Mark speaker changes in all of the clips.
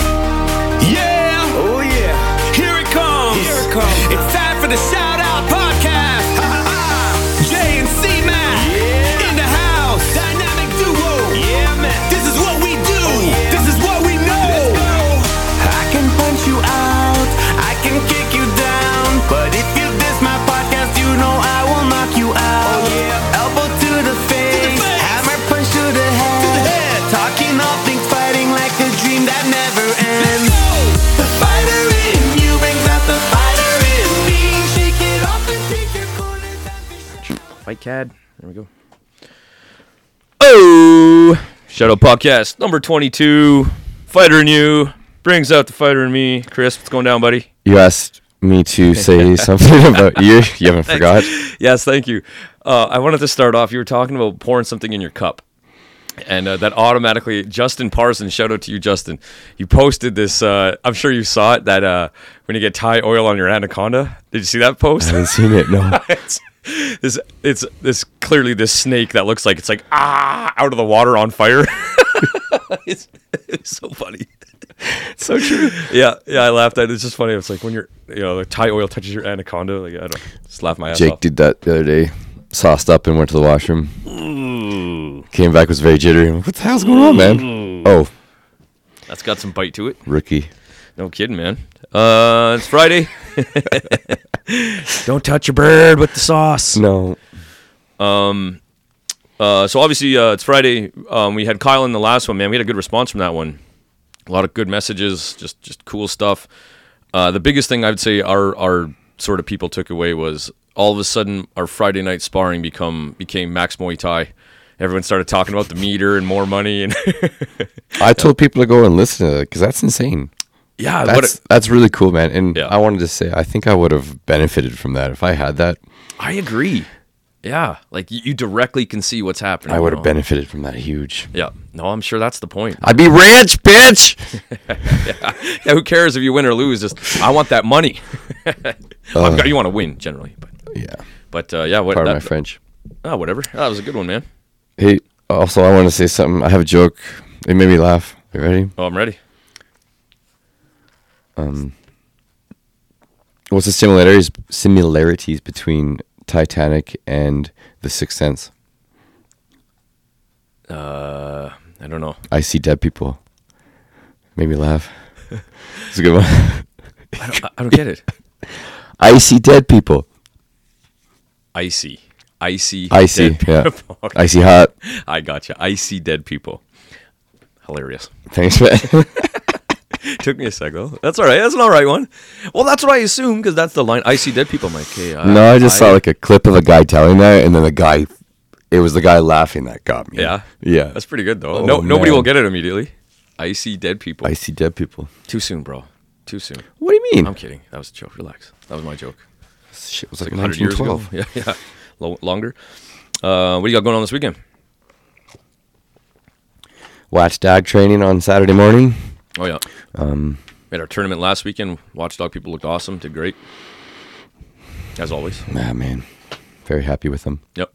Speaker 1: Oh, for the Shout Out Podcast. Ha, ha, ha. Jay and C Mac in the house. Dynamic duo. Yeah, man. This is what we do. This is what we know. I can punch you out. I can kick you down. But if you diss my podcast, you know I will knock you out. Elbow Oh, to the face. Hammer punch to the head. Talking all things, fighting like a dream that never ends. The fighter in you brings out the fighter in me. Shake it off and take your corners and be sure.
Speaker 2: Fight Cad. There we go.
Speaker 3: Oh, Shadow Podcast number 22. Fighter in you brings out the fighter in me. Chris, what's going down, buddy?
Speaker 4: You asked me to say something about you. You haven't forgot.
Speaker 3: Yes, thank you. Uh, I wanted to start off. You were talking about pouring something in your cup. And uh, that automatically, Justin Parsons, shout out to you, Justin. You posted this. Uh, I'm sure you saw it. That uh, when you get Thai oil on your anaconda, did you see that post?
Speaker 4: I haven't seen it. No.
Speaker 3: it's, it's it's this clearly this snake that looks like it's like ah out of the water on fire. it's, it's so funny.
Speaker 4: so true.
Speaker 3: Yeah, yeah, I laughed at it. It's just funny. It's like when you're, you know, the Thai oil touches your anaconda. Like I don't just laugh my ass
Speaker 4: Jake
Speaker 3: off.
Speaker 4: did that the other day. Sauced up and went to the washroom. Came back was very jittery. What the hell's going on, man? Oh,
Speaker 3: That's got some bite to it.
Speaker 4: rookie.
Speaker 3: No kidding, man. Uh, it's Friday. don't touch your bird with the sauce.
Speaker 4: No.
Speaker 3: Uh, so obviously uh, it's Friday. Um, we had Kyle in the last one, man. We had a good response from that one. A lot of good messages, just just cool stuff. Uh, the biggest thing I would say our our sort of people took away was all of a sudden our Friday night sparring become became Max Muay Thai. Everyone started talking about the meter and more money and
Speaker 4: I told people to go and listen to it because that's insane.
Speaker 3: yeah, what
Speaker 4: That's
Speaker 3: a-
Speaker 4: that's really cool, man. And
Speaker 3: Yeah.
Speaker 4: I wanted to say, I think I would have benefited from that if I had that.
Speaker 3: I agree. Yeah, like you, you directly can see what's happening.
Speaker 4: I
Speaker 3: you
Speaker 4: would have
Speaker 3: know?
Speaker 4: benefited from that huge.
Speaker 3: Yeah, no, I'm sure that's the point.
Speaker 4: I'd be rich, bitch.
Speaker 3: Yeah, who cares if you win or lose? Just I want that money. I've got, you want to win generally, but
Speaker 4: Uh, Yeah,
Speaker 3: but uh, yeah, what
Speaker 4: pardon my
Speaker 3: that-
Speaker 4: French.
Speaker 3: Oh, whatever. That was a good one, man.
Speaker 4: Hey, also, I want to say something. I have a joke. It made me laugh. You ready?
Speaker 3: Oh, I'm ready.
Speaker 4: What's the similarities similarities between Titanic and The Sixth Sense?
Speaker 3: I don't know.
Speaker 4: I see dead people. Made me laugh. It's a good one.
Speaker 3: I don't, I- I don't get it.
Speaker 4: I see dead people.
Speaker 3: Icy, icy,
Speaker 4: I see.
Speaker 3: dead
Speaker 4: Yeah.
Speaker 3: people. Okay,
Speaker 4: I see hot.
Speaker 3: I gotcha. Icy dead people. Hilarious.
Speaker 4: Thanks, man.
Speaker 3: Uh, Took me a sec though. That's all right. That's an all right one. Well, that's what I assume because that's the line. I see dead people. I'm like, hey, I,
Speaker 4: no, I just saw like a clip of a guy telling that, and then the guy, it was the guy laughing that got me.
Speaker 3: Yeah.
Speaker 4: Yeah.
Speaker 3: That's pretty good though.
Speaker 4: Oh,
Speaker 3: no, nobody will
Speaker 4: man.
Speaker 3: get it immediately. I see dead people.
Speaker 4: I see dead people.
Speaker 3: Too soon, bro. Too soon.
Speaker 4: What do you mean?
Speaker 3: I'm kidding. That was a joke. Relax. That was my joke.
Speaker 4: Shit, it was like,
Speaker 3: 100 years ago.
Speaker 4: 1912.
Speaker 3: Yeah, yeah. Lo- longer. Uh, what do you got going on this weekend?
Speaker 4: Watch dog training on Saturday morning.
Speaker 3: Oh yeah. Um, we had our tournament last weekend. Watchdog people looked awesome. Did great. As always.
Speaker 4: Ah, man. Very happy with them.
Speaker 3: Yep.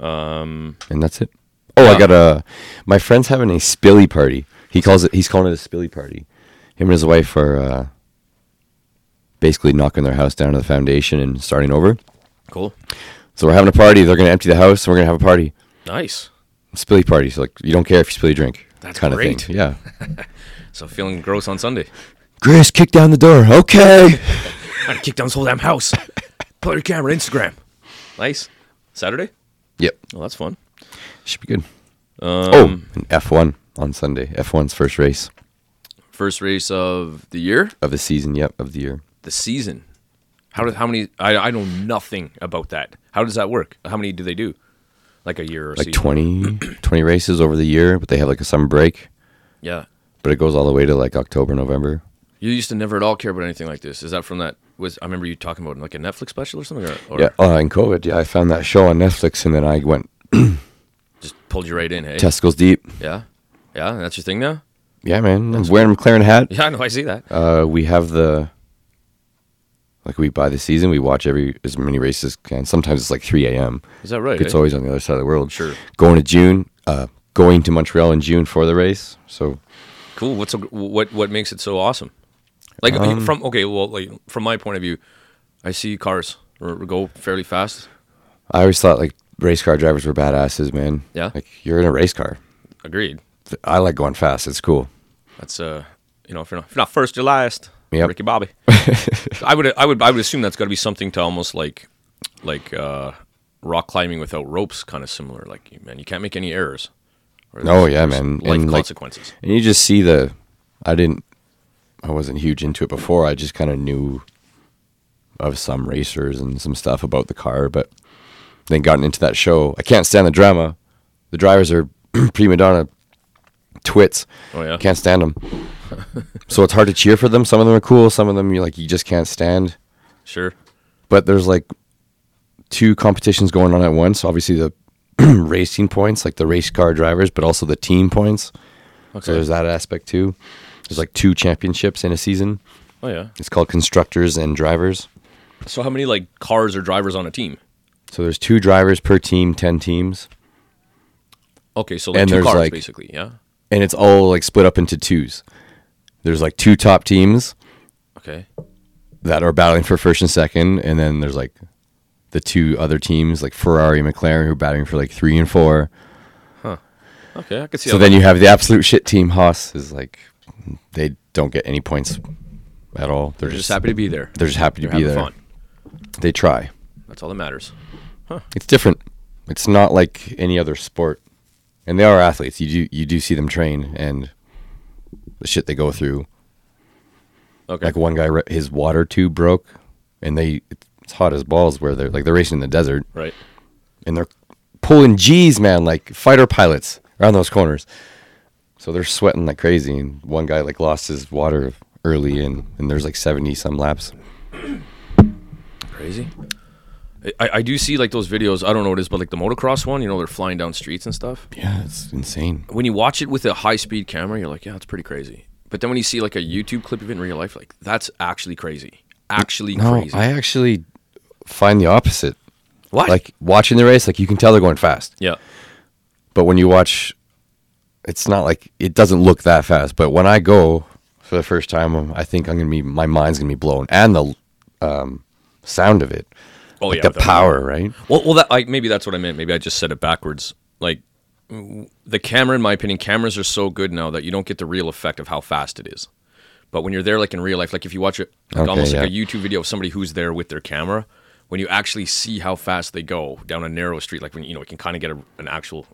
Speaker 4: And that's it. Oh,
Speaker 3: Yeah.
Speaker 4: I got a. My friend's having a spilly party. He calls it. He's calling it a spilly party. Him and his wife are uh, basically knocking their house down to the foundation and starting over.
Speaker 3: Cool.
Speaker 4: So we're having a party. They're gonna empty the house. and We're gonna have a party.
Speaker 3: Nice.
Speaker 4: Spilly party. So like, you don't care if you spill your drink.
Speaker 3: That's
Speaker 4: kinda
Speaker 3: great.
Speaker 4: Thing. Yeah.
Speaker 3: So feeling gross on Sunday.
Speaker 4: Chris, kick down the door. Okay.
Speaker 3: I kick down this whole damn house. Put your camera, Instagram. Nice. Saturday.
Speaker 4: yep.
Speaker 3: Well, that's fun.
Speaker 4: Should be good.
Speaker 3: Um,
Speaker 4: oh, and F1 on Sunday. F1's first race
Speaker 3: First race of the year,
Speaker 4: of the season. Yep, of the year.
Speaker 3: the season. How do, how many? I, I know nothing about that. How does that work? How many do they do? Like a year or
Speaker 4: Like
Speaker 3: season?
Speaker 4: 20, 20 races over the year, but they have like a summer break.
Speaker 3: Yeah.
Speaker 4: but it goes all the way to like October, November.
Speaker 3: You used to never at all care about anything like this. Is that from that? Was I remember you talking about like a Netflix special or something? Or, or
Speaker 4: Yeah, uh, in COVID, yeah, I found that show on Netflix, and then I went
Speaker 3: just pulled you right in? Hey,
Speaker 4: testicles deep.
Speaker 3: yeah, yeah. That's your thing now.
Speaker 4: Yeah, man, I'm wearing a McLaren hat.
Speaker 3: Yeah, I know. I see that.
Speaker 4: Uh, we have the like we buy the season. We watch every as many races as can. Sometimes it's like 3 a.m.
Speaker 3: Is that right?
Speaker 4: It's
Speaker 3: eh?
Speaker 4: always on the other side of the world.
Speaker 3: Sure.
Speaker 4: Going to June, uh, going to Montreal in June for the race. So
Speaker 3: cool.
Speaker 4: Um,
Speaker 3: What's so, what what makes it so awesome? Like from okay, well, like from my point of view, I see cars r- r- go fairly fast.
Speaker 4: I always thought like race car drivers were badasses, man.
Speaker 3: Yeah.
Speaker 4: Like you're in a race car.
Speaker 3: Agreed.
Speaker 4: Th- I like going fast. It's cool.
Speaker 3: That's uh, you know, if you're not, if you're not first, you're last.
Speaker 4: Yep.
Speaker 3: Ricky Bobby. I would I would I would assume that's got to be something to almost like like uh, rock climbing without ropes, kind of similar. Like man, you can't make any errors. Or
Speaker 4: Oh,
Speaker 3: there's-
Speaker 4: yeah,
Speaker 3: there's
Speaker 4: man.
Speaker 3: Life
Speaker 4: And, like-
Speaker 3: consequences.
Speaker 4: And you just see the I didn't I wasn't huge into it before. I just kind of knew of some racers and some stuff about the car, but then gotten into that show. I can't stand the drama. The drivers are prima donna twits.
Speaker 3: Oh yeah.
Speaker 4: Can't stand them. so it's hard to cheer for them. Some of them are cool, some of them you like you just can't stand.
Speaker 3: Sure.
Speaker 4: but there's like two competitions going on at once. Obviously, the racing points, like the race car drivers, but also the team points. So
Speaker 3: Okay.
Speaker 4: there's that aspect too. There's like two championships in a season.
Speaker 3: oh yeah.
Speaker 4: It's called constructors and drivers.
Speaker 3: So how many like cars or drivers on a team?
Speaker 4: So there's two drivers per team, ten teams,
Speaker 3: Okay, so like
Speaker 4: And
Speaker 3: two
Speaker 4: there's,
Speaker 3: cars
Speaker 4: like-
Speaker 3: basically. Yeah.
Speaker 4: and it's all like split up into twos. There's like two top teams
Speaker 3: Okay.
Speaker 4: that are battling for first and second, and then there's like the two other teams, like Ferrari, McLaren, who are battling for like three and four.
Speaker 3: Okay, I could see.
Speaker 4: So
Speaker 3: how
Speaker 4: then you have the absolute shit team. Haas is like they don't get any points at all. They're
Speaker 3: they're just happy to be there.
Speaker 4: They're just happy to
Speaker 3: They're
Speaker 4: be
Speaker 3: having
Speaker 4: there.
Speaker 3: fun.
Speaker 4: They try.
Speaker 3: That's all that matters.
Speaker 4: It's different. It's not like any other sport. And they are athletes. You do you do see them train and the shit they go through.
Speaker 3: Okay.
Speaker 4: Like one guy, re- his water tube broke, and they it's hot as balls where they're like they're racing in the desert
Speaker 3: right.
Speaker 4: and they're pulling G's, man, like fighter pilots around those corners. So they're sweating like crazy, and one guy like lost his water early, and and there's like seventy some laps.
Speaker 3: Crazy. I- I, I do see like those videos. I don't know what it is, but like the motocross one, you know, they're flying down streets and stuff.
Speaker 4: Yeah, it's insane.
Speaker 3: When you watch it with a high speed camera, you're like, yeah, that's pretty crazy. But then when you see like a YouTube clip of it in real life, like that's actually crazy. Actually
Speaker 4: No,
Speaker 3: crazy.
Speaker 4: I actually find the opposite.
Speaker 3: what?
Speaker 4: Like watching the race, like you can tell they're going fast,
Speaker 3: yeah.
Speaker 4: but when you watch, it's not like it doesn't look that fast. But when I go for the first time, um, I think I'm gonna be my mind's gonna be blown, and the um, sound of it,
Speaker 3: Oh
Speaker 4: like
Speaker 3: yeah.
Speaker 4: the
Speaker 3: without-
Speaker 4: power, right?
Speaker 3: Well, well, that like maybe that's what I meant. Maybe I just said it backwards. Like w- the camera, in my opinion, cameras are so good now that you don't get the real effect of how fast it is. But when you're there, like in real life, like if you watch it, like
Speaker 4: Okay,
Speaker 3: almost like a
Speaker 4: yeah.
Speaker 3: YouTube video of somebody who's there with their camera, when you actually see how fast they go down a narrow street, like when you know, you can kind of get a, an actual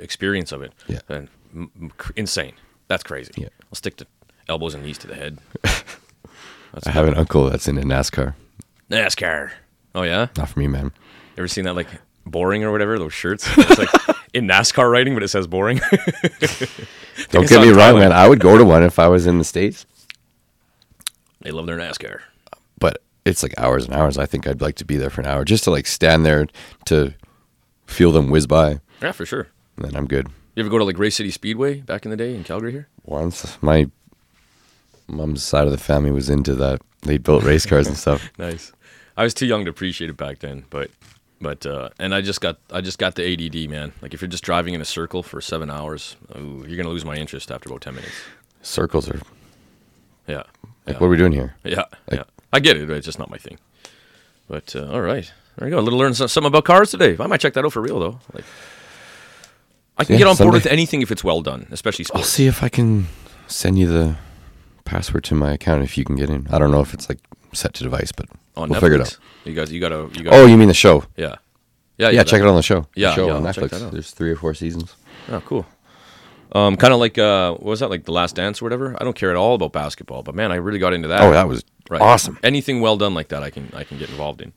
Speaker 3: experience of it.
Speaker 4: Yeah.
Speaker 3: And m- m- cr- insane. That's crazy.
Speaker 4: Yeah.
Speaker 3: I'll stick to elbows and knees to the head.
Speaker 4: I have an uncle that's in a NASCAR.
Speaker 3: NASCAR. Oh yeah.
Speaker 4: Not for me, man.
Speaker 3: Ever seen that like boring or whatever those shirts? It's like in NASCAR writing, but it says boring.
Speaker 4: Don't
Speaker 3: it's
Speaker 4: get me
Speaker 3: on
Speaker 4: wrong,
Speaker 3: Thailand.
Speaker 4: man. I would go to one if I was in the states,
Speaker 3: they love their NASCAR.
Speaker 4: but it's like hours and hours. I think I'd like to be there for an hour just to like stand there to feel them whiz by, and
Speaker 3: Yeah, for sure.
Speaker 4: then I'm good.
Speaker 3: You ever go to like Race City Speedway back in the day in Calgary here?
Speaker 4: Once my mom's side of the family was into that, they built race cars and stuff.
Speaker 3: Nice. I was too young to appreciate it back then, but but uh, and I just got I just got the ADD man. Like if you're just driving in a circle for seven hours, ooh, you're gonna lose my interest after about ten minutes.
Speaker 4: Circles are
Speaker 3: Yeah,
Speaker 4: like, what are we doing here?
Speaker 3: yeah, yeah. I get it. but It's just not my thing. But uh, all right, there you go. A little learn some- something about cars today. I might check that out for real though. Like, I can
Speaker 4: Yeah,
Speaker 3: get on board
Speaker 4: someday.
Speaker 3: with anything if it's well done, especially
Speaker 4: I'll
Speaker 3: sports.
Speaker 4: see if I can send you the password to my account if you can get in. I don't know if it's like set to device, but
Speaker 3: on
Speaker 4: we'll
Speaker 3: Netflix.
Speaker 4: figure it out.
Speaker 3: You guys, you gotta, you gotta.
Speaker 4: Oh, you mean the show?
Speaker 3: yeah, yeah,
Speaker 4: Yeah, check it out on the show. The
Speaker 3: Yeah,
Speaker 4: show
Speaker 3: yeah,
Speaker 4: on
Speaker 3: I'll check that
Speaker 4: Netflix.
Speaker 3: out.
Speaker 4: There's three or four seasons.
Speaker 3: Oh, cool. Um, kind of like uh, what was that like the Last Dance or whatever? I don't care at all about basketball, but man, I really got into that.
Speaker 4: Oh, that was awesome.
Speaker 3: Anything well done like that, I can I can get involved in.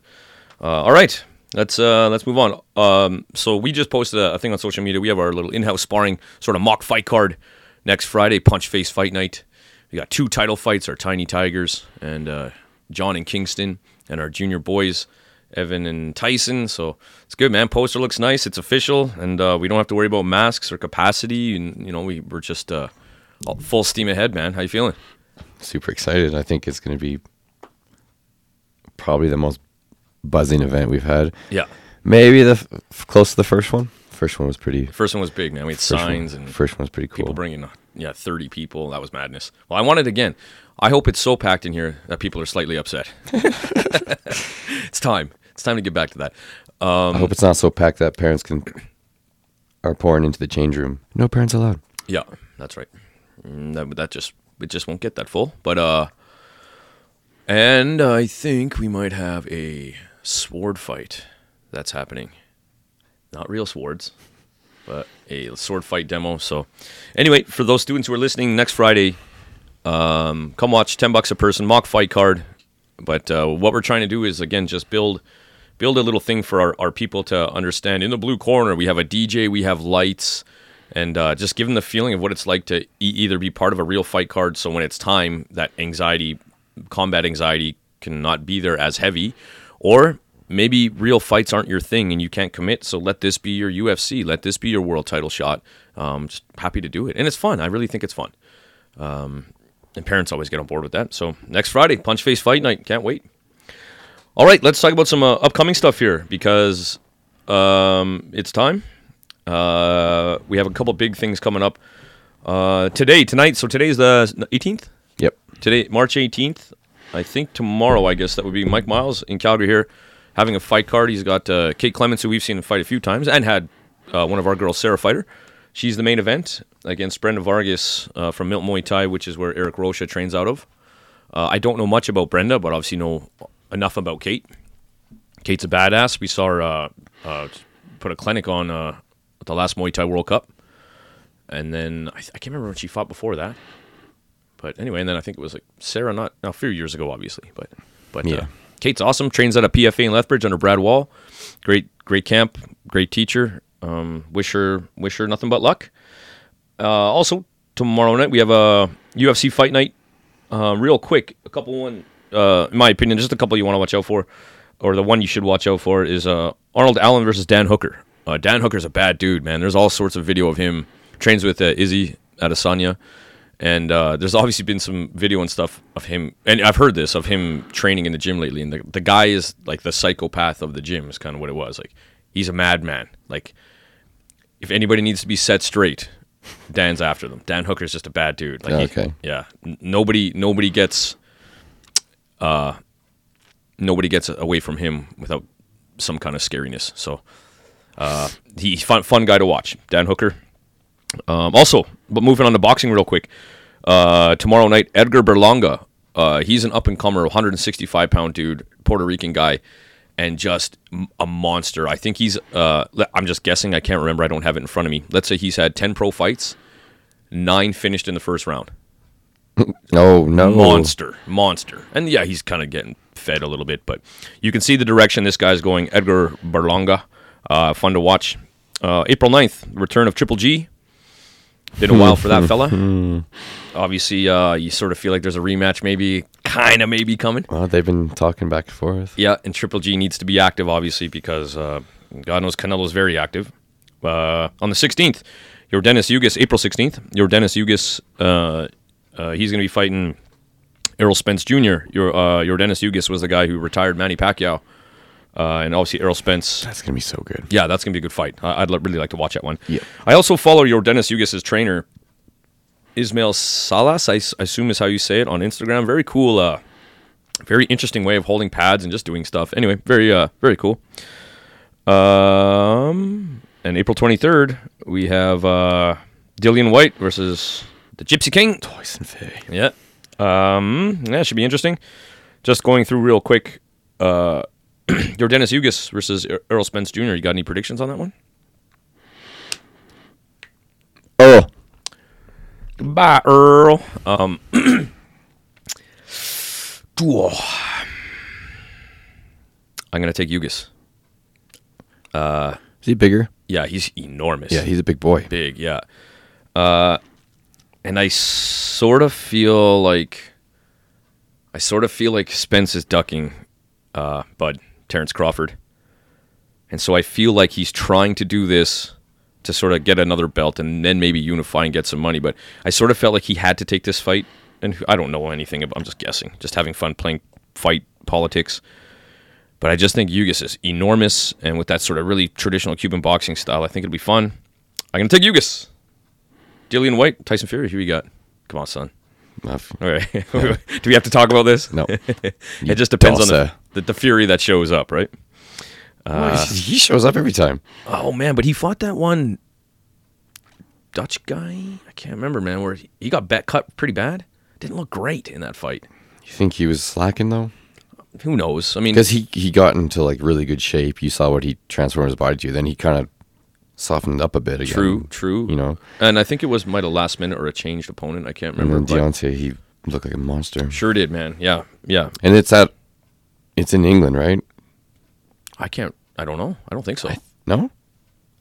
Speaker 3: Uh, all right, let's uh, let's move on. Um, so we just posted a, a thing on social media. We have our little in-house sparring sort of mock fight card next Friday, Punch Face Fight Night. We got two title fights: our Tiny Tigers and uh, John and Kingston, and our junior boys. Evan and Tyson, so it's good, man. Poster looks nice. It's official, and uh, we don't have to worry about masks or capacity. And you know, we we're just uh, all- full steam ahead, man. How you feeling?
Speaker 4: Super excited. I think it's going to be probably the most buzzing event we've had.
Speaker 3: Yeah,
Speaker 4: Maybe the f- close to the first one, First one was pretty.
Speaker 3: First one was big, man. We had
Speaker 4: First
Speaker 3: signs
Speaker 4: one,
Speaker 3: and
Speaker 4: first one was pretty
Speaker 3: people
Speaker 4: cool.
Speaker 3: bringing yeah 30 people. That was madness. Well, I want it again. I hope it's so packed in here that people are slightly upset. it's time. It's time to get back to that.
Speaker 4: I hope it's not so packed that parents can are pouring into the change room. No parents allowed.
Speaker 3: Yeah, that's right. Mm, That that just it just won't get that full. But uh, and I think we might have a sword fight that's happening. Not real swords, but a sword fight demo. So, anyway, for those students who are listening, next Friday, um, come watch. Ten bucks a person, mock fight card. But uh, what we're trying to do is again just build. Build a little thing for our, our people to understand. In the blue corner, we have a DJ, we have lights, and uh, just give them the feeling of what it's like to e- either be part of a real fight card so when it's time that anxiety combat anxiety cannot be there as heavy or maybe real fights aren't your thing and you can't commit so let this be your ufc let this be your world title shot um, just happy to do it and it's fun i really think it's fun um, and parents always get on board with that so next friday punch face fight night can't wait all right let's talk about some uh, upcoming stuff here because um, it's time uh, we have a couple big things coming up uh, today, tonight. So today's the 18th.
Speaker 4: Yep.
Speaker 3: Today, March 18th. I think tomorrow, I guess that would be Mike Miles in Calgary here, having a fight card. He's got uh, Kate Clements, who we've seen fight a few times, and had uh, one of our girls, Sarah Fighter. She's the main event against Brenda Vargas uh, from Milton Muay Thai, which is where Eric Rocha trains out of. Uh, I don't know much about Brenda, but obviously know enough about Kate. Kate's a badass. We saw her uh, uh, put a clinic on uh, at the last Muay Thai World Cup, and then I, th- I can't remember when she fought before that. But anyway, and then I think it was like Sarah, not now a few years ago, obviously. But but uh,
Speaker 4: Yeah.
Speaker 3: Kate's awesome. Trains out of PFA in Lethbridge under Brad Wall. Great great camp. Great teacher. Um, wish her wish her nothing but luck. Uh, also tomorrow night we have a UFC fight night uh, real quick, a couple one, uh, in my opinion, just a couple you want to watch out for, or the one you should watch out for is uh, Arnold Allen versus Dan Hooker. Uh, Dan Hooker's a bad dude, man. There's all sorts of video of him trains with uh, Izzy at Asanya, and uh, there's obviously been some video and stuff of him. And I've heard this of him training in the gym lately, and the the guy is like the psychopath of the gym is kind of what it was. Like he's a madman. Like if anybody needs to be set straight, Dan's after them. Dan Hooker's just a bad dude. Like he-
Speaker 4: Okay.
Speaker 3: yeah. N- Nobody nobody gets uh nobody gets away from him without some kind of scariness. So uh he's fun fun guy to watch. Dan Hooker. Um also, but moving on to boxing real quick. Uh tomorrow night Edgar Berlanga. Uh he's an up and comer 165 pound dude, Puerto Rican guy. And just m- a monster. I think he's. Uh, le- I'm just guessing. I can't remember. I don't have it in front of me. Let's say he's had ten pro fights, nine finished in the first round
Speaker 4: No, no.
Speaker 3: monster, monster. And yeah, he's kind of getting fed a little bit, but you can see the direction this guy's going. Edgar Berlanga, uh, fun to watch. Uh, April 9th, return of Triple G. Been a while for that fella. Obviously, uh, you sort of feel like there's a rematch, maybe, kind of, maybe coming.
Speaker 4: Well, they've been talking back and forth.
Speaker 3: Yeah, and Triple G needs to be active, obviously, because uh, God knows Canelo's very active. Uh, on the 16th, your Dennis Ugis, April 16th, your Dennis Ugis, uh, uh, he's going to be fighting Errol Spence Jr. Your uh, your Dennis Ugis was the guy who retired Manny Pacquiao, uh, and obviously Errol Spence.
Speaker 4: That's gonna be so good.
Speaker 3: Yeah, that's gonna be a good fight. I- I'd li- really like to watch that one.
Speaker 4: Yeah.
Speaker 3: I also follow your Dennis Ugas's trainer, Ismail Salas. I s- assume is how you say it on Instagram. Very cool. Uh, very interesting way of holding pads and just doing stuff. Anyway, very uh, very cool. Um, and April twenty third, we have uh, Dillian White versus the Gypsy King.
Speaker 4: Poison Faye.
Speaker 3: Yeah. Um, yeah, should be interesting. Just going through real quick. Uh, your Dennis Ugis versus Er- Errol Spence Jr. You got any predictions on that one?
Speaker 4: Oh,
Speaker 3: Bye, Earl. Um, Duo. I'm gonna take Ugis.
Speaker 4: is he bigger?
Speaker 3: Yeah, he's enormous.
Speaker 4: Yeah, he's a big boy.
Speaker 3: big. Yeah. Uh, and I sort of feel like I sort of feel like Spence is ducking, uh, Bud Terrence Crawford, and so I feel like he's trying to do this to sort of get another belt and then maybe unify and get some money. But I sort of felt like he had to take this fight, and who- I don't know anything. About, I'm just guessing, just having fun playing fight politics. But I just think Yugas is enormous, and with that sort of really traditional Cuban boxing style, I think it'll be fun. I'm gonna take Yugas. Dillian White, Tyson Fury. Who we got? Come on, son.
Speaker 4: I've-
Speaker 3: All right. Do we have to talk about this?
Speaker 4: No.
Speaker 3: it just depends on the,
Speaker 4: Dulce.
Speaker 3: the, the fury that shows up, right?
Speaker 4: uh, he shows up every time.
Speaker 3: Oh man, but he fought that one Dutch guy. I can't remember, man. Where he- he got bet cut pretty bad. Didn't look great in that fight.
Speaker 4: You think he was slacking though?
Speaker 3: Who knows? I mean,
Speaker 4: Because he he got into like really good shape. You saw what he transformed his body to. Then he kind of softened up a bit again.
Speaker 3: true, true.
Speaker 4: You know,
Speaker 3: and I think it was might have last minute or a changed opponent. I can't
Speaker 4: and
Speaker 3: remember.
Speaker 4: then
Speaker 3: but
Speaker 4: Deontay he looked like a monster.
Speaker 3: sure did, man. Yeah, yeah.
Speaker 4: And it's at, it's in England, right?
Speaker 3: I can't. I don't know. I don't think so. I,
Speaker 4: No,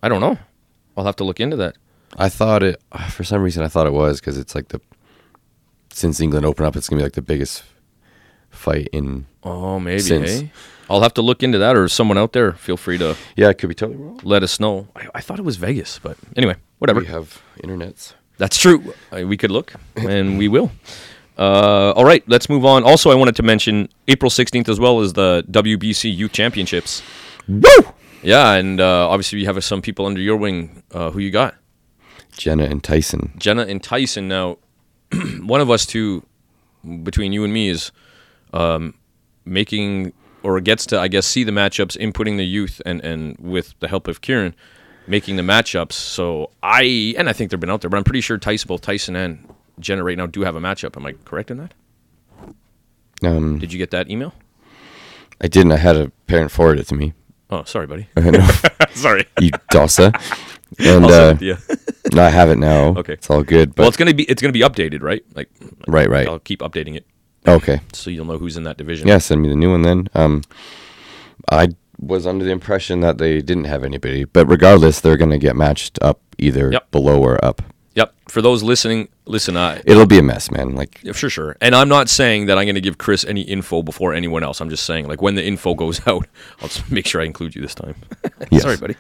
Speaker 3: don't know. I'll have to look into that.
Speaker 4: I thought it ah, for some reason. I thought it was because it's like the since England opened up, it's gonna be like the biggest fight in.
Speaker 3: Oh, maybe.
Speaker 4: Since-
Speaker 3: eh? I'll have to look into that, or someone out there, feel free to
Speaker 4: Yeah, I could be totally wrong.
Speaker 3: let us know. I, I thought it was Vegas, but anyway, whatever.
Speaker 4: We have internets.
Speaker 3: That's true. Uh, We could look, and we will. Uh, all right, let's move on. Also, I wanted to mention April 16th as well as the WBC Youth Championships.
Speaker 4: Woo!
Speaker 3: Yeah, and uh, obviously you have some people under your wing. Uh, who you got?
Speaker 4: Jenna and Tyson.
Speaker 3: Jenna and Tyson. Now, one of us two, between you and me, is um, making or gets to, I guess, see the matchups, inputting the youth, and and with the help of Kieran, making the matchups. So I and I think they've been out there, but I'm pretty sure Tyson, both Tyson and Jenna right now, do have a matchup. Am I correct in that?
Speaker 4: Um,
Speaker 3: Did you get that email?
Speaker 4: I didn't. I had a parent forward it to me.
Speaker 3: Oh, sorry, buddy.
Speaker 4: Sorry. You Dulsa. And
Speaker 3: Also,
Speaker 4: uh,
Speaker 3: yeah.
Speaker 4: no, I have it now.
Speaker 3: Okay.
Speaker 4: It's all good. But
Speaker 3: well, it's gonna be it's gonna be updated, right? Like,
Speaker 4: right, right.
Speaker 3: I'll keep updating it
Speaker 4: Okay.
Speaker 3: so you'll know who's in that division.
Speaker 4: Yeah, send me the new one then. Um, I was under the impression that they didn't have anybody, but regardless, they're gonna get matched up either
Speaker 3: Yep.
Speaker 4: below or up.
Speaker 3: Yep. For those listening, listen. I
Speaker 4: It'll be a mess, man. Like,
Speaker 3: Yeah, sure, sure. And I'm not saying that I'm going to give Chris any info before anyone else. I'm just saying, like, when the info goes out, I'll just make sure I include you this time.
Speaker 4: Yes.
Speaker 3: Sorry, buddy.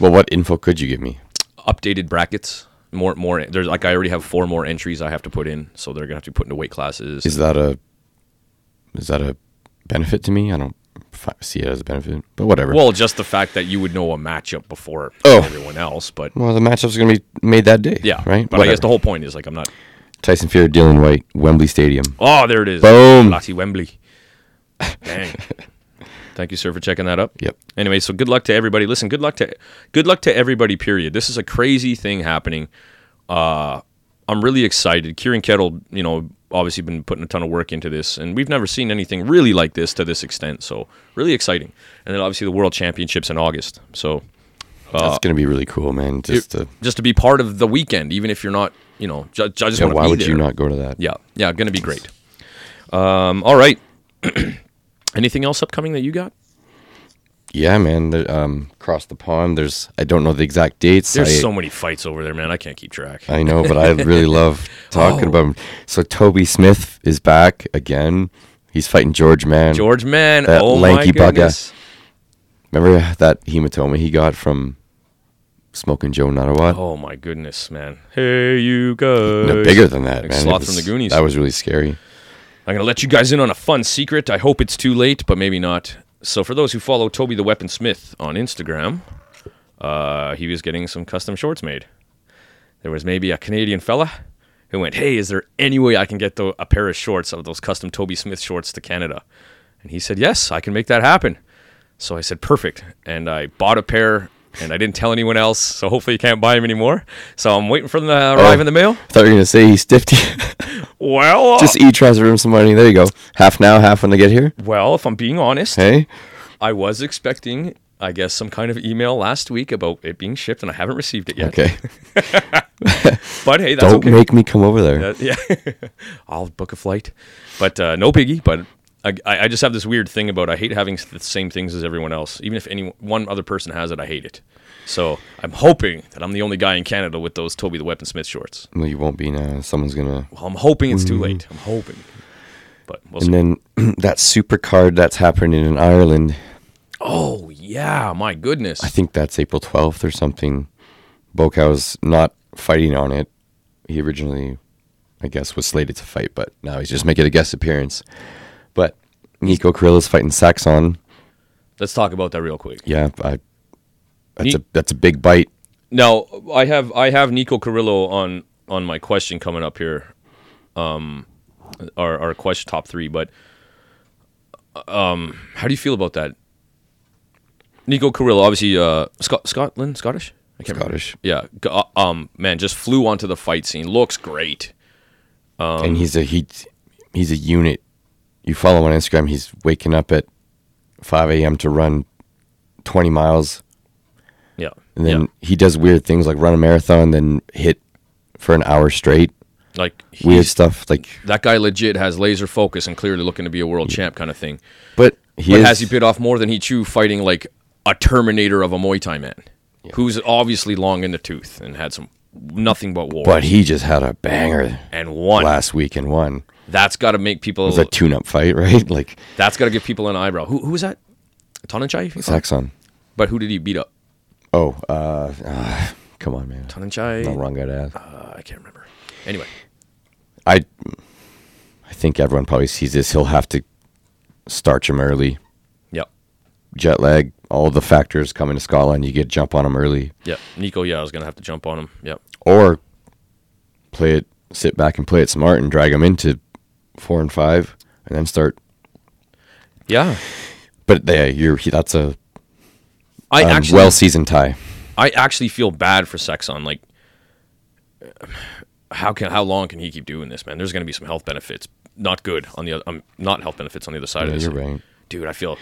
Speaker 4: well, what info could you give me?
Speaker 3: Updated brackets. More, more. There's like I already have four more entries I have to put in, so they're gonna have to be put into weight classes.
Speaker 4: Is that a is that a benefit to me? I don't fi- see it as a benefit, but whatever.
Speaker 3: well, just the fact that you would know a matchup before
Speaker 4: Oh.
Speaker 3: everyone else, but
Speaker 4: Well, the matchups are gonna be made that day.
Speaker 3: yeah,
Speaker 4: Right.
Speaker 3: But I guess
Speaker 4: Whatever.
Speaker 3: the whole point is like I'm not.
Speaker 4: Tyson Fury, Dylan White, Wembley Stadium.
Speaker 3: Oh, there it is.
Speaker 4: Boom.
Speaker 3: Lottie Wembley. Dang. Thank you, sir, for checking that up.
Speaker 4: Yep.
Speaker 3: Anyway, so good luck to everybody. Listen, good luck to good luck to everybody. Period. This is a crazy thing happening. Uh, I'm really excited. Kieran Kettle, you know, obviously been putting a ton of work into this, and we've never seen anything really like this to this extent. So really exciting. And then obviously the World Championships in August. So Uh,
Speaker 4: That's gonna be really cool, man. Just to,
Speaker 3: just to be part of the weekend, even if you're not, you know, ju- ju- I just
Speaker 4: yeah,
Speaker 3: want to
Speaker 4: why
Speaker 3: be
Speaker 4: would you
Speaker 3: there.
Speaker 4: not go to that?
Speaker 3: Yeah, yeah, going to be great. Um, all right. Anything else upcoming that you got?
Speaker 4: yeah, man. There, um, across the pond, there's I don't know the exact dates.
Speaker 3: There's
Speaker 4: I,
Speaker 3: so many fights over there, man. I can't keep track.
Speaker 4: I know, but I really love talking
Speaker 3: Oh.
Speaker 4: about 'em. about them. So Toby Smith is back again. He's fighting George Man.
Speaker 3: George Man,
Speaker 4: That
Speaker 3: oh
Speaker 4: lanky
Speaker 3: my
Speaker 4: bugger.
Speaker 3: goodness.
Speaker 4: Remember that hematoma he got from smoking Joe Natawat?
Speaker 3: Oh my goodness, man. Hey, you guys.
Speaker 4: no, bigger than that,
Speaker 3: Like
Speaker 4: man. It
Speaker 3: Sloth from
Speaker 4: was-
Speaker 3: the Goonies.
Speaker 4: That was really scary.
Speaker 3: I'm gonna let you guys in on a fun secret. I hope it's too late, but maybe not. So for those who follow Toby the Weapon Smith on Instagram, uh, he was getting some custom shorts made. There was maybe a Canadian fella who went, "Hey, is there any way I can get tho- a pair of shorts of those custom Toby Smith shorts to Canada?" And he said, "Yes, I can make that happen." So I said, "Perfect," and I bought a pair. And I didn't tell anyone else, so hopefully you can't buy them anymore. So I'm waiting for them to arrive
Speaker 4: Oh.
Speaker 3: in the mail.
Speaker 4: I thought you were gonna say he stiffed you.
Speaker 3: Well,
Speaker 4: Just e transfer him some money. There you go. Half now, half when they get here.
Speaker 3: well, if I'm being honest,
Speaker 4: Hey.
Speaker 3: I was expecting, I guess, some kind of email last week about it being shipped, and I haven't received it yet.
Speaker 4: Okay.
Speaker 3: But hey, that's
Speaker 4: Don't
Speaker 3: okay.
Speaker 4: make me come over there.
Speaker 3: Uh, yeah, I'll book a flight, but uh, no biggie. But I, I I just have this weird thing about I hate having the same things as everyone else. Even if any one other person has it, I hate it. So I'm hoping that I'm the only guy in Canada with those Toby the Weapon Smith shorts.
Speaker 4: Well, you won't be now. Someone's gonna.
Speaker 3: Well, I'm hoping it's too late. I'm hoping, but we'll see.
Speaker 4: Mm. And then that super card that's happening in Ireland.
Speaker 3: oh yeah, my goodness.
Speaker 4: I think that's April twelfth or something. Bokow's not fighting on it. He originally, I guess, was slated to fight, but now he's just making a guest appearance. But Nico Carrillo's fighting Saxon.
Speaker 3: Let's talk about that real quick.
Speaker 4: Yeah, I, that's
Speaker 3: Neat.
Speaker 4: a that's a big bite.
Speaker 3: Now, I have I have Nico Carrillo on on my question coming up here, um, our our question top three. But um, how do you feel about that? Nico Carrillo, obviously uh, Scot- Scotland, Scottish, I can't remember.
Speaker 4: Scottish.
Speaker 3: Yeah, g- uh, um, man, just flew onto the fight scene. Looks great. Um,
Speaker 4: and he's a he, he's a unit. You follow on Instagram. He's waking up at five a.m. to run twenty miles,
Speaker 3: Yeah,
Speaker 4: and then
Speaker 3: yeah.
Speaker 4: he does weird things like run a marathon, then hit for an hour straight.
Speaker 3: like
Speaker 4: Weird
Speaker 3: he's-
Speaker 4: stuff like,
Speaker 3: That guy legit has laser focus and clearly looking to be a world champ kind of thing.
Speaker 4: but he
Speaker 3: but
Speaker 4: is,
Speaker 3: has he bit off more than he chew fighting like a Terminator of a Muay Thai man, who's obviously long in the tooth and had some nothing but war
Speaker 4: But he just had a banger
Speaker 3: and won.
Speaker 4: last week and won.
Speaker 3: That's got to make people.
Speaker 4: It was a tune-up fight, right? Like
Speaker 3: that's got to give people an eyebrow. Who who was that? Tonanchai.
Speaker 4: Saxon.
Speaker 3: But who did he beat up?
Speaker 4: Oh, uh, ah, come on, man.
Speaker 3: Tonanchai.
Speaker 4: Not wrong guy to ask.
Speaker 3: Uh, I can't remember. Anyway,
Speaker 4: I I think everyone probably sees this. He'll have to starch him early.
Speaker 3: yep,
Speaker 4: Jet lag, all the factors come into Scotland. You get jump on him early,
Speaker 3: yep. Nico, yeah, I was gonna have to jump on him. Yep,
Speaker 4: or play it, sit back and play it smart and drag him into four and five, and then start.
Speaker 3: yeah.
Speaker 4: But yeah, you're he, that's a
Speaker 3: I
Speaker 4: um,
Speaker 3: actually
Speaker 4: well seasoned tie.
Speaker 3: I actually feel bad for Sexon. Like, how can how long can he keep doing this, man? There's going to be some health benefits, not good on the other, um, not health benefits on the other side of
Speaker 4: Yeah,
Speaker 3: this.
Speaker 4: you're right.
Speaker 3: dude. I feel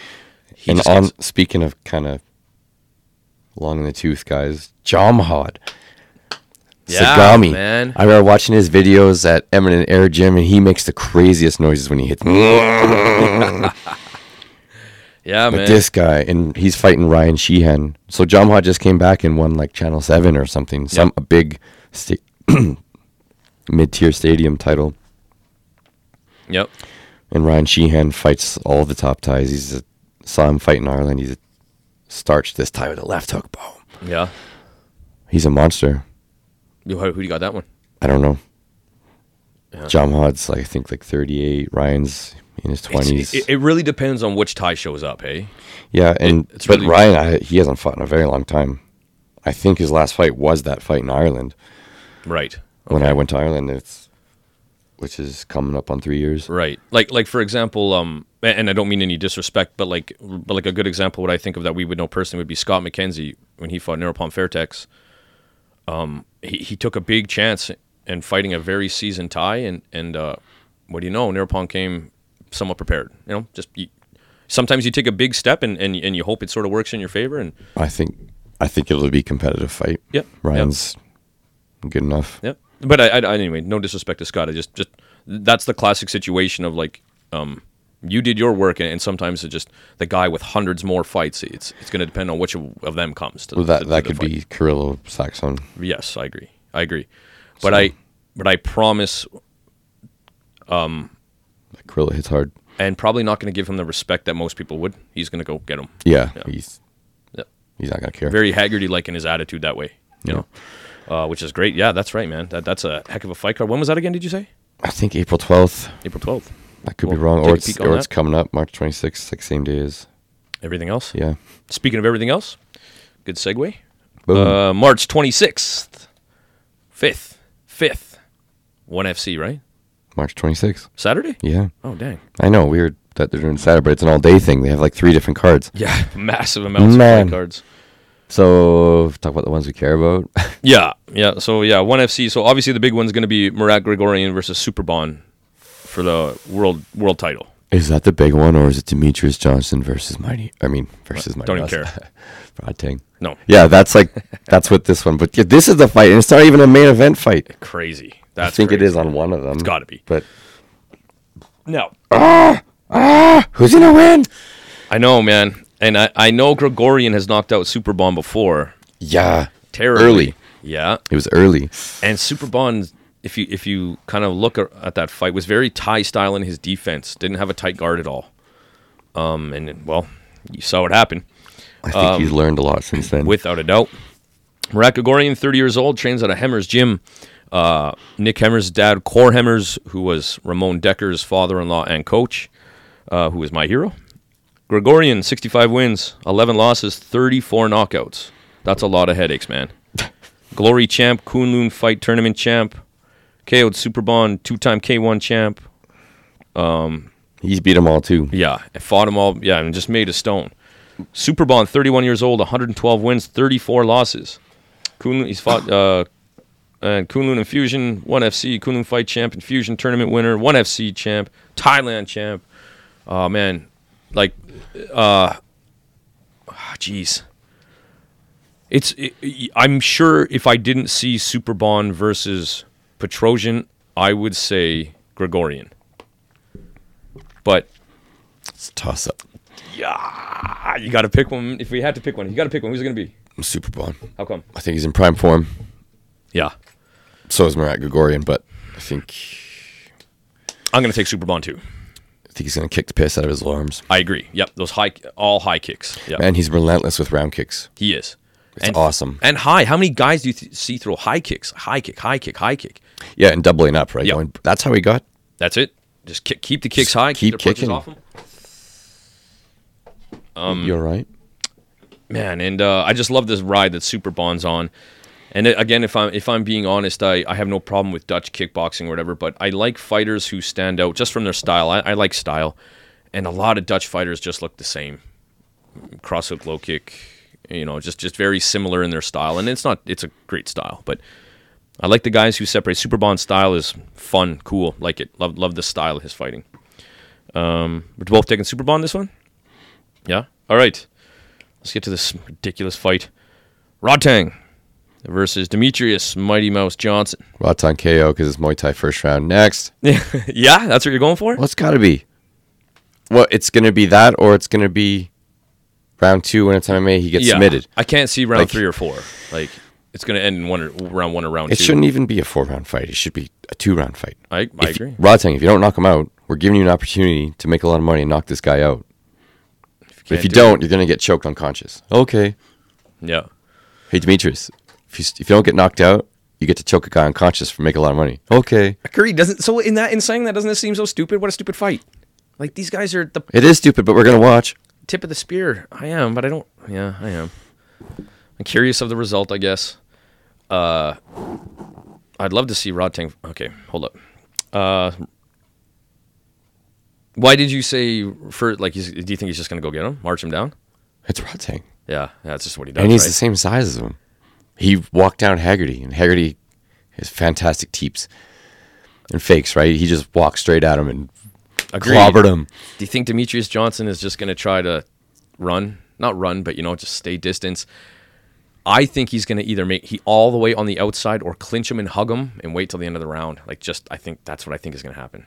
Speaker 3: he
Speaker 4: And
Speaker 3: just
Speaker 4: on
Speaker 3: gets-
Speaker 4: speaking of kind of long in the tooth guys, Jamhad.
Speaker 3: Yeah,
Speaker 4: Sagami.
Speaker 3: man.
Speaker 4: I remember watching his videos at Eminent Air Gym, and he makes the craziest noises when he hits.
Speaker 3: yeah,
Speaker 4: But
Speaker 3: man.
Speaker 4: this guy, and he's fighting Ryan Sheehan. So Jamha just came back and won like Channel Seven or something, some a big sta- mid-tier stadium title.
Speaker 3: yep,
Speaker 4: And Ryan Sheehan fights all the top ties. He's a, saw him fight in Ireland. He's a starched this tie with a left hook. Boom.
Speaker 3: yeah.
Speaker 4: He's a monster.
Speaker 3: Yo, Who, who do you got that one?
Speaker 4: I don't know.
Speaker 3: Yeah.
Speaker 4: Jamhad's like I think like 38. Ryan's in his
Speaker 3: It's-
Speaker 4: 20s.
Speaker 3: It, it really depends on which tie shows up, hey.
Speaker 4: yeah, and
Speaker 3: it's
Speaker 4: but
Speaker 3: really-
Speaker 4: Ryan, I, he hasn't fought in a very long time. I think his last fight was that fight in Ireland.
Speaker 3: Right,
Speaker 4: when I went to Ireland. It's which is coming up on three years.
Speaker 3: right. Like, like for example, um, a- and I don't mean any disrespect, but like, but like a good example, what I think of that we would know personally would be Scott McKenzie when he fought Neuropalm Fairtex. Um, he, he took a big chance and fighting a very seasoned tie and and uh, what do you know Nirpon came somewhat prepared you know just you, sometimes you take a big step and, and and you hope it sort of works in your favor and
Speaker 4: I think I think it'll be a competitive fight.
Speaker 3: Yep, yep.
Speaker 4: Ryan's good enough.
Speaker 3: yeah but I, I I- anyway no disrespect to Scott I just just that's the classic situation of like um you did your work and, and sometimes it just the guy with hundreds more fights it's it's going to depend on which of, of them comes to
Speaker 4: Well,
Speaker 3: to-
Speaker 4: that
Speaker 3: to
Speaker 4: that
Speaker 3: the
Speaker 4: could
Speaker 3: fight.
Speaker 4: be Carrillo Saxon.
Speaker 3: Yes, I agree. I agree. But I but I promise
Speaker 4: Carrillo hits hard.
Speaker 3: and probably not going to give him the respect that most people would. He's going to go get him.
Speaker 4: Yeah, he's
Speaker 3: Yep.
Speaker 4: he's not gonna care.
Speaker 3: Very Haggerty like in his attitude that way, you know, uh, which is great. Yeah, that's right, man. That that's a heck of a fight card. When was that again? Did you say
Speaker 4: I think April twelfth.
Speaker 3: April twelfth?
Speaker 4: I could be
Speaker 3: Well,
Speaker 4: wrong.
Speaker 3: take a
Speaker 4: Or it's
Speaker 3: peek on
Speaker 4: or it's
Speaker 3: that.
Speaker 4: coming up March twenty sixth, like same day as
Speaker 3: Everything else.
Speaker 4: yeah.
Speaker 3: Speaking of everything else, good segue.
Speaker 4: Boom.
Speaker 3: Uh, March twenty sixth, fifth, fifth, one FC right
Speaker 4: March twenty sixth.
Speaker 3: Saturday.
Speaker 4: Yeah.
Speaker 3: Oh dang.
Speaker 4: I know, weird that they're doing Saturday, but it's an all day thing. They have like three different cards.
Speaker 3: Yeah, massive amounts of
Speaker 4: Man.
Speaker 3: fight cards.
Speaker 4: So talk about the ones we care about.
Speaker 3: Yeah, yeah. So yeah, one FC. So obviously the big one's going to be Murat Gregorian versus Superbon for the world world title.
Speaker 4: Is that the big one, or is it Demetrius Johnson versus Mighty? I mean, versus Mighty.
Speaker 3: Don't even
Speaker 4: Mouse?
Speaker 3: care.
Speaker 4: Rod Tang.
Speaker 3: No,
Speaker 4: Yeah, that's like that's what this one. But yeah, this is the fight, and it's not even a main event fight.
Speaker 3: crazy.
Speaker 4: I
Speaker 3: That's
Speaker 4: think it
Speaker 3: crazy.
Speaker 4: is on one of them. It's
Speaker 3: gotta be.
Speaker 4: But
Speaker 3: No,
Speaker 4: who's gonna win?
Speaker 3: I know, man, and I, I know Gregorian has knocked out Superbon before.
Speaker 4: Yeah,
Speaker 3: Terribly.
Speaker 4: Early.
Speaker 3: Yeah,
Speaker 4: It was early.
Speaker 3: and Superbon, if you if you kind of look a- at that fight, was very Thai style in his defense. Didn't have a tight guard at all. Um, and well, you saw what happened.
Speaker 4: I think
Speaker 3: Um,
Speaker 4: he's learned a lot since then.
Speaker 3: without a doubt. Murat Gregorian, 30 years old, trains at a Hemmer's gym. Uh, Nick Hemmer's dad, Core Hemmers, who was Ramon Decker's father in law and coach, uh, who was my hero. Gregorian, 65 wins, 11 losses, 34 knockouts. That's a lot of headaches, man. Glory champ, Kunlun fight tournament champ, KO'd Superbond, two time K1 champ.
Speaker 4: He's beat them all too.
Speaker 3: Yeah, I fought him all. Yeah, and just made a stone. Superbond, 31 years old, 112 wins, 34 losses. Kunlun, he's fought uh, and Kunlun and Fusion, 1FC, Kunlun Fight Champ, and Fusion Tournament winner, 1FC champ, Thailand champ. Oh, man. Like, uh, ah, jeez. It's, i i- I'm sure if I didn't see Superbond versus Petrosian, I would say Gregorian. But
Speaker 4: It's a toss up.
Speaker 3: Ah, you got to pick one. If we had to pick one, you got to pick one. Who's it going to be?
Speaker 4: Super Bond.
Speaker 3: How come?
Speaker 4: I think he's in prime form.
Speaker 3: Yeah.
Speaker 4: So is Marat Gregorian, but I think
Speaker 3: I'm going to take Superbond too.
Speaker 4: I think he's gonna kick the piss out of his little arms.
Speaker 3: I agree. Yep. Those high, all high kicks. Yeah.
Speaker 4: Man, he's relentless with round kicks.
Speaker 3: He is.
Speaker 4: It's awesome.
Speaker 3: And high. How many guys do you th- see throw high kicks? High kick, high kick, high kick.
Speaker 4: Yeah, and doubling up, right?
Speaker 3: Yep.
Speaker 4: Going- that's how he got.
Speaker 3: That's it. Just kick, keep the kicks high.
Speaker 4: keep
Speaker 3: their punches
Speaker 4: kicking.
Speaker 3: off 'em. Um,
Speaker 4: You're right.
Speaker 3: man and uh, i just love this ride that super bond's on and uh, again if i'm if i'm being honest I, I have no problem with dutch kickboxing or whatever but i like fighters who stand out just from their style i, I like style and a lot of dutch fighters just look the same cross hook low kick you know just just very similar in their style and it's not it's a great style but i like the guys who separate super bond style is fun cool like it love love the style of his fighting um we're both taking super bond this one yeah all right Let's get to this ridiculous fight. Rotang versus Demetrius Mighty Mouse Johnson.
Speaker 4: Ratan KO because it's Muay Thai first round. Next.
Speaker 3: yeah, that's what you're going for?
Speaker 4: Well, it's got to be. Well, it's going to be that, or it's going to be round two when it's MMA. He gets
Speaker 3: yeah.
Speaker 4: submitted.
Speaker 3: I can't see round
Speaker 4: Like-
Speaker 3: three or four. Like it's going to end in one or, round one or round
Speaker 4: It
Speaker 3: two.
Speaker 4: shouldn't even be a four round fight. It should be a two round fight.
Speaker 3: I, I
Speaker 4: If you-
Speaker 3: agree.
Speaker 4: Rotang, if you don't knock him out, we're giving you an opportunity to make a lot of money and knock this guy out. But
Speaker 3: can't
Speaker 4: if you
Speaker 3: do
Speaker 4: do not you're going to get choked unconscious. Okay.
Speaker 3: Yeah.
Speaker 4: Hey, Demetrius, if you, if you don't get knocked out, you get to choke a guy unconscious for make a lot of money. Okay.
Speaker 3: Curry doesn't. So in that, in saying that, doesn't it seem so stupid? What a stupid fight! Like these guys are the
Speaker 4: It is stupid, but we're going to watch.
Speaker 3: tip of the spear. I am, but I don't. Yeah, I am. I'm curious of the result, I guess. Uh, I'd love to see Rod Tang. Okay, hold up. Uh, why did you say for like? He's, do you think he's just gonna go get him, march him down?
Speaker 4: It's Rotang.
Speaker 3: Yeah, that's just what he does.
Speaker 4: and he's
Speaker 3: right?
Speaker 4: the same size as him. He walked down Haggerty, and Haggerty has fantastic teeps and fakes, right? He just walked straight at him and
Speaker 3: Agreed.
Speaker 4: clobbered him.
Speaker 3: Do you think Demetrius Johnson is just going to try to run? Not run, but you know, just stay distance. I think he's going to either make he all the way on the outside or clinch him and hug him and wait till the end of the round. Like just I think that's what I think is going to happen.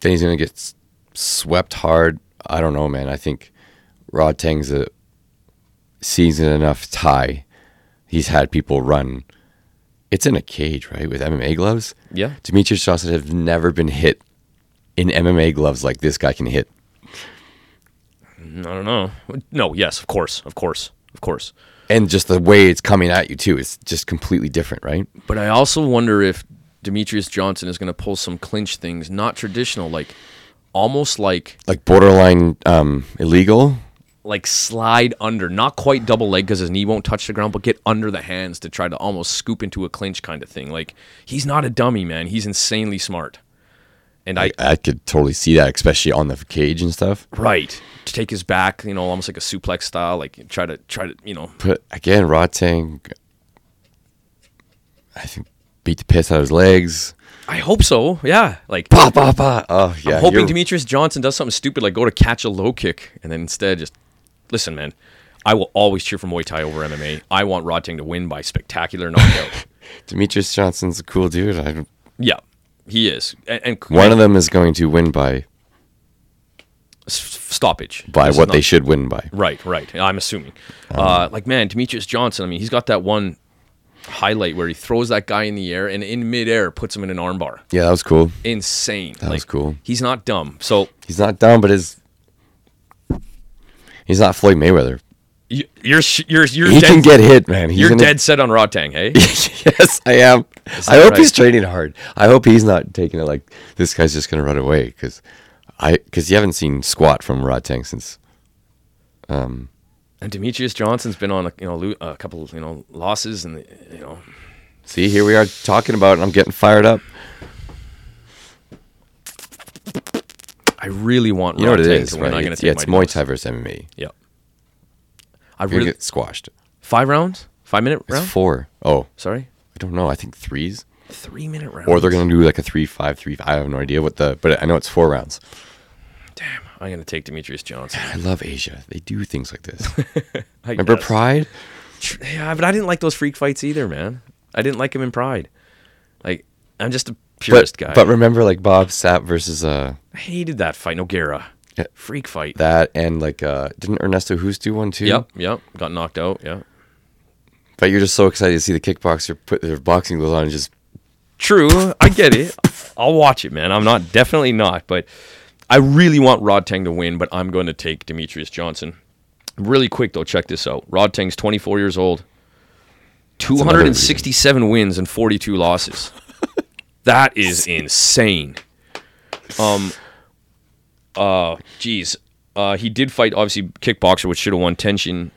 Speaker 4: Then he's going to get s- swept hard. I don't know, man. I think Rod Tang's a seasoned enough tie. He's had people run. It's in a cage, right, with MMA gloves.
Speaker 3: Yeah.
Speaker 4: Demetrius Johnson has never been hit in MMA gloves like this guy can hit.
Speaker 3: I don't know. No, yes, of course, of course, of course.
Speaker 4: And just the way it's coming at you, too, it's just completely different, right?
Speaker 3: But I also wonder if Demetrius Johnson is going to pull some clinch things, not traditional, like almost like
Speaker 4: like borderline um, illegal.
Speaker 3: like slide under, not quite double leg because his knee won't touch the ground, but get under the hands to try to almost scoop into a clinch kind of thing. Like he's not a dummy, man. He's insanely smart. And I,
Speaker 4: I could totally see that, especially on the cage and stuff.
Speaker 3: right to take his back, you know, almost like a suplex style, like try to try to, you know,
Speaker 4: But again, Rotang, I think beat the piss out of his legs.
Speaker 3: I hope so. Yeah, like
Speaker 4: Bah bah bah. Oh yeah.
Speaker 3: I'm hoping
Speaker 4: you're-
Speaker 3: Demetrius Johnson does something stupid like go to catch a low kick and then instead just listen, man. I will always cheer for Muay Thai over MMA. I want Rotting to win by spectacular knockout.
Speaker 4: Demetrius Johnson's a cool dude. I, don't-
Speaker 3: yeah, he is. And, and
Speaker 4: one of them is going to win by
Speaker 3: s- stoppage
Speaker 4: by
Speaker 3: This is
Speaker 4: what they Um.
Speaker 3: not-
Speaker 4: should win by.
Speaker 3: Right, right. I'm assuming. uh, like man, Demetrius Johnson. I mean, he's got that one highlight where he throws that guy in the air and in midair puts him in an armbar.
Speaker 4: Yeah, that was cool.
Speaker 3: Insane.
Speaker 4: That was cool.
Speaker 3: He's not dumb. So
Speaker 4: He's not dumb, but his he's not Floyd Mayweather.
Speaker 3: you, you're sh- you're you're
Speaker 4: he
Speaker 3: dead,
Speaker 4: can get hit, man. He's
Speaker 3: you're
Speaker 4: gonna-
Speaker 3: dead set on Rotang, hey?
Speaker 4: yes, I am. I
Speaker 3: that
Speaker 4: hope
Speaker 3: right?
Speaker 4: he's training hard. I hope he's not taking it like this guy's just gonna run away because I because you haven't seen squat from Rod Tang since
Speaker 3: And Demetrius Johnson's been on a you know lo- a couple you know losses and you know
Speaker 4: See, here we are talking about it. and I'm getting fired up.
Speaker 3: I really want
Speaker 4: You know what it
Speaker 3: Rattang
Speaker 4: is,
Speaker 3: to win.
Speaker 4: right?
Speaker 3: I'm gonna
Speaker 4: It's,
Speaker 3: take
Speaker 4: yeah, it's
Speaker 3: Mighty Mouse.
Speaker 4: Muay Thai versus MMA.
Speaker 3: Yeah. I
Speaker 4: You're
Speaker 3: really
Speaker 4: gonna get squashed.
Speaker 3: five rounds, five minute
Speaker 4: It's
Speaker 3: round.
Speaker 4: four. Oh,
Speaker 3: Sorry,
Speaker 4: I don't know. I think threes,
Speaker 3: three minute round.
Speaker 4: or they're gonna do like a three five three. I have no idea what the, but I know it's four rounds.
Speaker 3: Damn, I'm gonna take Demetrius Johnson.
Speaker 4: I love Asia. They do things like this.
Speaker 3: I
Speaker 4: Remember
Speaker 3: guess.
Speaker 4: Pride?
Speaker 3: Yeah, but I didn't like those freak fights either, man. I didn't like him in Pride. Like, I'm just a purist
Speaker 4: but,
Speaker 3: guy.
Speaker 4: But remember, like Bob Sapp versus uh
Speaker 3: I hated that fight, Noguera.
Speaker 4: Yeah.
Speaker 3: Freak fight.
Speaker 4: that, and like uh didn't Ernesto Hus do one too?
Speaker 3: Yep, yep. Got knocked out. Yeah.
Speaker 4: But you're just so excited to see the kickboxer put their boxing gloves on and just
Speaker 3: True, I get it. I'll watch it, man. I'm not definitely not, but I really want Rod Tang to win, but I'm going to take Demetrius Johnson. Really quick though, check this out. Rod Tang's 24 years old. 267 wins and 42 losses. that is insane. Um uh geez. Uh he did fight obviously kickboxer which should have won tension.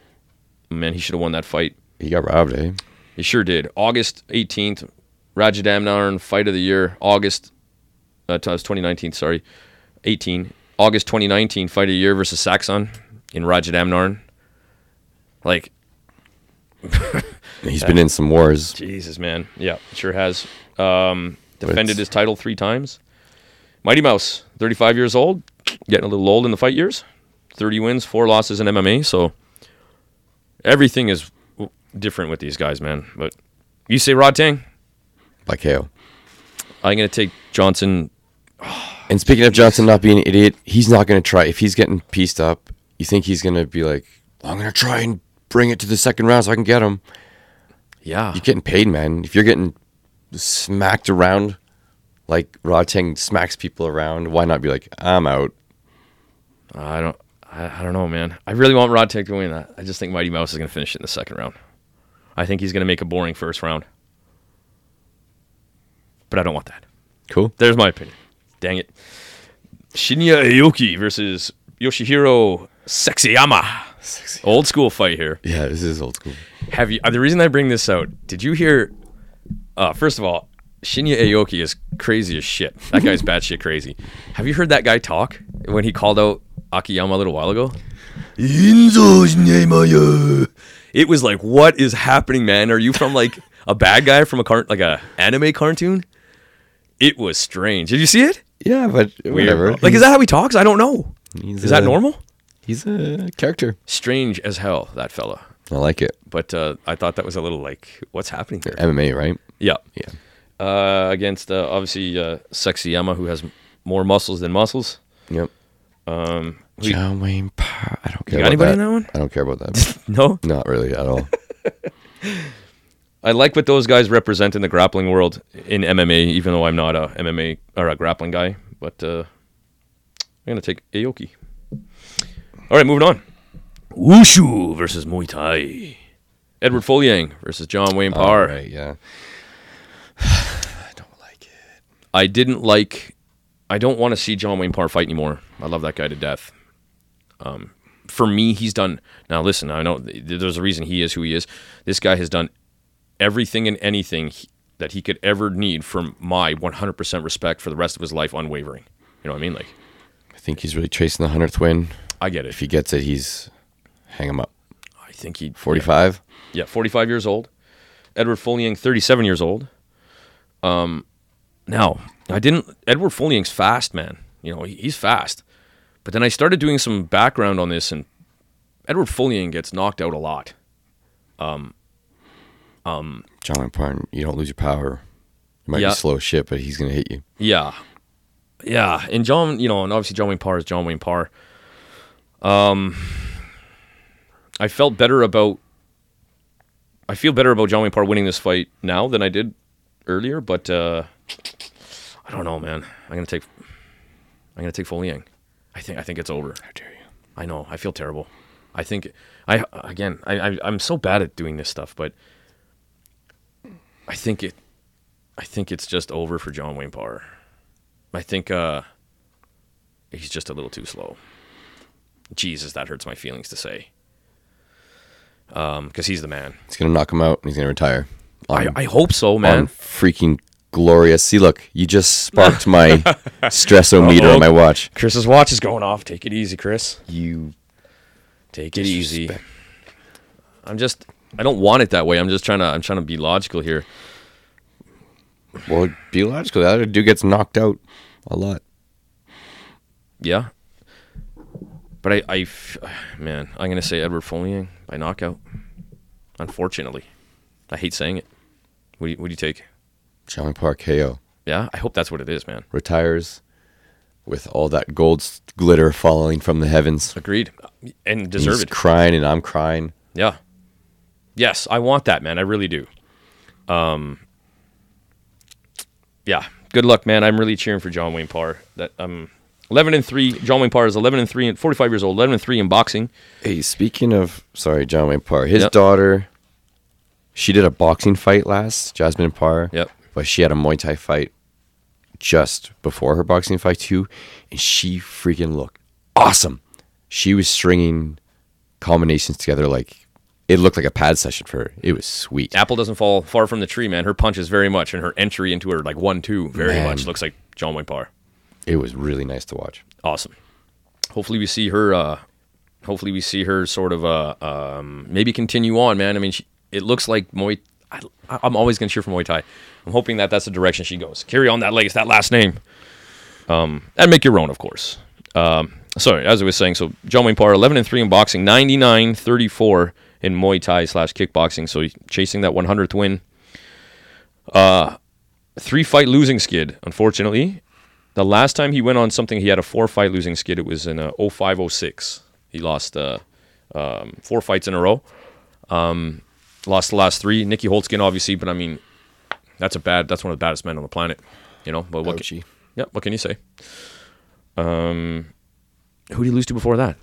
Speaker 3: Man, he should have won that fight.
Speaker 4: he got robbed, eh?
Speaker 3: He sure did. August 18th, Rajadamnarn Fight of the Year. August, uh, t- it was 2019, sorry, 18. August 2019 Fight of the Year versus Saxon in Rajadamnarn. Like,
Speaker 4: He's been in some wars.
Speaker 3: Jesus, man. Yeah, sure has. Um, defended
Speaker 4: it's-
Speaker 3: his title three times. Mighty Mouse, 35 years old, getting a little old in the fight years. 30 wins, four losses in MMA. So everything is w- different with these guys, man. But you say Rod Tang?
Speaker 4: Like hell.
Speaker 3: I'm gonna take Johnson.
Speaker 4: And speaking of Johnson not being an idiot, he's not going to try. If he's getting pieced up, you think he's going to be like, I'm going to try and bring it to the second round so I can get him.
Speaker 3: Yeah,
Speaker 4: You're getting paid, man. If you're getting smacked around like Rod Tang smacks people around, why not be like, I'm out?
Speaker 3: I don't. I, I don't know, man. I really want Rod Tang to win that. I just think Mighty Mouse is gonna finish it in the second round. I think he's gonna make a boring first round. But I don't want that.
Speaker 4: Cool.
Speaker 3: There's my opinion. Dang it. Shinya Aoki versus Yoshihiro Sexyama. Old school fight here.
Speaker 4: Yeah, this is old school.
Speaker 3: Have you? uh, The reason I bring this out, did you hear? Uh, first of all, Shinya Aoki is crazy as shit. That guy's batshit crazy. Have you heard that guy talk when he called out Akiyama a little while ago? It was like, what is happening, man? Are you from like a bad guy from a car- like a anime cartoon? It was strange. Did you see it?
Speaker 4: Yeah, but whatever.
Speaker 3: Like, is that how he talks? I don't know.
Speaker 4: He's
Speaker 3: Is that
Speaker 4: a-
Speaker 3: normal?
Speaker 4: He's a character.
Speaker 3: Strange as hell, that fella.
Speaker 4: I like it.
Speaker 3: But uh, I thought that was a little like, what's happening here?
Speaker 4: MMA, right?
Speaker 3: Yeah.
Speaker 4: Yeah.
Speaker 3: Uh, against uh, obviously uh, Sexy Yama, who has m- more muscles than muscles.
Speaker 4: Yep. Um,
Speaker 3: we-
Speaker 4: John Wayne Parr. I don't
Speaker 3: got
Speaker 4: care. about
Speaker 3: anybody
Speaker 4: that.
Speaker 3: in that one?
Speaker 4: I don't care about that.
Speaker 3: No,
Speaker 4: Not really at all.
Speaker 3: I like what those guys represent in the grappling world in MMA, even though I'm not a MMA or a grappling guy. But uh, I'm gonna take Aoki. All right, moving on. Wushu versus Muay Thai. Edward Foliang versus John Wayne Parr.
Speaker 4: All right, yeah. I don't like it.
Speaker 3: I didn't like. I don't want to see John Wayne Parr fight anymore. I love that guy to death. Um, for me, he's done. Now, listen, I know th- there's a reason he is who he is. This guy has done everything and anything he- that he could ever need from my 100% respect for the rest of his life, unwavering. You know what I mean? Like,
Speaker 4: I think he's really chasing the hundredth win.
Speaker 3: I get it.
Speaker 4: If he gets it, he's hang him up.
Speaker 3: I think he
Speaker 4: Forty-five.
Speaker 3: Yeah, 45 years old. Edward Foliang, 37 years old. Um, now I didn't. Edward Foliang's fast, man. You know he- he's fast. But then I started doing some background on this, and Edward Foliang gets knocked out a lot.
Speaker 4: John Wayne Parr, you don't lose your power. You might
Speaker 3: Yeah.
Speaker 4: be slow as shit, but he's gonna hit you.
Speaker 3: Yeah, yeah. And John, you know, and obviously John Wayne Parr is John Wayne Parr. Um, I felt better about. I feel better about John Wayne Parr winning this fight now than I did earlier, but uh, I don't know, man. I'm gonna take. I'm gonna take Foliang. I think. I think it's over. How dare you? I know. I feel terrible. I think. I again. I, I I'm so bad at doing this stuff, but I think it. I think it's just over for John Wayne Parr. I think uh, he's just a little too slow. Jesus, that hurts my feelings to say. Because he's the man.
Speaker 4: He's gonna knock him out and he's gonna retire.
Speaker 3: I,
Speaker 4: On-
Speaker 3: I hope so,
Speaker 4: on
Speaker 3: man.
Speaker 4: freaking glorious. See, look, you just sparked my stressometer
Speaker 3: Uh-oh.
Speaker 4: on my watch.
Speaker 3: Chris's watch is going off. Take it easy, Chris.
Speaker 4: You
Speaker 3: Take it easy. I'm just. I don't want it that way. I'm just trying to. I'm trying to be logical here.
Speaker 4: well, be logical. That other dude gets knocked out a lot.
Speaker 3: Yeah. But I, I f- man, I'm gonna say Edward Fournier by knockout. Unfortunately, I hate saying it. What do you, what do you take?
Speaker 4: John Parkeo
Speaker 3: Yeah, I hope that's what it is, man.
Speaker 4: retires with all that gold s- glitter falling from the heavens.
Speaker 3: Agreed, and
Speaker 4: And He's
Speaker 3: deserved.
Speaker 4: crying and I'm crying.
Speaker 3: Yeah. Yes, I want that, man. I really do. Um. Yeah. Good luck, man. I'm really cheering for John Wayne Parr. That um, eleven and three. John Wayne Parr is eleven and three and 45 years old. Eleven and three in boxing.
Speaker 4: Hey, speaking of, sorry, John Wayne Parr, his
Speaker 3: Yep.
Speaker 4: daughter, she did a boxing fight last, Jasmine Parr.
Speaker 3: Yep.
Speaker 4: But she had a Muay Thai fight just before her boxing fight, too. And she freaking looked awesome. She was stringing combinations together like it looked like a pad session for her. It was sweet.
Speaker 3: Apple doesn't fall far from the tree, man. Her punches very much, and her entry into her like one two very
Speaker 4: Man.
Speaker 3: much looks like John Wayne Parr.
Speaker 4: It was really nice to watch.
Speaker 3: Awesome. Hopefully we see her. Uh, hopefully we see her sort of uh, um, maybe continue on, man. I mean, she, it looks like Muay. I, I'm always gonna cheer for Muay Thai. I'm hoping that that's the direction she goes. Carry on that legacy, that last name, um, and make your own, of course. Um, sorry, as I was saying, so John Wayne Parr, 11 and three in boxing, 99 34 in Muay Thai slash kickboxing. So he's chasing that 100th win. Uh, three fight losing skid, unfortunately, the last time he went on something, he had a four fight losing skid. It was in uh, oh a 05 06. He lost uh, um, four fights in a row. Um, lost the last three. Nicky Holtzkin, obviously, but I mean, that's a bad. That's one of the baddest men on the planet. You know, but what? Can,
Speaker 4: Ouchie.
Speaker 3: yeah, what can you say? Um, who did he lose to before that?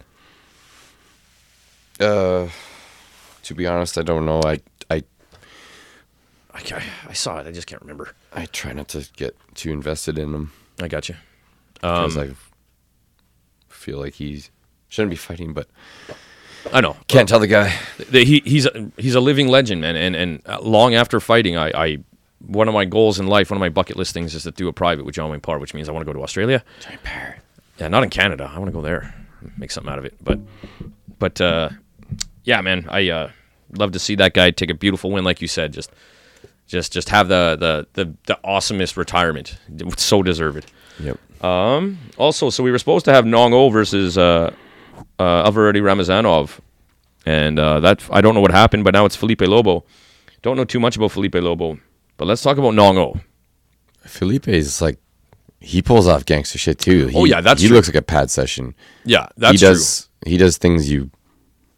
Speaker 4: Uh, to be honest, I don't know. I, I,
Speaker 3: I, ca- I saw it. I just can't remember.
Speaker 4: I try not to get too invested in them.
Speaker 3: I got you. Um,
Speaker 4: because I feel like he shouldn't be fighting, but
Speaker 3: I know.
Speaker 4: can't tell the guy.
Speaker 3: the, he, he's a, he's a living legend, man. And and uh, long after fighting, I, I one of my goals in life, one of my bucket list things, is to do a private with John Wayne Parr, which means I want to go to Australia. Yeah, not in Canada. I want to go there, make something out of it. But but uh, yeah, man, I uh, love to see that guy take a beautiful win, like you said. Just just just have the the the, the awesomest retirement. So deserve it.
Speaker 4: Yep.
Speaker 3: Also, so we were supposed to have Nongo versus uh, uh, Alvaredi Ramazanov, and uh, that I don't know what happened, but now it's Felipe Lobo. Don't know too much about Felipe Lobo, but let's talk about Nongo.
Speaker 4: Felipe is like he pulls off gangster shit too. He,
Speaker 3: Oh, yeah, that's
Speaker 4: he
Speaker 3: true.
Speaker 4: looks like a pad session.
Speaker 3: Yeah, that's
Speaker 4: he does he does things you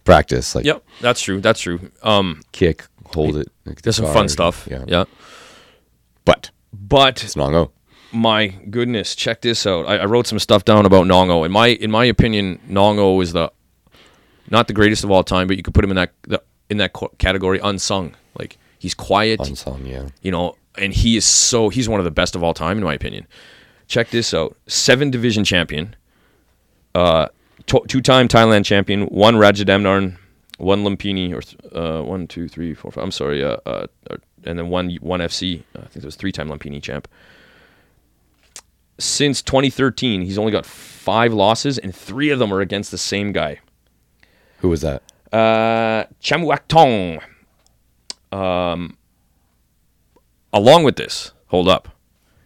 Speaker 4: practice like
Speaker 3: true. Yep, that's true. That's true. Um,
Speaker 4: kick, hold it. Like
Speaker 3: there's some fun stuff.
Speaker 4: Yeah.
Speaker 3: yeah.
Speaker 4: But
Speaker 3: But
Speaker 4: it's Nongo.
Speaker 3: my goodness, check this out. I, I wrote some stuff down about Nongo. In my in my opinion, Nongo is the not the greatest of all time, but you could put him in that the, in that co- category unsung. Like he's quiet,
Speaker 4: Unsung, yeah.
Speaker 3: you know, and he is so he's one of the best of all time in my opinion. Check this out: seven division champion, uh, two time Thailand champion, one Rajadamnarn, one Lumpini, or th- uh, one, two, three, four, five. I'm sorry, uh, uh, uh, and then one one FC. I think it was three time Lumpini champ. Since 2013, he's only got five losses, and three of them are against the same guy.
Speaker 4: Who was that?
Speaker 3: Uh, Chamuak Tong. Um, along with this, hold up.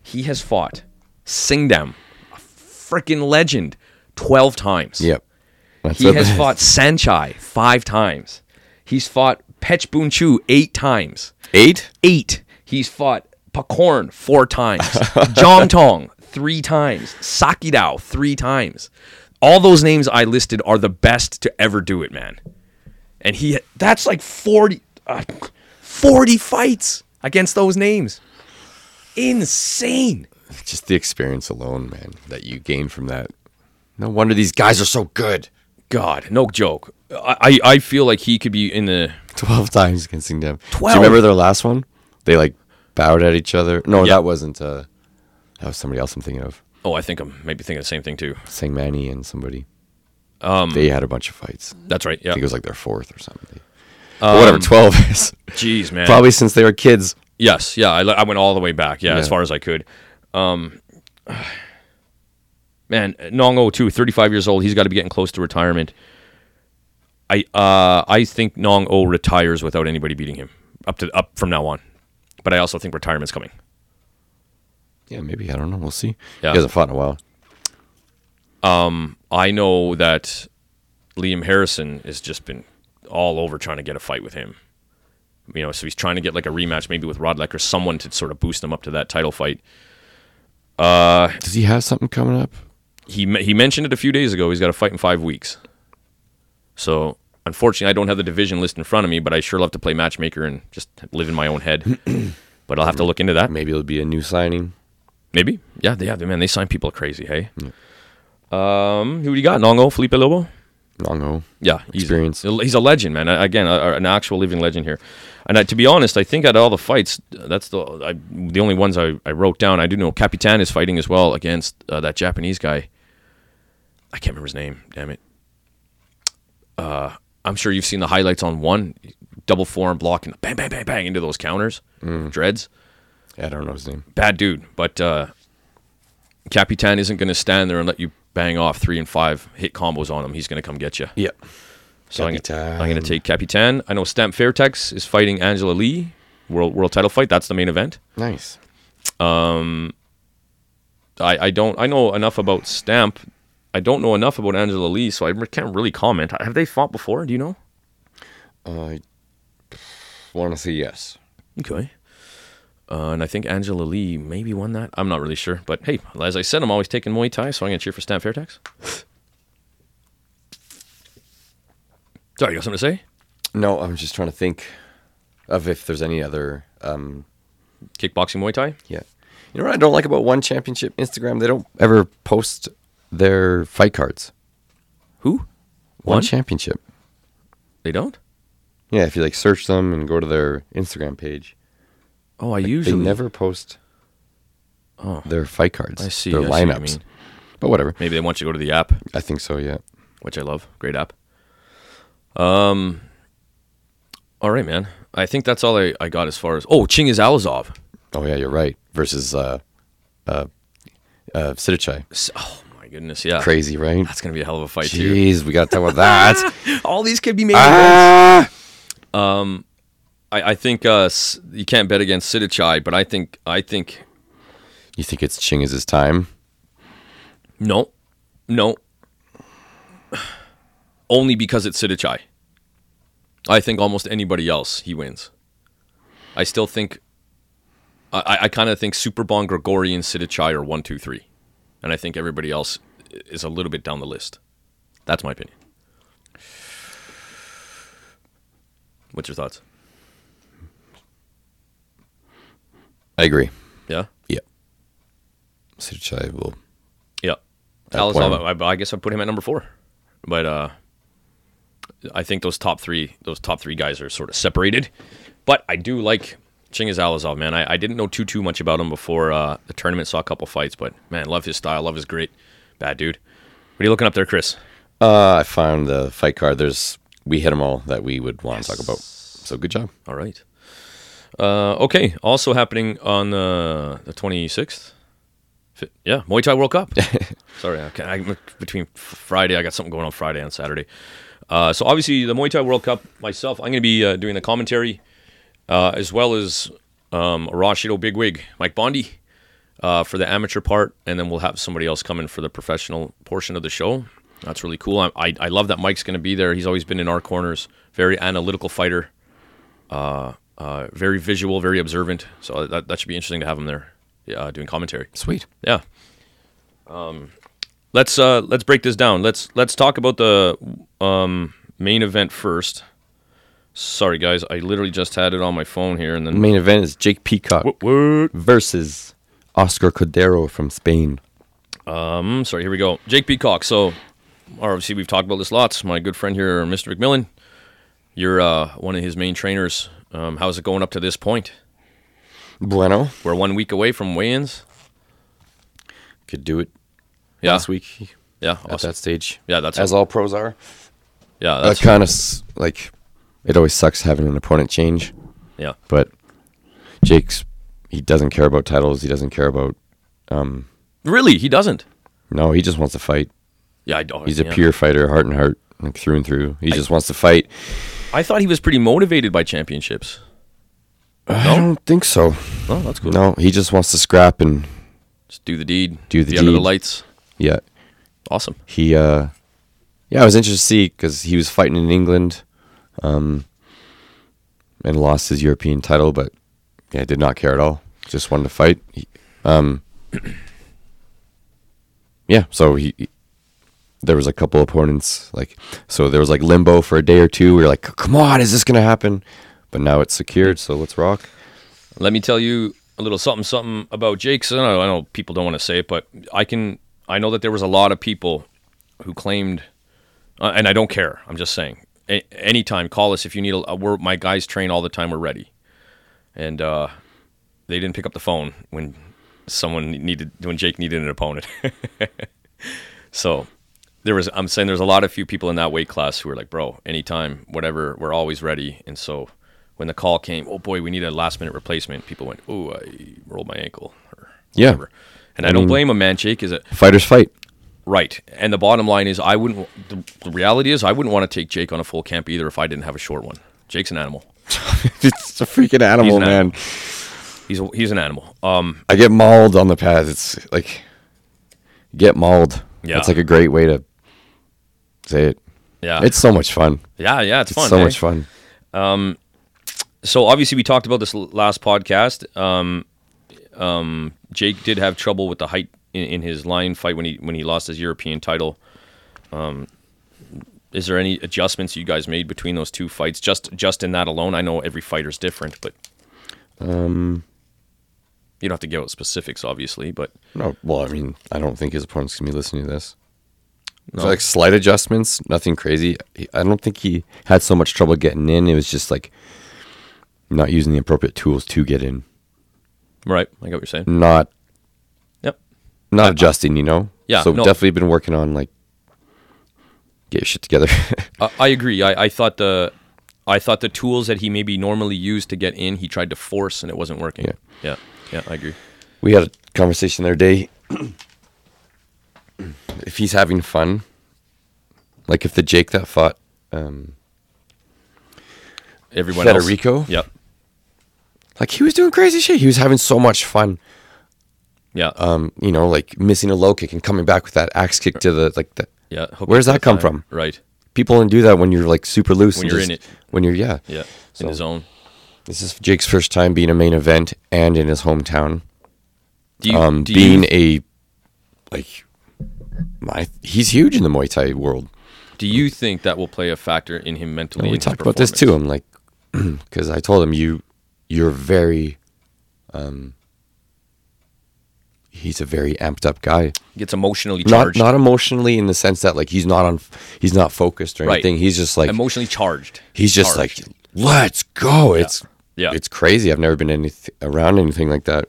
Speaker 3: He has fought Singdam, a freaking legend, 12 times.
Speaker 4: Yep. That's
Speaker 3: He
Speaker 4: what
Speaker 3: has
Speaker 4: that-
Speaker 3: fought Sanchai five times. He's fought Pech Boon Chu eight times.
Speaker 4: eight?
Speaker 3: Eight. He's fought Pakorn four times. Jom Tong three times. Saki Dao three times. All those names I listed are the best to ever do it, man. And he that's like 40 uh, 40 fights against those names. Insane.
Speaker 4: Just the experience alone, man, that you gain from that. No wonder these guys are so good.
Speaker 3: God, no joke. I, I I feel like he could be in the
Speaker 4: 12 times against Singdam. Do
Speaker 3: 12?
Speaker 4: you remember their last one? They like bowed at each other. No,
Speaker 3: Yeah.
Speaker 4: that wasn't uh that was somebody else I'm thinking of.
Speaker 3: Oh, I think I'm maybe thinking the same thing too.
Speaker 4: Sangmani and somebody. they had a bunch of fights.
Speaker 3: That's right. Um, Yeah.
Speaker 4: I
Speaker 3: Um,
Speaker 4: think it was like their fourth or something. Or whatever, twelve is
Speaker 3: Jeez, man.
Speaker 4: probably since they were kids.
Speaker 3: Yes, yeah, I, I went all the way back, yeah, as
Speaker 4: Yeah.
Speaker 3: far as I could. Um, man, Nongo too, 35 years old, he's got to be getting close to retirement. I uh, I think Nongo retires without anybody beating him up to up from now on, but I also think retirement's coming.
Speaker 4: Yeah, maybe I don't know. We'll see.
Speaker 3: Yeah.
Speaker 4: He hasn't fought in a while.
Speaker 3: I know that Liam Harrison has just been all over trying to get a fight with him. You know, so he's trying to get like a rematch, maybe with Rod Leck or someone to sort of boost him up to that title fight.
Speaker 4: Does he have something coming up?
Speaker 3: he me- he mentioned it a few days ago. He's got a fight in five weeks. So unfortunately, I don't have the division list in front of me, but I sure love to play matchmaker and just live in my own head. but I'll have to look into that.
Speaker 4: Maybe it'll be a new signing.
Speaker 3: Maybe. Yeah, they, yeah, man, they sign people crazy. Hey, um, who do you got? Nongo, Felipe Lobo.
Speaker 4: Longo.
Speaker 3: Yeah, he's,
Speaker 4: Experience.
Speaker 3: He's a legend, man. I- Again, a- a- an actual living legend here. And I, to be honest, I think out of all the fights, that's the I, the only ones I, I wrote down. I do know Capitan is fighting as well against uh, that Japanese guy. I can't remember his name. Damn it. Uh, I'm sure you've seen the highlights on one double forearm block and bang, bang, bang, bang into those counters, dreads
Speaker 4: Yeah, I don't know his name.
Speaker 3: bad dude, but uh, Capitan isn't going to stand there and let you bang off three and five hit combos on him. He's going to come get you.
Speaker 4: Yep.
Speaker 3: So I'm,
Speaker 4: Capitan.
Speaker 3: going to take Capitan. I know Stamp Fairtex is fighting Angela Lee, world world title fight. That's the main event.
Speaker 4: Nice.
Speaker 3: I, I don't I know enough about Stamp. I don't know enough about Angela Lee, so I re- can't really comment. Have they fought before? Do you know?
Speaker 4: Uh, I want to say yes.
Speaker 3: Okay. Uh, and I think Angela Lee maybe won that. I'm not really sure, but hey, as I said, I'm always taking Muay Thai, so I'm gonna cheer for Stamp Fairtex. Sorry, you got something to say?
Speaker 4: No, I'm just trying to think of if there's any other. Um,
Speaker 3: Kickboxing Muay Thai?
Speaker 4: yeah. You know what I don't like about One Championship Instagram? They don't ever post their fight cards.
Speaker 3: Who?
Speaker 4: One,
Speaker 3: One?
Speaker 4: Championship.
Speaker 3: They don't?
Speaker 4: Yeah, if you like search them and go to their Instagram page,
Speaker 3: Oh, I usually
Speaker 4: they never post
Speaker 3: Oh.
Speaker 4: their fight cards.
Speaker 3: I see,
Speaker 4: Their
Speaker 3: I see what you
Speaker 4: lineups.
Speaker 3: mean.
Speaker 4: But whatever.
Speaker 3: Maybe they want you to go to the app,
Speaker 4: I think so, yeah.
Speaker 3: which I love. Great app. Um. All right, man. I think that's all I, I got as far as oh, Chingiz Alazov.
Speaker 4: Oh, yeah, you're right. Versus uh, uh, uh, Sidichai.
Speaker 3: S- Oh my goodness, yeah.
Speaker 4: Crazy, right?
Speaker 3: That's gonna be a hell of a fight too.
Speaker 4: Jeez, we got to talk about that.
Speaker 3: All these could be made.
Speaker 4: ah!
Speaker 3: I, I think uh, S- you can't bet against Sidichai, but I think I think
Speaker 4: You think it's Chingiz's time?
Speaker 3: no, no, only because it's Sidichai. I think almost anybody else he wins. I still think I- I, I kind of think Superbon, Gregorian, Sidichai are one, two, three, and I think everybody else i- is a little bit down the list. That's my opinion. What's your thoughts?
Speaker 4: I agree.
Speaker 3: Yeah.
Speaker 4: Yeah. Sidichai will.
Speaker 3: Yeah.
Speaker 4: At
Speaker 3: Alex,
Speaker 4: point.
Speaker 3: I, I guess I put him at number four, but uh, I think those top three, those top three guys are sort of separated. But I do like Chingiz Alazov, man. I, I didn't know too too much about him before uh, the tournament. Saw a couple fights, but man, love his style, love his great bad dude. What are you looking up there, Chris?
Speaker 4: Uh, I found the fight card. There's we hit them all that we would want to talk about. So good job.
Speaker 3: All right. Uh, okay. Also happening on uh, the the twenty sixth. Yeah, Muay Thai World Cup. Sorry, I, can't- I, between Friday, I got something going on Friday and Saturday. Uh, so obviously, the Muay Thai World Cup. Myself, I'm going to be uh, doing the commentary, uh, as well as um, Rashido Bigwig, Mike Bondi, uh, for the amateur part, and then we'll have somebody else come in for the professional portion of the show. That's really cool. I I, I love that Mike's going to be there. He's always been in our corners. Very analytical fighter uh, very visual, very observant. So that, that should be interesting to have him there uh, doing commentary.
Speaker 4: Sweet.
Speaker 3: Yeah. Um, let's uh, let's break this down. Let's let's talk about the um, main event first. Sorry guys, I literally just had it on my phone here, and
Speaker 4: The
Speaker 3: then
Speaker 4: main event is Jake Peacock versus Oscar Cordero from Spain.
Speaker 3: um, sorry, here we go. Jake Peacock. So obviously we've talked about this lots. My good friend here, Mr. McMillan, you're uh, one of his main trainers. Um, how's it going up to this point?
Speaker 4: Bueno
Speaker 3: We're one week away from weigh-ins.
Speaker 4: could do it
Speaker 3: Yeah.
Speaker 4: last week.
Speaker 3: Yeah,
Speaker 4: at
Speaker 3: awesome.
Speaker 4: that stage.
Speaker 3: Yeah, that's
Speaker 4: as all pros are.
Speaker 3: yeah,
Speaker 4: That
Speaker 3: that's
Speaker 4: kind of like it always sucks having an opponent change,
Speaker 3: yeah,
Speaker 4: but Jake's he doesn't care about titles. He doesn't care about
Speaker 3: really. He doesn't.
Speaker 4: no. He just wants to fight.
Speaker 3: Yeah, I don't.
Speaker 4: He's a
Speaker 3: yeah.
Speaker 4: pure fighter, heart and heart, like through and through. He just wants to fight.
Speaker 3: I thought he was pretty motivated by championships.
Speaker 4: I don't think so.
Speaker 3: Oh, that's cool.
Speaker 4: No, he just wants to scrap and
Speaker 3: Just do the deed.
Speaker 4: Do the
Speaker 3: be under the
Speaker 4: deed.
Speaker 3: lights.
Speaker 4: yeah.
Speaker 3: Awesome.
Speaker 4: he uh yeah i was interested to see because he was fighting in england um and lost his european title but yeah did not care at all just wanted to fight he, um yeah so he he- there was a couple opponents like so there was like limbo for a day or two we were like come on is this gonna happen but now it's secured so let's rock
Speaker 3: Let me tell you a little something something about Jake's. I know, I know people don't want to say it, but I can. I know that there was a lot of people who claimed, uh, and I don't care. I'm just saying. A- anytime, call us if you need. A, we're my guys train all the time. We're ready, and uh, they didn't pick up the phone when someone needed when Jake needed an opponent. so there was. I'm saying there's a lot of few people in that weight class who were like, bro, anytime, whatever, we're always ready. And so when the call came, oh boy, we need a last minute replacement. People went, oh, I rolled my ankle or
Speaker 4: Yeah. Mm-hmm.
Speaker 3: whatever. And I, don't blame him, man. Jake is a
Speaker 4: fighters fight
Speaker 3: Right. And the bottom line is, I wouldn't. The, the reality is, I wouldn't want to take Jake on a full camp either if I didn't have a short one. Jake's an animal.
Speaker 4: it's a freaking animal
Speaker 3: an
Speaker 4: man
Speaker 3: animal. He's a, he's an animal. Um,
Speaker 4: I get mauled on the path. It's like get mauled.
Speaker 3: Yeah.
Speaker 4: That's like a great way to say it.
Speaker 3: yeah,
Speaker 4: It's so much fun.
Speaker 3: yeah, yeah. Ah. It's,
Speaker 4: It's
Speaker 3: fun.
Speaker 4: so
Speaker 3: eh?
Speaker 4: much fun.
Speaker 3: So obviously, we talked about this l- last podcast. Um, um, Jake did have trouble with the height in, in his line fight when he when he lost his European title. Um, is there any adjustments you guys made between those two fights? Just just in that alone, I know every fighter's different, but you don't have to give out specifics, obviously. But
Speaker 4: No, well, I mean, I don't think his opponent's gonna be listening to this. So like slight adjustments, nothing crazy. He- I don't think he had so much trouble getting in. It was just like not using the appropriate tools to get in,
Speaker 3: right, I get what you're saying.
Speaker 4: not
Speaker 3: Yep.
Speaker 4: not adjusting. You know.
Speaker 3: Yeah,
Speaker 4: So
Speaker 3: no.
Speaker 4: definitely been working on like get your shit together.
Speaker 3: I, I agree. I, I thought the I thought the tools that he maybe normally used to get in, he tried to force and it wasn't working.
Speaker 4: Yeah.
Speaker 3: Yeah. Yeah, I agree.
Speaker 4: we had a conversation the other day. if he's having fun, like if the Jake that fought, um,
Speaker 3: Everyone
Speaker 4: Federico? Um,
Speaker 3: else. Yep.
Speaker 4: like he was doing crazy shit. He was having so much fun.
Speaker 3: Yeah.
Speaker 4: Um, you know, like missing a low kick and coming back with that axe kick to the like the.
Speaker 3: yeah. hook
Speaker 4: where's
Speaker 3: up
Speaker 4: that
Speaker 3: the
Speaker 4: come
Speaker 3: time.
Speaker 4: from?
Speaker 3: Right.
Speaker 4: People don't do that when you're like super loose.
Speaker 3: When
Speaker 4: and
Speaker 3: you're
Speaker 4: just-
Speaker 3: in it.
Speaker 4: When you're yeah.
Speaker 3: Yeah.
Speaker 4: So-
Speaker 3: In his own.
Speaker 4: This is Jake's first time being a main event and in his hometown.
Speaker 3: Do you,
Speaker 4: Um,
Speaker 3: do
Speaker 4: being
Speaker 3: you,
Speaker 4: a like my he's huge in the Muay Thai world.
Speaker 3: do you think that will play a factor in him mentally?
Speaker 4: And we
Speaker 3: in his
Speaker 4: talked about this too.
Speaker 3: performance?
Speaker 4: I'm like, because I told him you, you're very, um, he's a very amped up guy.
Speaker 3: He Gets emotionally
Speaker 4: Not
Speaker 3: charged.
Speaker 4: not emotionally in the sense that like he's not on, he's not focused or
Speaker 3: Right.
Speaker 4: anything. He's just like
Speaker 3: emotionally charged.
Speaker 4: he's just
Speaker 3: Charged.
Speaker 4: like let's go. It's
Speaker 3: Yeah.
Speaker 4: it's crazy. I've never been anyth- around anything like that.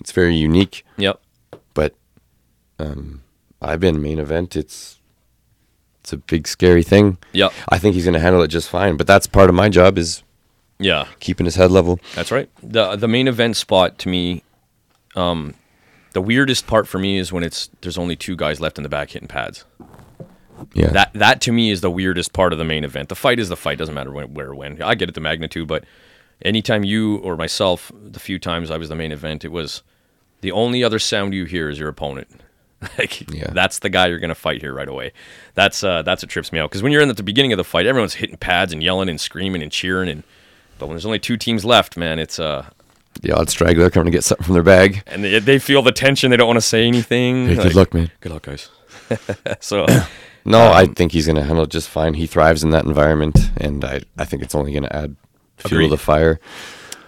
Speaker 4: It's very unique,
Speaker 3: Yep.
Speaker 4: but um, I've been main event. It's it's a big scary thing.
Speaker 3: Yep.
Speaker 4: I think he's going to handle it just fine. But that's part of my job is
Speaker 3: Yeah.
Speaker 4: keeping his head level.
Speaker 3: That's right. the The main event spot to me, um, the weirdest part for me is when it's there's only two guys left in the back hitting pads.
Speaker 4: Yeah,
Speaker 3: That that to me is the weirdest part of the main event. The fight is the fight. Doesn't matter when, where, when. I get it, the magnitude, but anytime you or myself, the few times I was the main event, it was the only other sound you hear is your opponent. Like
Speaker 4: Yeah.
Speaker 3: that's the guy you're gonna fight here right away. That's uh, that's what trips me out because when you're in at the beginning of the fight, everyone's hitting pads and yelling and screaming and cheering, and but when there's only two teams left, man, it's uh,
Speaker 4: the odd straggler coming to get something from their bag.
Speaker 3: and they, they feel the tension. They don't want to say anything.
Speaker 4: Hey,
Speaker 3: like-
Speaker 4: good luck, man.
Speaker 3: Good luck, guys. so
Speaker 4: No,
Speaker 3: Um,
Speaker 4: I think he's going to handle it just fine. He thrives in that environment, and I, I think it's only going to add fuel to
Speaker 3: Agreed.
Speaker 4: the fire.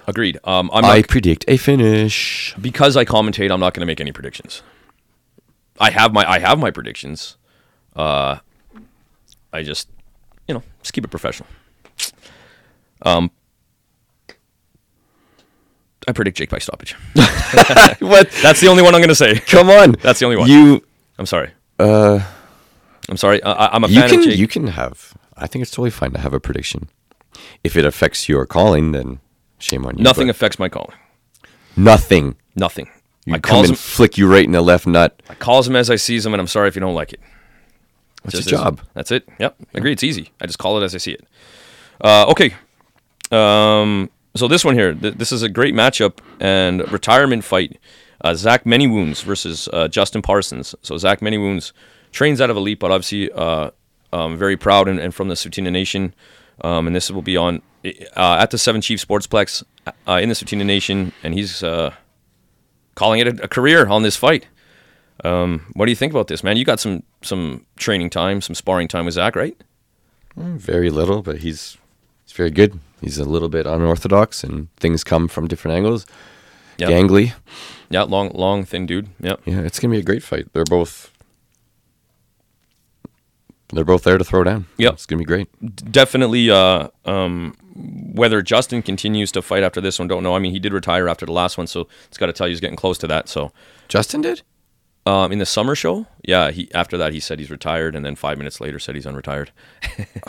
Speaker 3: agreed. Um, I'm not
Speaker 4: I predict a finish.
Speaker 3: because I commentate, I'm not going to make any predictions. I have my I have my predictions. Uh, I just you know just keep it professional. Um, I predict Jake by stoppage.
Speaker 4: what?
Speaker 3: That's the only one I'm going to say.
Speaker 4: Come on.
Speaker 3: That's the only one.
Speaker 4: You
Speaker 3: I'm sorry. Uh, I'm sorry. I, I- I'm a
Speaker 4: You
Speaker 3: fan
Speaker 4: can
Speaker 3: of Jake.
Speaker 4: you can have. I think it's totally fine to have a prediction. If it affects your calling, then shame on you.
Speaker 3: Nothing
Speaker 4: but
Speaker 3: affects my calling.
Speaker 4: nothing.
Speaker 3: Nothing.
Speaker 4: You
Speaker 3: I
Speaker 4: come
Speaker 3: calls him,
Speaker 4: and flick you right in the left nut.
Speaker 3: I calls him as I sees him, and I'm sorry if you don't like it.
Speaker 4: What's
Speaker 3: Just
Speaker 4: your
Speaker 3: is-
Speaker 4: job?
Speaker 3: That's it. Yep. Agree. It's easy. I just call it as I see it. Uh, okay. Um, so this one here, th- this is a great matchup and retirement fight. Uh, Zach Many Wounds versus uh, Justin Parsons. So Zach Many Wounds trains out of Elite, but obviously uh, um, very proud and, and from the Sutina Nation. Um, and this will be on uh, at the Seven Chief Sportsplex uh, in the Sutina Nation, and he's uh, calling it a, a career on this fight. Um, what do you think about this, man? You got some some training time, some sparring time with Zach, right?
Speaker 4: Very little, but he's he's very good. He's a little bit unorthodox, and things come from different angles.
Speaker 3: Yep.
Speaker 4: Gangly.
Speaker 3: Yeah, long long thin dude. Yep.
Speaker 4: Yeah, it's gonna be a great fight. They're both they're both there to throw down.
Speaker 3: Yep.
Speaker 4: it's gonna be great.
Speaker 3: definitely uh um whether Justin continues to fight after this one don't know. I mean, he did retire after the last one, so it's got to tell you he's getting close to that. So,
Speaker 4: Justin did.
Speaker 3: um in the summer show, yeah, he after that he said he's retired and then 5 minutes later said he's unretired.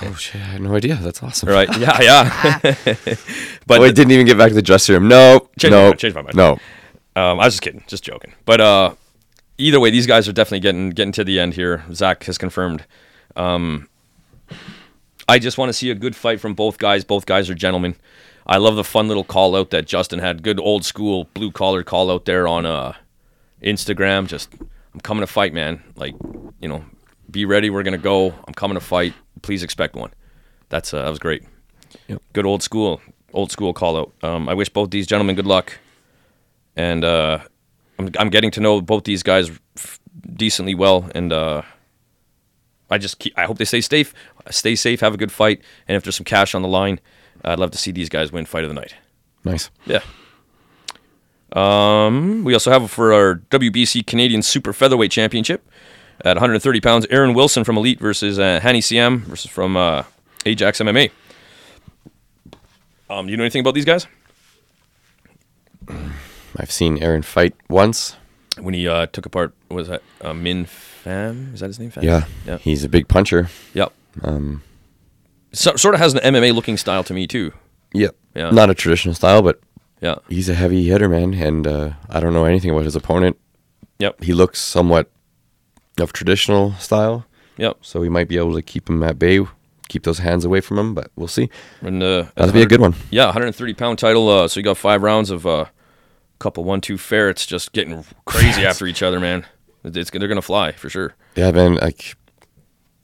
Speaker 4: Oh shit! I had no idea. That's awesome.
Speaker 3: Right. Yeah, yeah. but
Speaker 4: Oh, I didn't even get back to the dressing room. No,
Speaker 3: Change my
Speaker 4: no,
Speaker 3: mind, change my mind.
Speaker 4: no.
Speaker 3: Um, I was just kidding, just joking. But uh, either way, these guys are definitely getting getting to the end here. Zach has confirmed. Um, I just want to see a good fight from both guys. Both guys are gentlemen. I love the fun little call out that Justin had. Good old school blue collar call out there on uh, Instagram. Just I'm coming to fight, man. Like you know, be ready. We're gonna go. I'm coming to fight. Please expect one. That's uh, that was great. Good old school, old school call out. Um, I wish both these gentlemen good luck and uh, I'm, I'm getting to know both these guys f- decently well, and uh, I just keep, I hope they stay safe, stay safe, have a good fight, and if there's some cash on the line, I'd love to see these guys win fight of the night.
Speaker 4: Nice.
Speaker 3: Yeah. Um, we also have for our WBC Canadian Super Featherweight Championship at 130 pounds, Aaron Wilson from Elite versus uh, Hanny CM versus from uh, Ajax MMA. Um, do you know anything about these guys?
Speaker 4: I've seen Aaron fight once.
Speaker 3: when he uh, took apart what was that uh, Min Pham? Is that his name? Pham?
Speaker 4: Yeah.
Speaker 3: yeah,
Speaker 4: He's a big puncher.
Speaker 3: yep. Um, so, sort of has an MMA looking style to me too.
Speaker 4: Yep.
Speaker 3: Yeah.
Speaker 4: Not a traditional style, but
Speaker 3: Yeah,
Speaker 4: he's a heavy hitter, man. And uh, I don't know anything about his opponent.
Speaker 3: yep,
Speaker 4: He looks somewhat of traditional style,
Speaker 3: yep.
Speaker 4: so we might be able to keep him at bay, keep those hands away from him. But we'll see.
Speaker 3: And uh,
Speaker 4: That'll be a good one.
Speaker 3: yeah, 130 pound title. Uh, so you got five rounds of uh, couple one two ferrets just getting crazy after each other, man. It's, they're gonna fly for sure.
Speaker 4: Yeah, man. Like,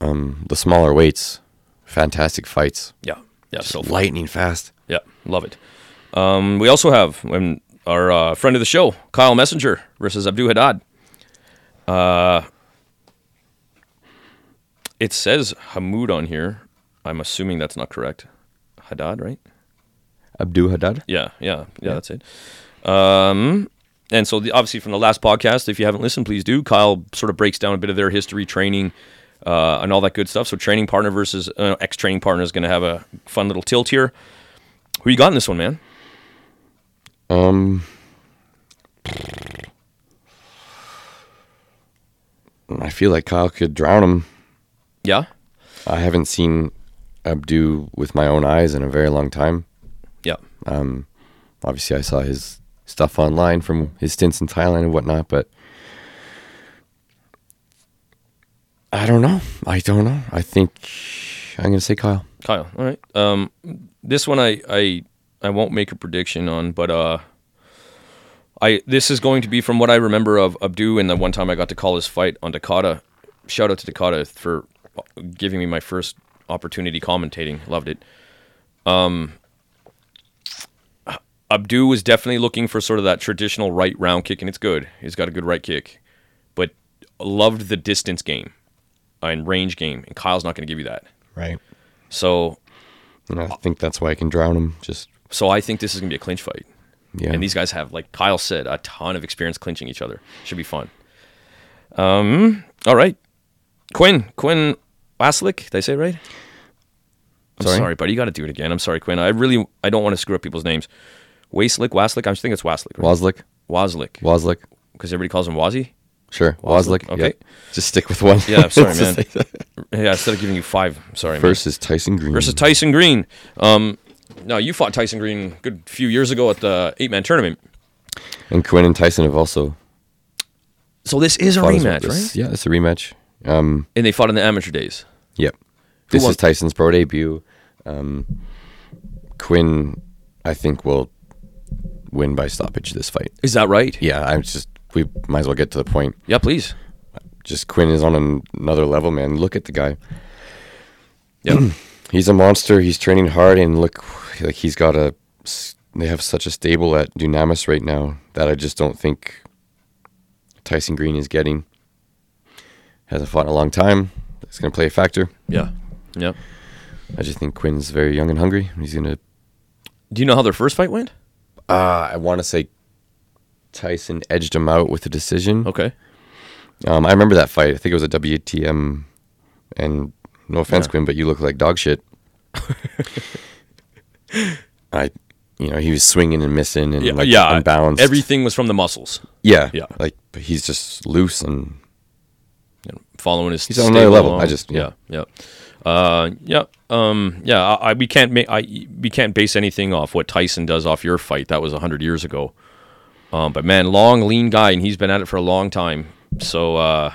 Speaker 4: um, the smaller weights, fantastic fights,
Speaker 3: Yeah, yeah, so fun.
Speaker 4: lightning fast.
Speaker 3: Yeah, love it. Um, we also have um, our uh, friend of the show, Kyle Messenger versus Abdul Haddad. Uh, it says Hamoud on here. I'm assuming that's not correct. Haddad, right?
Speaker 4: Abdul Haddad.
Speaker 3: Yeah, yeah, yeah, that's it. Um, and so, the, obviously, from the last podcast, if you haven't listened, please do. Kyle sort of breaks down a bit of their history, training, uh, and all that good stuff. So, training partner versus uh, ex training partner is going to have a fun little tilt here. Who you got in this one, man?
Speaker 4: I feel like Kyle could drown him.
Speaker 3: Yeah,
Speaker 4: I haven't seen Abdu with my own eyes in a very long time.
Speaker 3: yeah,
Speaker 4: Obviously, I saw his stuff online from his stints in Thailand and whatnot, but I don't know. I don't know. I think I'm going to say Kyle.
Speaker 3: Kyle. All right. Um, this one I I I won't make a prediction on, but uh, I this is going to be from what I remember of Abdu and the one time I got to call his fight on Dakota. Shout out to Dakota for giving me my first opportunity commentating. Loved it. Um, Abdu was definitely looking for sort of that traditional right round kick, and it's good. He's got a good right kick, but loved the distance game uh, and range game, and Kyle's not going to give you that.
Speaker 4: Right.
Speaker 3: So
Speaker 4: And I think that's why I can drown him. Just,
Speaker 3: so I think this is gonna be a clinch fight.
Speaker 4: yeah.
Speaker 3: And these guys have, like Kyle said, a ton of experience clinching each other. Should be fun. Um. All right. Quinn. Quinn Waslick. Did I say it right? I'm sorry,
Speaker 4: Sorry?
Speaker 3: buddy. You got to do it again. I'm sorry, Quinn. I really, I don't want to screw up people's names. Waslick, Waslick. I think it's Waslick. Right?
Speaker 4: Wozlik.
Speaker 3: Waslick.
Speaker 4: Wozlik.
Speaker 3: Because everybody calls him Wazzy.
Speaker 4: Sure. Wozlick.
Speaker 3: Okay.
Speaker 4: Yep. Just stick with one.
Speaker 3: Yeah, sorry,
Speaker 4: It's
Speaker 3: man.
Speaker 4: just like-
Speaker 3: Yeah, instead of giving you five, sorry. man.
Speaker 4: Versus Tyson Green.
Speaker 3: versus Tyson Green. Um, no, you fought Tyson Green a good few years ago at the eight man tournament.
Speaker 4: And Quinn and Tyson have also
Speaker 3: So this is a
Speaker 4: fought as well.
Speaker 3: rematch,
Speaker 4: This-
Speaker 3: right?
Speaker 4: Yeah, it's a rematch. Um,
Speaker 3: And they fought in the amateur days.
Speaker 4: yep. This
Speaker 3: won?
Speaker 4: is Tyson's pro debut. Um, Quinn, I think, will win by stoppage this fight.
Speaker 3: Is that right?
Speaker 4: Yeah, I'm just. We might as well get to the point.
Speaker 3: Yeah, please.
Speaker 4: Just Quinn is on an- another level, man. Look at the guy.
Speaker 3: Yeah.
Speaker 4: he's a monster. He's training hard, and look, like he's got a. s- They have such a stable at Dunamis right now that I just don't think Tyson Green is getting. Hasn't fought in a long time. It's going to play a factor.
Speaker 3: yeah. Yeah.
Speaker 4: I just think Quinn's very young and hungry. He's going to.
Speaker 3: Do you know how their first fight went?
Speaker 4: Uh, I want to say Tyson edged him out with a decision.
Speaker 3: Okay.
Speaker 4: Um, I remember that fight. I think it was a WTM, and no offense,
Speaker 3: Yeah.
Speaker 4: Quinn, but you look like dog shit. I, you know, he was swinging and missing and
Speaker 3: Yeah.
Speaker 4: like
Speaker 3: yeah.
Speaker 4: unbalanced.
Speaker 3: Everything was from the muscles.
Speaker 4: yeah,
Speaker 3: yeah.
Speaker 4: Like but he's just loose and
Speaker 3: Following his
Speaker 4: He's on another
Speaker 3: stable
Speaker 4: level.
Speaker 3: along.
Speaker 4: I just-
Speaker 3: yeah yeah uh, yeah um, yeah. I, I we can't make I we can't base anything off what Tyson does off your fight. That was hundred years ago. Um, but man, long lean guy, and he's been at it for a long time. So uh,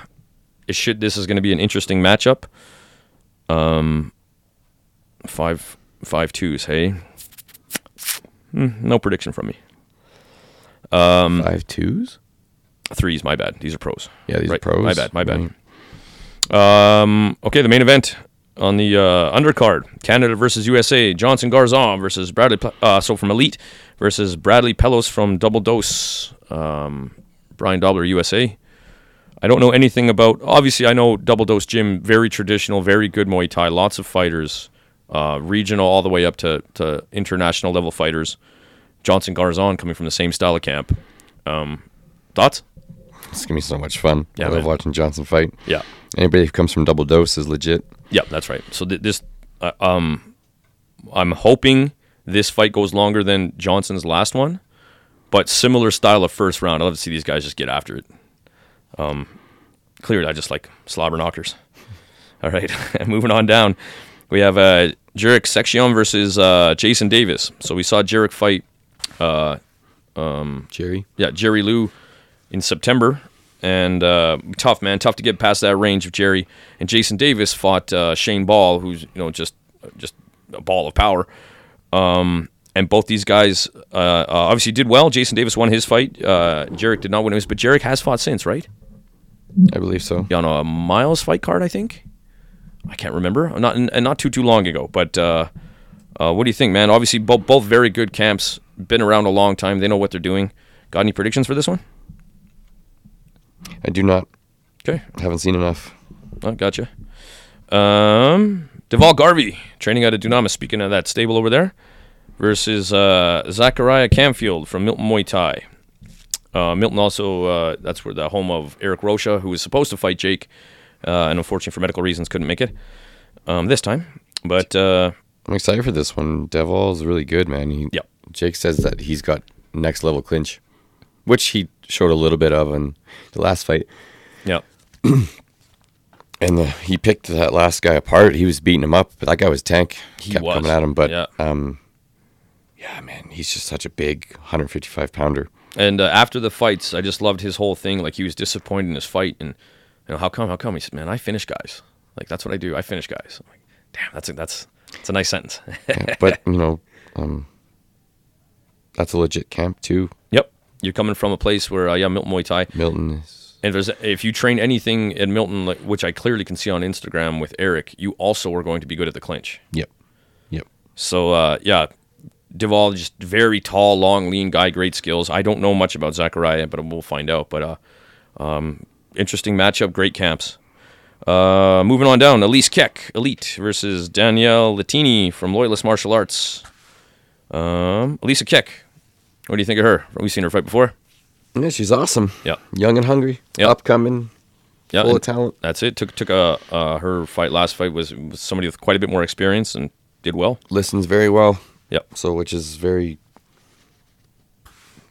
Speaker 3: it should this is going to be an interesting matchup. Um, five five twos. Hey, Hmm, no prediction from me. Mm.
Speaker 4: five twos.
Speaker 3: Threes. My bad. These are pros.
Speaker 4: Yeah, these are pros. Mm-hmm.
Speaker 3: My bad. My bad. Um, okay, the main event on the uh, undercard: Canada versus USA. Johnson Garzon versus Bradley. Pe- Uh, so from Elite versus Bradley Pelos from Double Dose. Um, Brian Dobler, USA. I don't know anything about. Obviously, I know Double Dose Gym, very traditional, very good Muay Thai, lots of fighters, uh, regional all the way up to, to international level fighters. Johnson Garzon coming from the same style of camp. Um, thoughts?
Speaker 4: It's gonna be so much fun.
Speaker 3: Yeah,
Speaker 4: I love
Speaker 3: man.
Speaker 4: watching Johnson fight.
Speaker 3: Yeah.
Speaker 4: Anybody who comes from double dose is legit.
Speaker 3: Yeah, that's right. So th- this, uh, um, I'm hoping this fight goes longer than Johnson's last one, but similar style of first round. I love to see these guys just get after it. Um, clearly, I just like slobber knockers. All right, moving on down, we have uh, Jarek Section versus uh, Jason Davis. So we saw Jarek fight
Speaker 4: Jerry.
Speaker 3: yeah, Jerry Lou in September. And uh, tough man, tough to get past that range of Jerry. And Jason Davis fought uh, Shane Ball, who's you know just just a ball of power. Um, and both these guys uh, uh, obviously did well. Jason Davis won his fight. Uh, Jarek did not win his, but Jarek has fought since, right? Mm.
Speaker 4: I believe so.
Speaker 3: on a Miles fight card, I think. I can't remember. Not and not too too long ago. But uh, uh, what do you think, man? Obviously, both both very good camps. Been around a long time. They know what they're doing. Got any predictions for this one?
Speaker 4: I do not.
Speaker 3: Okay,
Speaker 4: Haven't seen enough.
Speaker 3: oh, gotcha. Um, Deval Garvey training out of Dunamis. Speaking of that stable over there, versus uh, Zachariah Camfield from Milton Muay Thai. Uh, Milton also uh, that's where the home of Eric Rocha, who was supposed to fight Jake, uh, and unfortunately for medical reasons couldn't make it um, this time. But uh,
Speaker 4: I'm excited for this one. Devil's really good, man. He,
Speaker 3: Yep.
Speaker 4: Jake says that he's got next level clinch, which he showed a little bit of in the last fight.
Speaker 3: yeah,
Speaker 4: And the, he picked that last guy apart. He was beating him up, but that guy was tank. He kept
Speaker 3: was.
Speaker 4: coming at him. But
Speaker 3: Yeah.
Speaker 4: um, yeah, man, he's just such a big 155 pounder.
Speaker 3: and uh, after the fights, I just loved his whole thing. Like he was disappointed in his fight, and you know how come? How come? He said, "Man, I finish guys. Like that's what I do. I finish guys." I'm like, damn, that's a, that's that's a nice sentence.
Speaker 4: Yeah, but you know, um, that's a legit camp too.
Speaker 3: Yep. You're coming from a place where, uh, yeah, Milton Muay Thai.
Speaker 4: Milton is
Speaker 3: And if, there's, if you train anything at Milton, like, which I clearly can see on Instagram with Eric, you also are going to be good at the clinch.
Speaker 4: yep, yep.
Speaker 3: So, uh, yeah, Duvall, just very tall, long, lean guy, great skills. I don't know much about Zachariah, but we'll find out. But uh, um, interesting matchup, great camps. Uh, moving on down, Elise Keck, Elite versus Danielle Latini from Loyalist Martial Arts. Um, Elisa Keck, what do you think of her? We've seen her fight before.
Speaker 4: Yeah, she's awesome.
Speaker 3: Yeah.
Speaker 4: young and hungry,
Speaker 3: Yep.
Speaker 4: upcoming,
Speaker 3: Yeah,
Speaker 4: full
Speaker 3: and-
Speaker 4: of talent.
Speaker 3: That's it. Took took a uh, her fight last fight was, was somebody with quite a bit more experience and did well.
Speaker 4: Listens very well.
Speaker 3: Yep.
Speaker 4: So, which is very,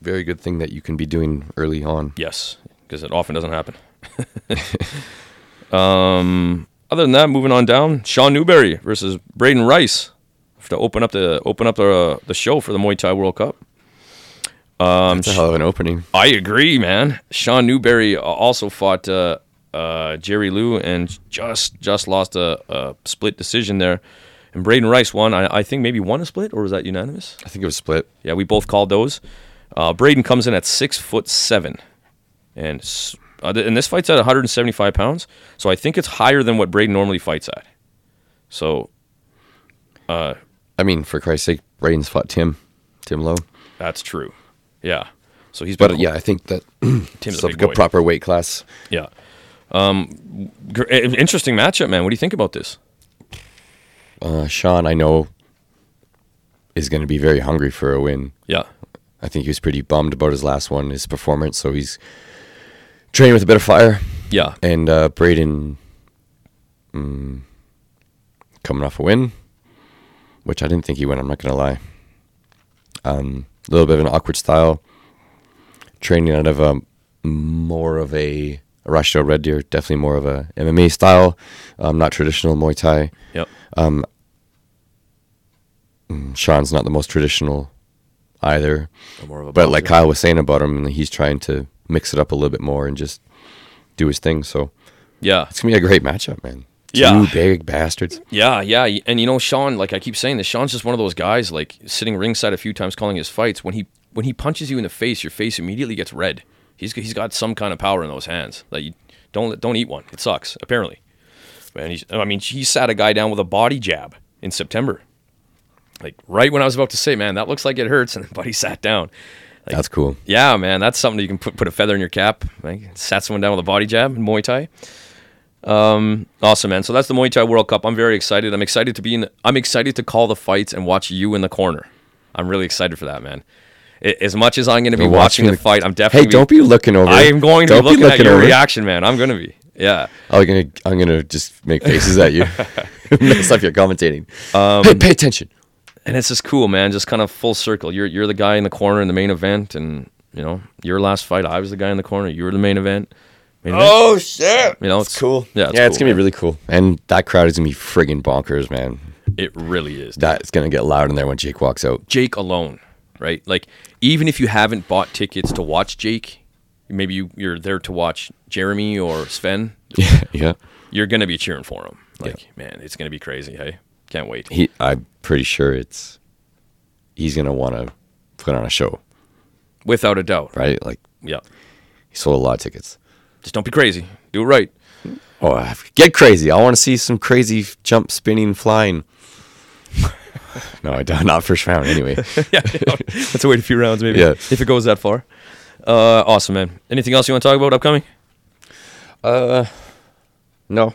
Speaker 4: very good thing that you can be doing early on.
Speaker 3: Yes, because it often doesn't happen. Um, Other than that, moving on down, Sean Newberry versus Braden Rice to open up the open up the the show for the Muay Thai World Cup.
Speaker 4: It's a hell of an opening.
Speaker 3: I agree, man. Sean Newberry uh, also fought uh, uh, Jerry Liu and just just lost a, a split decision there. And Braden Rice won. I, I think maybe won a split, or was that unanimous?
Speaker 4: I think it was split.
Speaker 3: Yeah, we both called those. Uh, Braden comes in at six foot seven, and s- uh, th- and this fight's at 175 pounds, so I think it's higher than what Braden normally fights at. So
Speaker 4: I mean, for Christ's sake, Braden's fought Tim, Tim Lowe.
Speaker 3: that's true. Yeah. So he's
Speaker 4: But
Speaker 3: been-
Speaker 4: yeah, I think that
Speaker 3: Tim's
Speaker 4: it's
Speaker 3: a
Speaker 4: like
Speaker 3: big
Speaker 4: a
Speaker 3: boy.
Speaker 4: proper weight class.
Speaker 3: Yeah. Um, gr- i- interesting matchup, man. What do you think about this?
Speaker 4: Uh, Sean, I know, is going to be very hungry for a win.
Speaker 3: Yeah.
Speaker 4: I think he was pretty bummed about his last one, his performance. So he's training with a bit of fire.
Speaker 3: Yeah.
Speaker 4: And uh, Braden mm, coming off a win, which I didn't think he won, I'm not going to lie. Um, a little bit of an awkward style. Training out of a more of a Rochdale Red Deer, definitely more of a MMA style, um, not traditional Muay Thai.
Speaker 3: Yep.
Speaker 4: Sean's not the most traditional either.
Speaker 3: More of a
Speaker 4: But like Kyle was saying about him, he's trying to mix it up a little bit more and just do his thing. So
Speaker 3: yeah.
Speaker 4: it's gonna be a great matchup, man.
Speaker 3: Yeah.
Speaker 4: Two big bastards.
Speaker 3: Yeah, yeah, y- and you know Sean, like I keep saying this, Sean's just one of those guys like sitting ringside a few times calling his fights when he when he punches you in the face, your face immediately gets red. He's g- he's got some kind of power in those hands. Like you don't don't eat one. It sucks, apparently. Man, he's, I mean, he sat a guy down with a body jab in September. Like right when I was about to say, man, that looks like it hurts and the buddy sat down.
Speaker 4: That's cool.
Speaker 3: Yeah, man, that's something that you can put put a feather in your cap. Like, sat someone down with a body jab in Muay Thai. Um, awesome, man. So that's the Muay Thai World Cup. I'm very excited. I'm excited to be in. The, I'm excited to call the fights and watch you in the corner. I'm really excited for that, man. I- as much as I'm going to be
Speaker 4: You're
Speaker 3: watching
Speaker 4: watching
Speaker 3: the
Speaker 4: the-
Speaker 3: fight, I'm
Speaker 4: Hey,
Speaker 3: definitely.
Speaker 4: don't be looking over.
Speaker 3: I am going to
Speaker 4: Don't
Speaker 3: be looking, at your
Speaker 4: over.
Speaker 3: reaction, man. I'm going to be. Yeah.
Speaker 4: I'm gonna I'm gonna just make faces at you. Mess up your commentating.
Speaker 3: Um,
Speaker 4: hey, pay attention.
Speaker 3: and it's just cool, man. Just kind of full circle. You're you're the guy in the corner in the main event, and you know your last fight, I was the guy in the corner. You were the main event. oh shit! You know it's,
Speaker 4: Cool.
Speaker 3: Yeah, it's,
Speaker 4: yeah, it's
Speaker 3: cool,
Speaker 4: gonna be really cool. And that crowd is gonna be friggin' bonkers, man.
Speaker 3: be. It really is.
Speaker 4: That's gonna get loud in there when Jake walks out.
Speaker 3: Jake alone, right? Like even if you haven't bought tickets to watch Jake, maybe you, you're there to watch Jeremy or Sven.
Speaker 4: Yeah, yeah.
Speaker 3: You're gonna be cheering for him. Like man, it's gonna be crazy. Hey, can't wait.
Speaker 4: He, I'm pretty sure it's he's gonna want to put on a show,
Speaker 3: Without a doubt.
Speaker 4: right? Like
Speaker 3: Yeah.
Speaker 4: he sold a lot of tickets.
Speaker 3: Just don't be crazy. Do it right.
Speaker 4: Oh, I- get crazy! I want to see some crazy f- jump, spinning, flying. no, I don't. Not first round, anyway.
Speaker 3: yeah, let's wait a few rounds maybe.
Speaker 4: Yeah.
Speaker 3: If it goes that far. Uh, awesome, man. Anything else you want to talk about upcoming?
Speaker 4: no,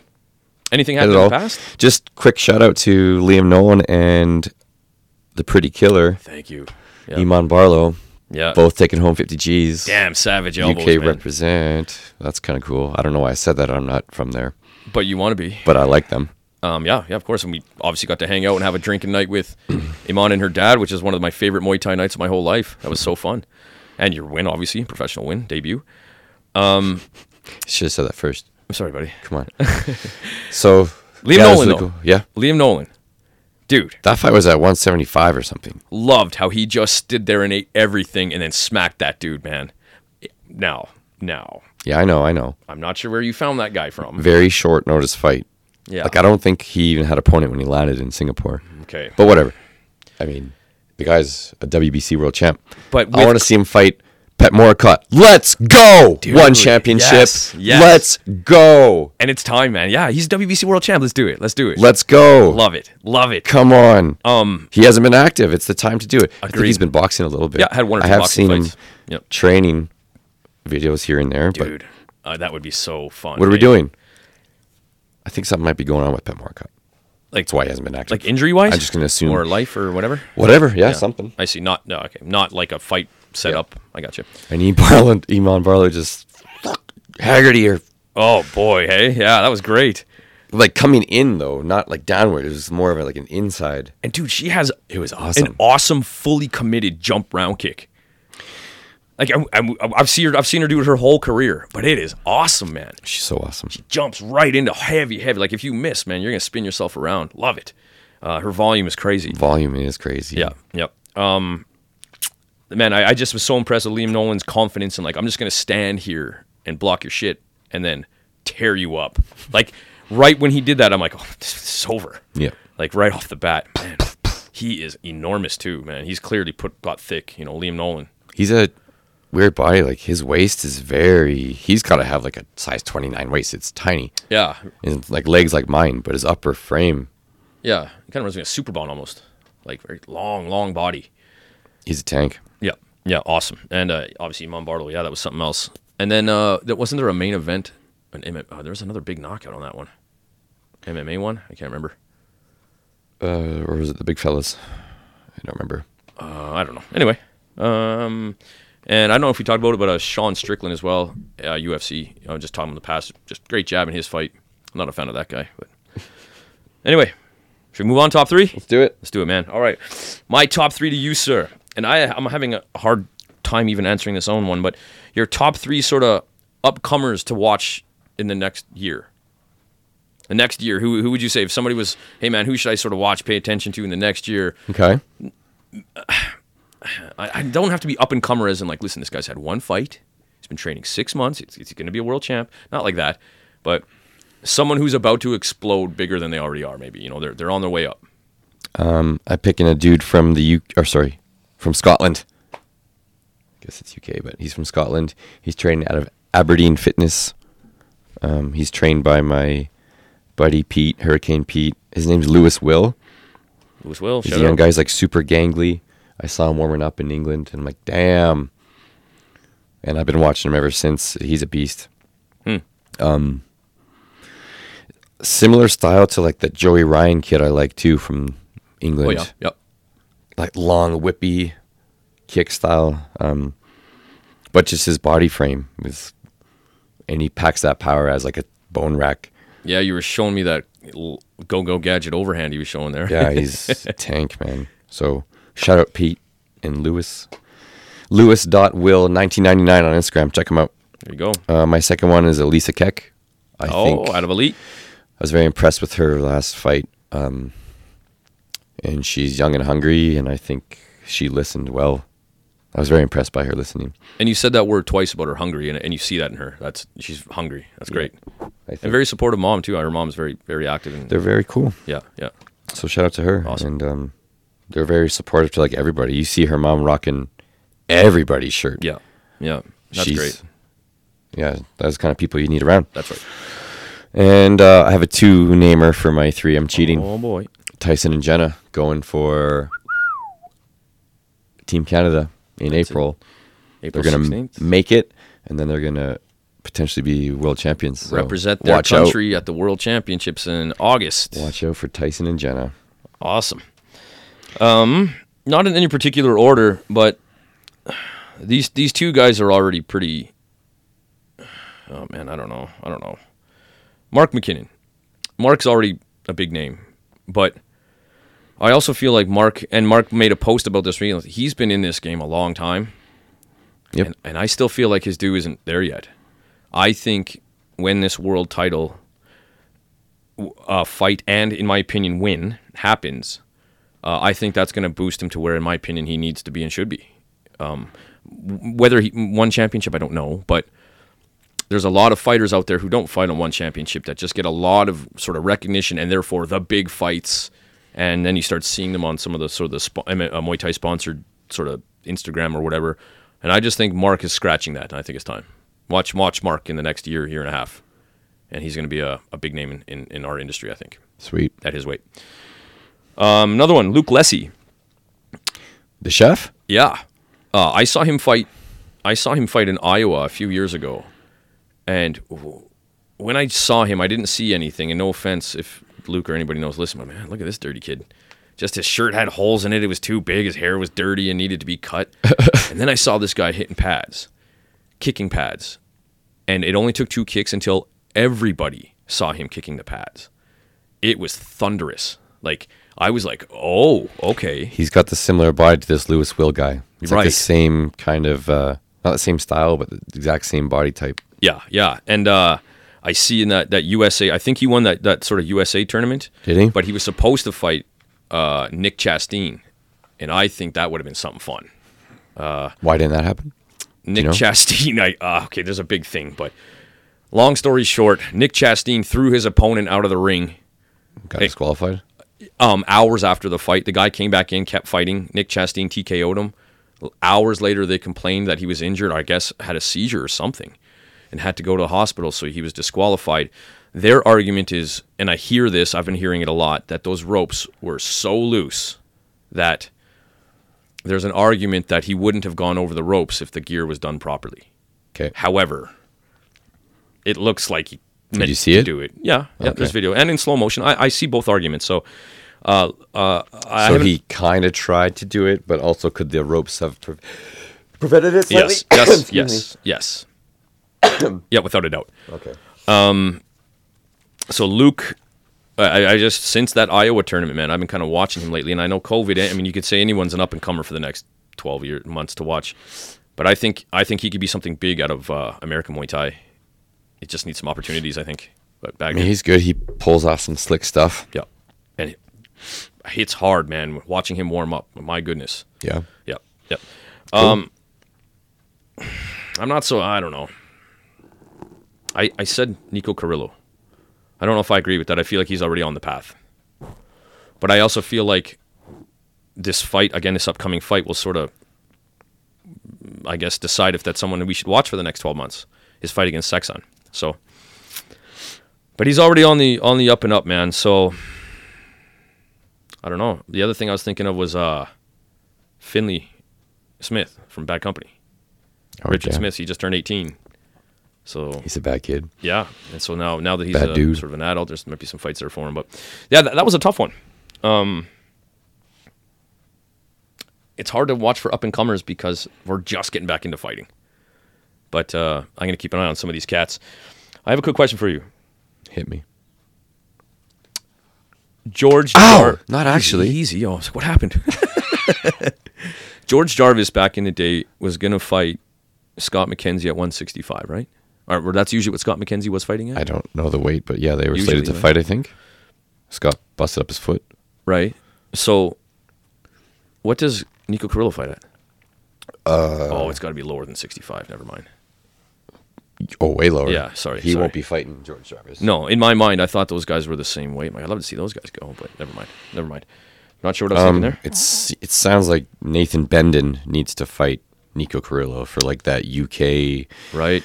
Speaker 3: Anything
Speaker 4: not
Speaker 3: happened
Speaker 4: at
Speaker 3: in the
Speaker 4: all.
Speaker 3: past?
Speaker 4: Just quick shout out to Liam Nolan and the Pretty Killer,
Speaker 3: Thank you. Yeah.
Speaker 4: Iman Barlow,
Speaker 3: yeah.
Speaker 4: both taking home 50 G's.
Speaker 3: Damn, savage elbows,
Speaker 4: UK
Speaker 3: man.
Speaker 4: represent. That's kind of cool. I don't know why I said that. I'm not from there,
Speaker 3: But you want to be.
Speaker 4: but I like them.
Speaker 3: Um, yeah, yeah, of course. And we obviously got to hang out and have a drinking night with Iman and her dad, which is one of my favorite Muay Thai nights of my whole life. That was so fun. And your win, obviously, professional win, debut.
Speaker 4: Should have said that first.
Speaker 3: I'm sorry, buddy.
Speaker 4: Come on. so
Speaker 3: Liam
Speaker 4: yeah, that's
Speaker 3: Nolan,
Speaker 4: really
Speaker 3: though.
Speaker 4: cool. Yeah,
Speaker 3: Liam Nolan. Dude,
Speaker 4: that fight was at 175 or something.
Speaker 3: loved how he just stood there and ate everything and then smacked that dude, man. Now, now,
Speaker 4: Yeah, I know, I know.
Speaker 3: I'm not sure where you found that guy from.
Speaker 4: Very short notice fight.
Speaker 3: Yeah.
Speaker 4: Like I don't think he even had a opponent when he landed in Singapore.
Speaker 3: Okay.
Speaker 4: But whatever. I mean, the guy's a WBC world champ.
Speaker 3: But
Speaker 4: I
Speaker 3: with-
Speaker 4: want to see him fight Pet Moricott. Let's go! One championship.
Speaker 3: yes, yes.
Speaker 4: Let's go!
Speaker 3: And it's time, man. Yeah, he's WBC world champ. Let's do it. Let's do it.
Speaker 4: Let's go!
Speaker 3: Love it. Love it.
Speaker 4: Come on.
Speaker 3: Um,
Speaker 4: He hasn't been active. It's the time to do it. I think
Speaker 3: Agreed.
Speaker 4: he's been boxing a little bit.
Speaker 3: Yeah, I had one or
Speaker 4: I
Speaker 3: two
Speaker 4: have
Speaker 3: boxing
Speaker 4: seen
Speaker 3: fights.
Speaker 4: him
Speaker 3: Yep.
Speaker 4: training videos here and there. But
Speaker 3: dude, uh, that would be so fun.
Speaker 4: what are we
Speaker 3: eh?
Speaker 4: doing? I think something might be going on with Pet Moricott.
Speaker 3: Like
Speaker 4: That's why he hasn't been active.
Speaker 3: like injury wise?
Speaker 4: I'm just gonna assume-
Speaker 3: or life or whatever.
Speaker 4: Whatever. Yeah, something.
Speaker 3: I see. Not no. Okay, not like a fight set up. I got you.
Speaker 4: And E. Barlow, Iman Barlow just fuck Haggerty or
Speaker 3: Oh boy, hey, yeah, that was great.
Speaker 4: like coming in though, not like downward. It was more of a, like an inside.
Speaker 3: And dude, she has it
Speaker 4: was awesome.
Speaker 3: An awesome, fully committed jump round kick. Like I, I, I've seen her, I've seen her do it her whole career, but it is awesome, man. She
Speaker 4: She's so awesome.
Speaker 3: jumps right into heavy, heavy. Like if you miss, man, you're gonna spin yourself around. Love it. Uh, her volume is crazy.
Speaker 4: Volume is crazy.
Speaker 3: Yeah, yep. Um, man, I, I just was so impressed with Liam Nolan's confidence and like, I'm just gonna stand here and block your shit and then tear you up. Like, right when he did that, I'm like, oh, this is over.
Speaker 4: Yeah.
Speaker 3: Like right off the bat, man, he is enormous too, man. He's clearly put got thick, you know, Liam Nolan.
Speaker 4: He's a weird body. Like his waist is very. He's got to have like a size 29 waist. It's tiny.
Speaker 3: Yeah,
Speaker 4: And like legs like mine, but his upper frame,
Speaker 3: yeah. He kind of reminds me of Superbone almost, like very long, long body.
Speaker 4: he's a tank.
Speaker 3: Yeah, yeah, awesome. And uh, obviously Mom Bartle, yeah, that was something else. And then uh, that wasn't there a main event? An M- uh, there was another big knockout on that one, MMA one. I can't remember.
Speaker 4: Uh, or was it the big fellas? I don't remember.
Speaker 3: Uh, I don't know. Anyway, um, and I don't know if we talked about it, but uh, Sean Strickland as well, uh, UFC. I was just talking in the past. Just great jab in his fight. I'm not a fan of that guy, but anyway, should we move on top three?
Speaker 4: Let's do it.
Speaker 3: Let's do it, man. All right. My top three to you, sir. And I, I'm having a hard time even answering this own one, but your top three sort of upcomers to watch in the next year. The next year, who, who would you say if somebody was, hey man, who should I sort of watch, pay attention to in the next year?
Speaker 4: Okay.
Speaker 3: I, I don't have to be up and comer as in like, listen, this guy's had one fight, he's been training six months, it's, it's going to be a world champ. Not like that, but someone who's about to explode bigger than they already are. Maybe you know they're they're on their way up.
Speaker 4: I'm picking a dude from the U. Or sorry, from Scotland. guess it's UK, but he's from Scotland. He's trained out of Aberdeen Fitness. Um, he's trained by my buddy Pete, Hurricane Pete. His name's Lewis Will.
Speaker 3: Lewis Will,
Speaker 4: He's
Speaker 3: shout
Speaker 4: a young
Speaker 3: out.
Speaker 4: guy. He's like super gangly. I saw him warming up in England, and I'm like, damn. And I've been watching him ever since. He's a beast.
Speaker 3: Hmm.
Speaker 4: Um, similar style to like the Joey Ryan kid I like too
Speaker 3: Oh
Speaker 4: from England
Speaker 3: yeah, yep.
Speaker 4: like long whippy kick style um but just his body frame is and he packs that power as like a bone rack
Speaker 3: Yeah, you were showing me that l- go go gadget overhand he was showing there.
Speaker 4: yeah he's a tank man so shout out pete and lewis lewis dot will 1999 on instagram check him out
Speaker 3: there you go.
Speaker 4: uh, my second one is elisa keck i
Speaker 3: oh,
Speaker 4: think
Speaker 3: out of elite.
Speaker 4: I was very impressed with her last fight. Um, and she's young and hungry, and I think she listened well. I was very impressed by her listening.
Speaker 3: And you said that word twice about her hungry, and, and you see that in her. That's she's hungry. That's great.
Speaker 4: I
Speaker 3: And
Speaker 4: think
Speaker 3: very supportive mom too. Her mom's very very active. And,
Speaker 4: they're very cool.
Speaker 3: yeah, yeah.
Speaker 4: So shout out to her.
Speaker 3: Awesome.
Speaker 4: And um, they're very supportive to like everybody. You see her mom rocking everybody's shirt.
Speaker 3: Yeah. Yeah. That's
Speaker 4: She's-
Speaker 3: great.
Speaker 4: Yeah, that's the kind of people you need around.
Speaker 3: That's right.
Speaker 4: And uh, I have a two namer for my three. I'm cheating.
Speaker 3: Oh boy.
Speaker 4: Tyson and Jenna going for Team Canada in April.
Speaker 3: April
Speaker 4: they're gonna m-
Speaker 3: 16th.
Speaker 4: make it, and then they're gonna potentially be world champions. So
Speaker 3: represent their
Speaker 4: watch
Speaker 3: country at the World Championships in August.
Speaker 4: Out. Watch out for Tyson and Jenna.
Speaker 3: Awesome. Um, not in any particular order, but these these two guys are already pretty. Oh man, I don't know. I don't know. Mark McKinnon. Mark's already a big name, but I also feel like Mark and Mark made a post about this. recently. He's been in this game a long time,
Speaker 4: Yep.
Speaker 3: and, and I still feel like his due isn't there yet. I think when this world title uh, fight and, in my opinion, win happens, uh, I think that's going to boost him to where, in my opinion, he needs to be and should be. Um, w- whether he won championship, I don't know, but there's a lot of fighters out there who don't fight on one championship that just get a lot of sort of recognition and therefore the big fights, and then you start seeing them on some of the sort of the spo- M- uh, Muay Thai sponsored sort of Instagram or whatever, and I just think Mark is scratching that, and I think it's time. Watch, watch Mark in the next year, year and a half, and he's going to be a, a big name in, in, in our industry, I think
Speaker 4: Sweet.
Speaker 3: at his weight. Um, another one, Luke Lessie.
Speaker 4: The chef.
Speaker 3: Yeah, uh, I saw him fight. I saw him fight in Iowa a few years ago, and w- when I saw him, I didn't see anything. And no offense if Luke or anybody knows, listen, but man, look at this dirty kid. Just his shirt had holes in it. It was too big. His hair was dirty and needed to be cut. and then I saw this guy hitting pads, kicking pads, and it only took two kicks until everybody saw him kicking the pads. It was thunderous. Like I was like, oh, okay.
Speaker 4: He's got the similar body to this Lewis Will guy. It's like
Speaker 3: Right.
Speaker 4: the same kind of uh, Not the same style, but the exact same body type.
Speaker 3: Yeah, yeah. And uh, I see in that, that USA, I think he won that, that sort of USA tournament.
Speaker 4: Did he?
Speaker 3: But he was supposed to fight uh, Nick Chastain. And I think that would have been something fun.
Speaker 4: Why didn't that happen?
Speaker 3: Nick
Speaker 4: know?
Speaker 3: Chastain, I, uh, okay, there's a big thing, but long story short, Nick Chastain threw his opponent out of the ring
Speaker 4: Got
Speaker 3: Hey.
Speaker 4: disqualified.
Speaker 3: um, hours after the fight. The guy came back in, kept fighting. Nick Chastain TKO'd him. Hours later, they complained that he was injured, I guess had a seizure or something, and had to go to the hospital, so he was disqualified. Their argument is, and I hear this, I've been hearing it a lot, that those ropes were so loose that there's an argument that he wouldn't have gone over the ropes if the gear was done properly.
Speaker 4: Okay.
Speaker 3: However, it looks like he did
Speaker 4: you see it?
Speaker 3: Do it? Yeah, yeah. There's
Speaker 4: Okay.
Speaker 3: video and in slow motion. I, I see both arguments. So, uh, uh, I
Speaker 4: so
Speaker 3: haven't-
Speaker 4: he kind of tried to do it, but also could the ropes have pre- prevented it slightly?
Speaker 3: yes, yes,
Speaker 4: Excuse me.
Speaker 3: yes, yes. yeah, without a doubt.
Speaker 4: Okay.
Speaker 3: So Luke, I, I just since that Iowa tournament, man, I've been kind of watching him lately, and I know COVID. eh, I mean, you could say anyone's an up and comer for the next twelve year months to watch, but I think I think he could be something big out of uh, American Muay Thai. It just needs some opportunities, I think. But
Speaker 4: I
Speaker 3: back
Speaker 4: mean, he's good. He pulls off some slick stuff.
Speaker 3: Yeah. And it hits hard, man. Watching him warm up. My goodness.
Speaker 4: Yeah.
Speaker 3: Yep. Yep. Um I'm not so I don't know. I I said Nico Carrillo. I don't know if I agree with that. I feel like he's already on the path. But I also feel like this fight, again, this upcoming fight will sort of I guess decide if that's someone that we should watch for the next twelve months. His fight against Sexon. So but he's already on the on the up and up, man. So I don't know. The other thing I was thinking of was uh Finley Smith from Bad Company.
Speaker 4: Oh,
Speaker 3: Richard
Speaker 4: yeah.
Speaker 3: Smith, he just turned 18. So
Speaker 4: He's a bad kid.
Speaker 3: yeah, and so now now that he's
Speaker 4: Bad
Speaker 3: a,
Speaker 4: dude.
Speaker 3: sort of an adult, there's might be some fights there for him. But yeah, that, that was a tough one. Um, it's hard to watch for up and comers because we're just getting back into fighting. But uh, I'm going to keep an eye on some of these cats. I have a quick question for you,
Speaker 4: Hit me.
Speaker 3: George.
Speaker 4: Ow!
Speaker 3: Jar-
Speaker 4: Oh, Not actually.
Speaker 3: Easy. Oh, I was like, what happened? George Jarvis back in the day was going to fight Scott McKenzie at 165, right? Or well, that's usually what Scott McKenzie was fighting at,
Speaker 4: I don't know the weight, but yeah, they were
Speaker 3: Usually,
Speaker 4: slated to
Speaker 3: right?
Speaker 4: fight. I think Scott busted up his foot.
Speaker 3: right? So, what does Nico Carrillo fight at? Uh, oh, it's got to be lower than 65. Never mind.
Speaker 4: Oh, way lower.
Speaker 3: Yeah, sorry,
Speaker 4: He
Speaker 3: sorry.
Speaker 4: won't be fighting George Jarvis.
Speaker 3: No, in my mind, I thought those guys were the same weight. Like, I'd love to see those guys go, but never mind. Never mind. Not sure what I was
Speaker 4: Um,
Speaker 3: thinking there.
Speaker 4: it's it sounds like Nathan Benden needs to fight Nico Carrillo for like that UK
Speaker 3: Right?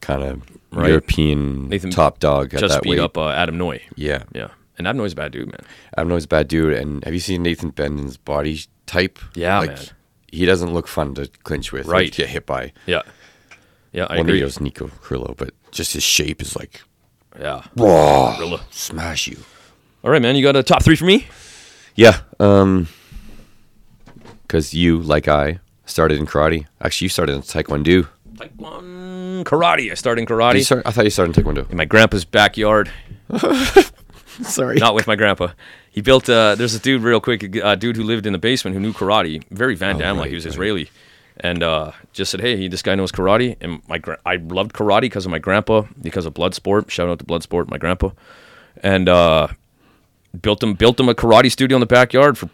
Speaker 4: kind of
Speaker 3: Right.
Speaker 4: European
Speaker 3: Nathan
Speaker 4: top dog at
Speaker 3: Just
Speaker 4: that
Speaker 3: beat
Speaker 4: weight.
Speaker 3: up uh, Adam Noy.
Speaker 4: Yeah,
Speaker 3: Yeah. And Adam Noy's a bad dude, man.
Speaker 4: I know he's a bad dude. And have you seen Nathan Benden's body type?
Speaker 3: Yeah,
Speaker 4: like,
Speaker 3: man.
Speaker 4: He doesn't look fun to clinch with.
Speaker 3: Right.
Speaker 4: Like, get hit by.
Speaker 3: Yeah. Yeah, I
Speaker 4: One
Speaker 3: agree.
Speaker 4: of those Nico Carrillo, but just his shape is like
Speaker 3: Yeah.
Speaker 4: raw.
Speaker 3: Gorilla.
Speaker 4: Smash you.
Speaker 3: All right, man. You got a top three for me?
Speaker 4: Yeah. Um because you, like I, started in karate. Actually, you started in taekwondo.
Speaker 3: Taekwondo, karate. I started in
Speaker 4: You
Speaker 3: karate
Speaker 4: start, I thought you started in taekwondo.
Speaker 3: in my grandpa's backyard.
Speaker 4: Sorry.
Speaker 3: Not with my grandpa. He built. Uh, there's a dude real quick. A dude who lived in the basement who knew karate. Very Van Damme like.
Speaker 4: right,
Speaker 3: he was
Speaker 4: right.
Speaker 3: Israeli, and uh, just said, "Hey, this guy knows karate." And my gra- I loved karate because of my grandpa, because of Bloodsport. Shout out to Bloodsport, my grandpa, and uh, built him built him a karate studio in the backyard for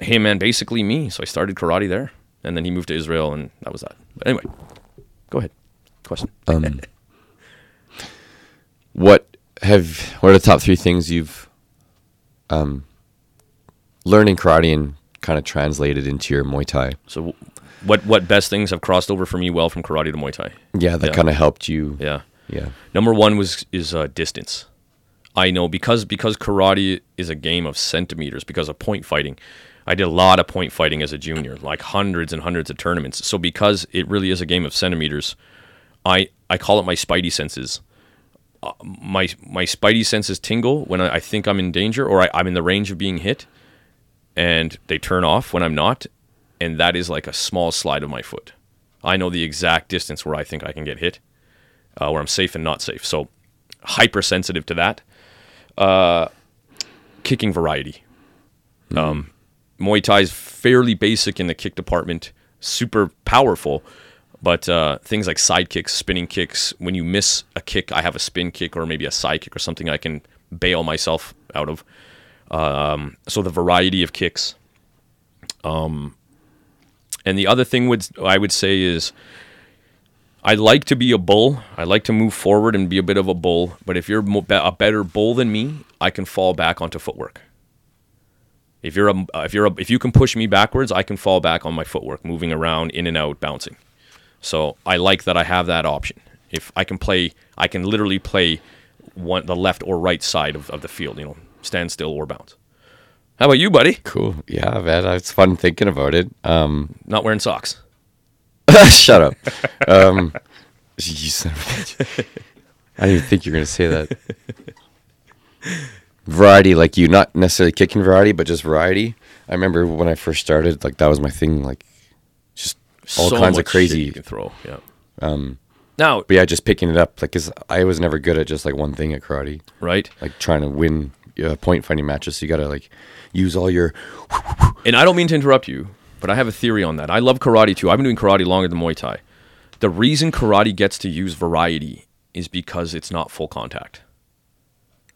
Speaker 3: him and basically me. So I started karate there, and then he moved to Israel, and that was that. But anyway, go ahead. Question.
Speaker 4: Um, what have what are the top three things you've um learned in karate and kind of translated into your Muay Thai?
Speaker 3: So, what what best things have crossed over for me well from karate to Muay Thai?
Speaker 4: Yeah, that
Speaker 3: Yeah.
Speaker 4: kind of helped you.
Speaker 3: Yeah.
Speaker 4: Yeah.
Speaker 3: Number one was is uh, distance. I know because because karate is a game of centimeters because of point fighting. I did a lot of point fighting as a junior, like hundreds and hundreds of tournaments. So because it really is a game of centimeters, I I call it my spidey senses. Uh, my my spidey senses tingle when I, I think I'm in danger or I, I'm in the range of being hit, and they turn off when I'm not, and that is like a small slide of my foot. I know the exact distance where I think I can get hit uh, where I'm safe and not safe. So hypersensitive to that. Uh, kicking variety. Um, Muay Thai is fairly basic in the kick department, super powerful, But uh, things like side kicks, spinning kicks. When you miss a kick, I have a spin kick or maybe a side kick or something I can bail myself out of. Um, so the variety of kicks. Um, And the other thing would I would say is I like to be a bull. I like to move forward and be a bit of a bull. But if you're mo- be- a better bull than me, I can fall back onto footwork. If you're a, if you're a, if you can push me backwards, I can fall back on my footwork, moving around, in and out, bouncing. So I like that I have that option. If I can play, I can literally play one the left or right side of, of the field. You know, stand still or bounce. How about you, buddy?
Speaker 4: Cool. Yeah, man. It's fun thinking about it. Um,
Speaker 3: Not wearing socks.
Speaker 4: Shut up. Um, you son of a bitch. I didn't even think you were going to say that. Variety, like you, not necessarily kicking variety, but just variety. I remember when I first started, like that was my thing. Like just all
Speaker 3: So
Speaker 4: kinds of
Speaker 3: much shit
Speaker 4: crazy.
Speaker 3: you can throw. Yeah. Um. Now,
Speaker 4: But yeah, just picking it up. Like, 'cause I was never good at just like one thing at karate.
Speaker 3: right?
Speaker 4: Like trying to win uh, point fighting matches. So you got to like use all your.
Speaker 3: And I don't mean to interrupt you, but I have a theory on that. I love karate too. I've been doing karate longer than Muay Thai. The reason karate gets to use variety is because it's not full contact.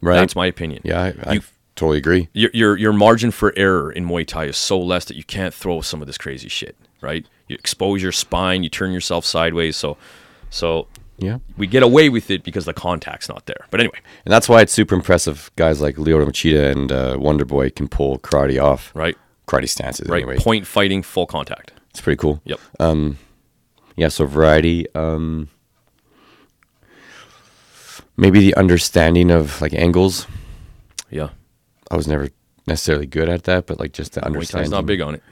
Speaker 4: Right.
Speaker 3: That's my opinion.
Speaker 4: yeah, I, I
Speaker 3: You-
Speaker 4: totally agree.
Speaker 3: Your, your your margin for error in Muay Thai is so less that you can't throw some of this crazy shit, right? You expose your spine, you turn yourself sideways, so so
Speaker 4: Yeah.
Speaker 3: we get away with it because the contact's not there. But anyway,
Speaker 4: And that's why it's super impressive. Guys like Leo Machida and uh, Wonder Boy can pull karate off.
Speaker 3: right?
Speaker 4: Karate stances,
Speaker 3: Right.
Speaker 4: anyway.
Speaker 3: Point fighting full contact.
Speaker 4: It's pretty cool. Um,
Speaker 3: Yep.
Speaker 4: Yeah, so variety. Um, maybe the understanding of like angles.
Speaker 3: yeah.
Speaker 4: I was never necessarily good at that, but like just the
Speaker 3: Muay
Speaker 4: understanding. Um,
Speaker 3: Thai's not big on it.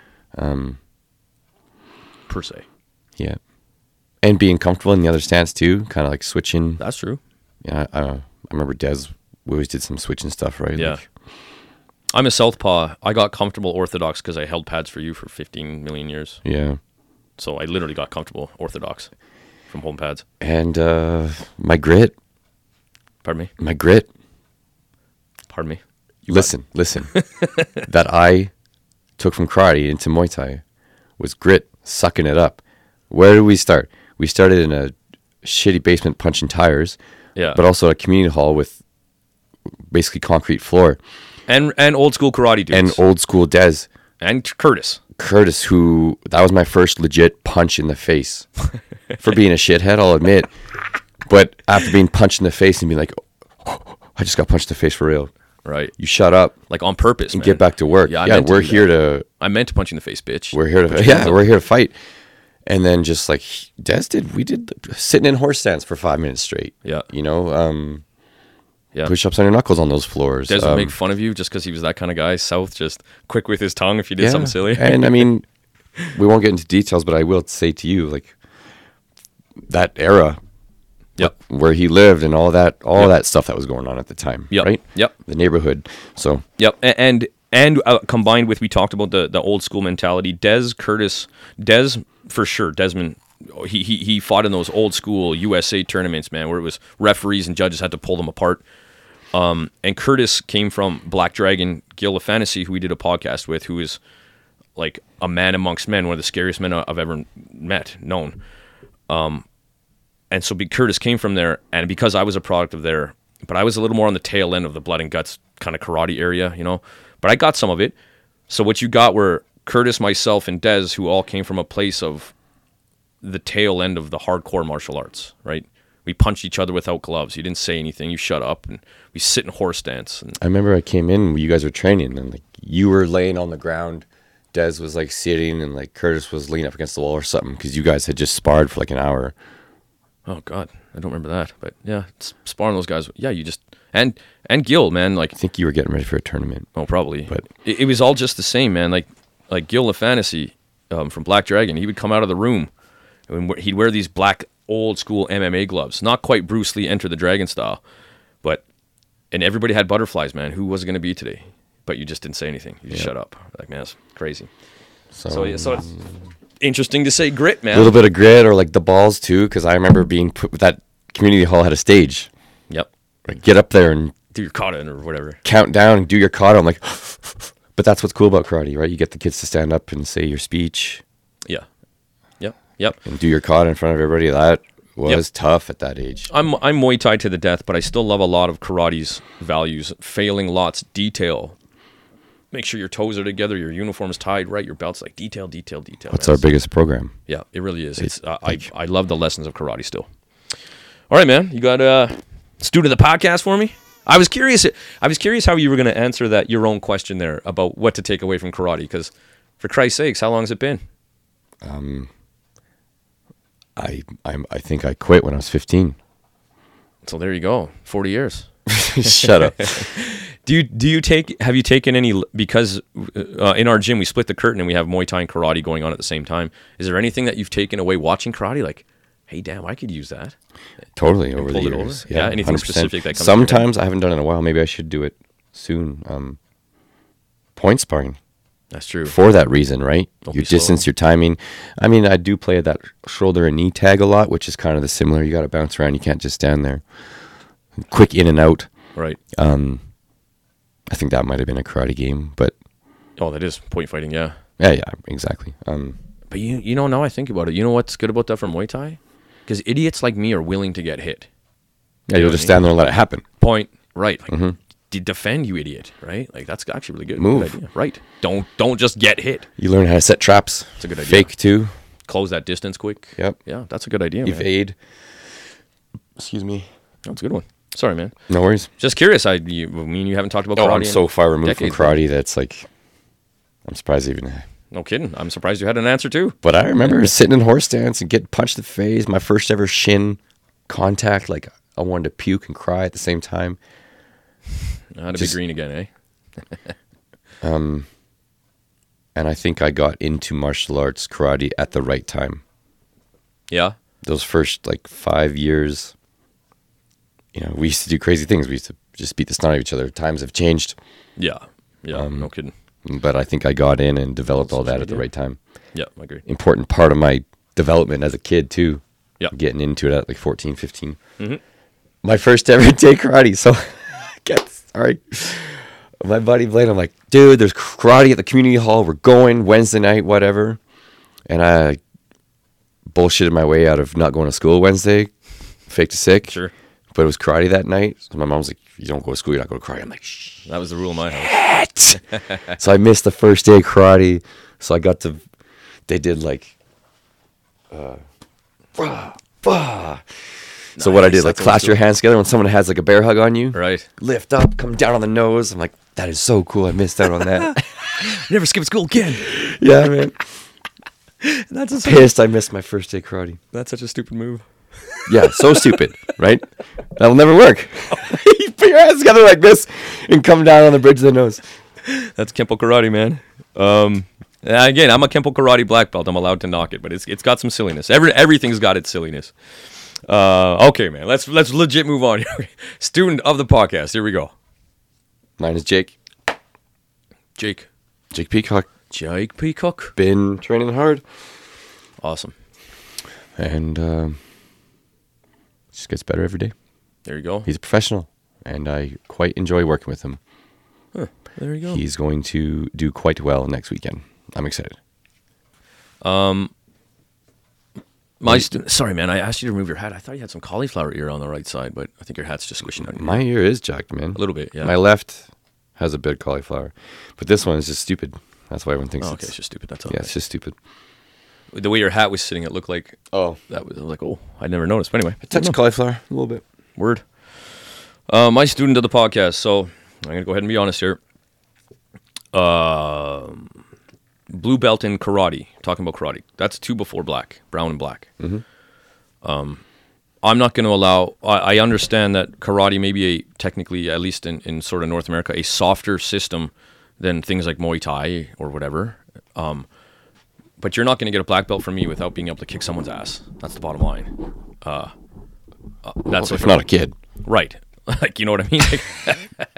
Speaker 3: per se.
Speaker 4: Yeah. And being comfortable in the other stance too, kind of like switching.
Speaker 3: That's true.
Speaker 4: Yeah, I, I don't know. I remember Des, we always did some switching stuff, right?
Speaker 3: Yeah.
Speaker 4: Like,
Speaker 3: I'm a southpaw. I got comfortable orthodox because I held pads for you for 15 million years.
Speaker 4: yeah.
Speaker 3: So I literally got comfortable orthodox from home pads.
Speaker 4: And uh, my grit,
Speaker 3: Pardon me.
Speaker 4: my grit.
Speaker 3: Pardon me.
Speaker 4: listen, listen. that I took from karate into Muay Thai was grit, sucking it up. Where did we start? We started in a shitty basement punching tires,
Speaker 3: Yeah.
Speaker 4: but also a community hall with basically concrete floor
Speaker 3: and and old school karate
Speaker 4: and
Speaker 3: dudes. And,
Speaker 4: old school Des
Speaker 3: Curtis.
Speaker 4: Curtis, who that was my first legit punch in the face for being a shithead, I'll admit. But after being punched in the face and being like, I just got punched in the face for real.
Speaker 3: Right.
Speaker 4: You shut up
Speaker 3: Like on purpose.
Speaker 4: and get back to work.
Speaker 3: Yeah, I
Speaker 4: yeah
Speaker 3: meant to
Speaker 4: we're
Speaker 3: do that.
Speaker 4: here to
Speaker 3: I meant to punch you in the face, bitch.
Speaker 4: we're here to yeah, we're here to fight. And then just like Des did, we did sitting in horse stands for five minutes straight.
Speaker 3: Yeah.
Speaker 4: you know, um,
Speaker 3: Yeah.
Speaker 4: push ups on your knuckles on those floors.
Speaker 3: Des would
Speaker 4: um,
Speaker 3: make fun of you just because he was that kind of guy. South, just quick with his tongue if you did something silly.
Speaker 4: and I mean, we won't get into details, but I will say to you, like that era
Speaker 3: yep.
Speaker 4: where he lived and all that, all that stuff that was going on at the time.
Speaker 3: Yep.
Speaker 4: right.
Speaker 3: Yep.
Speaker 4: the neighborhood. So
Speaker 3: Yep, a- and and uh, combined with we talked about the the old school mentality. Des Curtis, Des for sure. Desmond, oh, he he he fought in those old school USA tournaments, man, where it was referees and judges had to pull them apart. Um, and Curtis came from Black Dragon Guild of Fantasy, who we did a podcast with, who is like a man amongst men, one of the scariest men I- I've ever met, known and so be, Curtis came from there, and because I was a product of there, but I was a little more on the tail end of the blood and guts kind of karate area, you know. But I got some of it. So what you got were Curtis, myself, and Des, who all came from a place of the tail end of the hardcore martial arts, right? We punched each other without gloves. You didn't say anything. You shut up, and we sit in horse stance. And
Speaker 4: I remember I came in, you guys were training, and like you were laying on the ground. Des was like sitting, and like Curtis was leaning up against the wall or something because you guys had just sparred for like an hour.
Speaker 3: oh god, I don't remember that, but yeah, s- sparring those guys. Yeah, you just and and Gil, man, like
Speaker 4: I think you were getting ready for a tournament.
Speaker 3: Oh, probably.
Speaker 4: But-
Speaker 3: it, it was all just the same, man. Like like Gil of Fantasy um, from Black Dragon, he would come out of the room and we- he'd wear these black old school MMA gloves, not quite Bruce Lee Enter the Dragon style, but and everybody had butterflies, man. Who was it going to be today? But you just didn't say anything. You just shut up. Like man, that's crazy.
Speaker 4: So,
Speaker 3: So yeah, so it's interesting to say grit, man.
Speaker 4: a little bit of grit or like the balls too, because I remember being put that community hall had a stage.
Speaker 3: Yep.
Speaker 4: Like, get up there and
Speaker 3: Do your kata or whatever.
Speaker 4: count down and do your kata. I'm like, but that's what's cool about karate, right? You get the kids to stand up and say your speech.
Speaker 3: Yeah. Yep. Yep.
Speaker 4: and do your COD in front of everybody. That was tough at that age.
Speaker 3: I'm I'm Muay Thai to the death, but I still love a lot of karate's values. Failing lots, detail. Make sure your toes are together, your uniform's tied right, your belt's like detail, detail, detail.
Speaker 4: That's our
Speaker 3: That's-
Speaker 4: biggest program.
Speaker 3: Yeah, it really is. It's uh, I I love the lessons of karate still. All right, man, you got uh student of the podcast for me. I was curious. I was curious how you were going to answer that your own question there about what to take away from karate. Because for Christ's sakes, how long has it been?
Speaker 4: I I'm, I think I quit when I was 15.
Speaker 3: So there you go, forty years.
Speaker 4: Shut up.
Speaker 3: Do you do you take have you taken any because uh, in our gym we split the curtain and we have Muay Thai and karate going on at the same time. Is there anything that you've taken away watching karate like, hey damn, I could use that.
Speaker 4: Totally over the
Speaker 3: pulled it
Speaker 4: years.
Speaker 3: over? Yeah, anything specific that comes to your mind?
Speaker 4: Sometimes I haven't done it in a while. Maybe I should do it soon. Um, point sparring.
Speaker 3: That's true.
Speaker 4: for that reason, right?
Speaker 3: Don't
Speaker 4: you
Speaker 3: be slow.
Speaker 4: distance your timing. I mean, I do play that shoulder and knee tag a lot, which is kind of the similar. You got to bounce around. You can't just stand there. Quick in and out.
Speaker 3: Right.
Speaker 4: I think that might have been a karate game, but
Speaker 3: oh, that is point fighting. Yeah.
Speaker 4: yeah, yeah, exactly. Um,
Speaker 3: But you you know now I think about it. You know what's good about that for Muay Thai? Because idiots like me are willing to get hit.
Speaker 4: yeah, you'll just stand there and let it happen.
Speaker 3: Point right. Like, d- defend you idiot. Right. Like that's actually really good. good
Speaker 4: Mm-hmm. Move.
Speaker 3: idea. Right. Don't don't just get hit.
Speaker 4: You learn how to set traps. It's
Speaker 3: a good idea.
Speaker 4: Fake too.
Speaker 3: Close that distance quick.
Speaker 4: Yep.
Speaker 3: Yeah, that's a good idea. Man.
Speaker 4: Evade. Excuse me.
Speaker 3: That's a good one. Sorry, man.
Speaker 4: No worries.
Speaker 3: Just curious. I you, I mean you haven't talked about
Speaker 4: Oh,
Speaker 3: karate.
Speaker 4: I'm
Speaker 3: in
Speaker 4: so far removed from
Speaker 3: decades.
Speaker 4: karate that's like, I'm surprised even.
Speaker 3: No kidding. I'm surprised you had an answer too.
Speaker 4: But I remember sitting in horse stance and getting punched in the face. My first ever shin contact. Like I wanted to puke and cry at the same time.
Speaker 3: How to
Speaker 4: Just-
Speaker 3: be green again, eh?
Speaker 4: And I think I got into martial arts karate at the right time.
Speaker 3: Yeah.
Speaker 4: Those first like five years, you know, we used to do crazy things. We used to just beat the snot out of each other. Times have changed,
Speaker 3: Yeah. Yeah.
Speaker 4: Um,
Speaker 3: no kidding.
Speaker 4: but I think I got in and developed all
Speaker 3: That's
Speaker 4: that
Speaker 3: what
Speaker 4: at the
Speaker 3: you do.
Speaker 4: right time.
Speaker 3: Yeah, I agree.
Speaker 4: Important part of my development as a kid too.
Speaker 3: Yeah. Mm-hmm.
Speaker 4: getting into it at like 14, 15. My first ever day karate. So, get sorry. My buddy Blade, I'm like, dude, there's karate at the community hall. We're going Wednesday night, whatever. And I bullshitted my way out of not going to school Wednesday, fake to sick.
Speaker 3: Sure.
Speaker 4: But it was karate that night. So my mom's like, you don't go to school, you're not going to karate. I'm like, shit.
Speaker 3: That was the rule in my house.
Speaker 4: so I missed the first day of karate. So I got to, they did like, uh, so what I
Speaker 3: Nice,
Speaker 4: did, like
Speaker 3: that's old
Speaker 4: clasp your
Speaker 3: school.
Speaker 4: hands together when someone has like a bear hug on you,
Speaker 3: Right.
Speaker 4: lift up, come down on the nose. I'm like, that is so cool. I missed out on that.
Speaker 3: Never skip school again.
Speaker 4: yeah, man.
Speaker 3: That's a
Speaker 4: Pissed I missed my first day karate.
Speaker 3: that's such a stupid move.
Speaker 4: Yeah, so stupid, right? That will never work. you put your hands together like this and come down on the bridge of the nose.
Speaker 3: That's Kempo karate, man. Um, yeah, again, I'm a Kempo karate black belt. I'm allowed to knock it, but it's it's got some silliness. Every everything's got its silliness. Uh, okay, man. Let's let's legit move on. Student of the podcast. Here we go.
Speaker 4: Mine is Jake.
Speaker 3: Jake.
Speaker 4: Jake Peacock.
Speaker 3: Jake Peacock.
Speaker 4: Been training hard.
Speaker 3: Awesome.
Speaker 4: and um, just gets better every day.
Speaker 3: There you go.
Speaker 4: He's a professional, and I quite enjoy working with him.
Speaker 3: there you go.
Speaker 4: He's going to do quite well next weekend. I'm excited.
Speaker 3: My stu- sorry, man. I asked you to remove your hat. I thought you had some cauliflower ear on the right side, but I think your hat's just squishing out.
Speaker 4: My ear is jacked, man.
Speaker 3: A little bit, yeah.
Speaker 4: My left has a bit of cauliflower, but this one is just stupid. That's why everyone thinks
Speaker 3: Oh, okay,
Speaker 4: it's,
Speaker 3: it's just stupid. That's all.
Speaker 4: yeah, it's just stupid.
Speaker 3: The way your hat was sitting, it looked like
Speaker 4: Oh,
Speaker 3: that was. I was like, oh, I never noticed. But anyway,
Speaker 4: touch of cauliflower a little bit.
Speaker 3: Word. Uh, my student of the podcast. So I'm gonna go ahead and be honest here. Um, blue belt in karate. Talking about karate. That's two before black, brown and black. Um, I'm not going to allow. I, I understand that karate may be a technically, at least in, in sort of North America, a softer system than things like Muay Thai or whatever. Um, but you're not going to get a black belt from me without being able to kick someone's ass. That's the bottom line. Uh, uh, that's
Speaker 4: if not a kid,
Speaker 3: Right. Like you know what I mean? Like-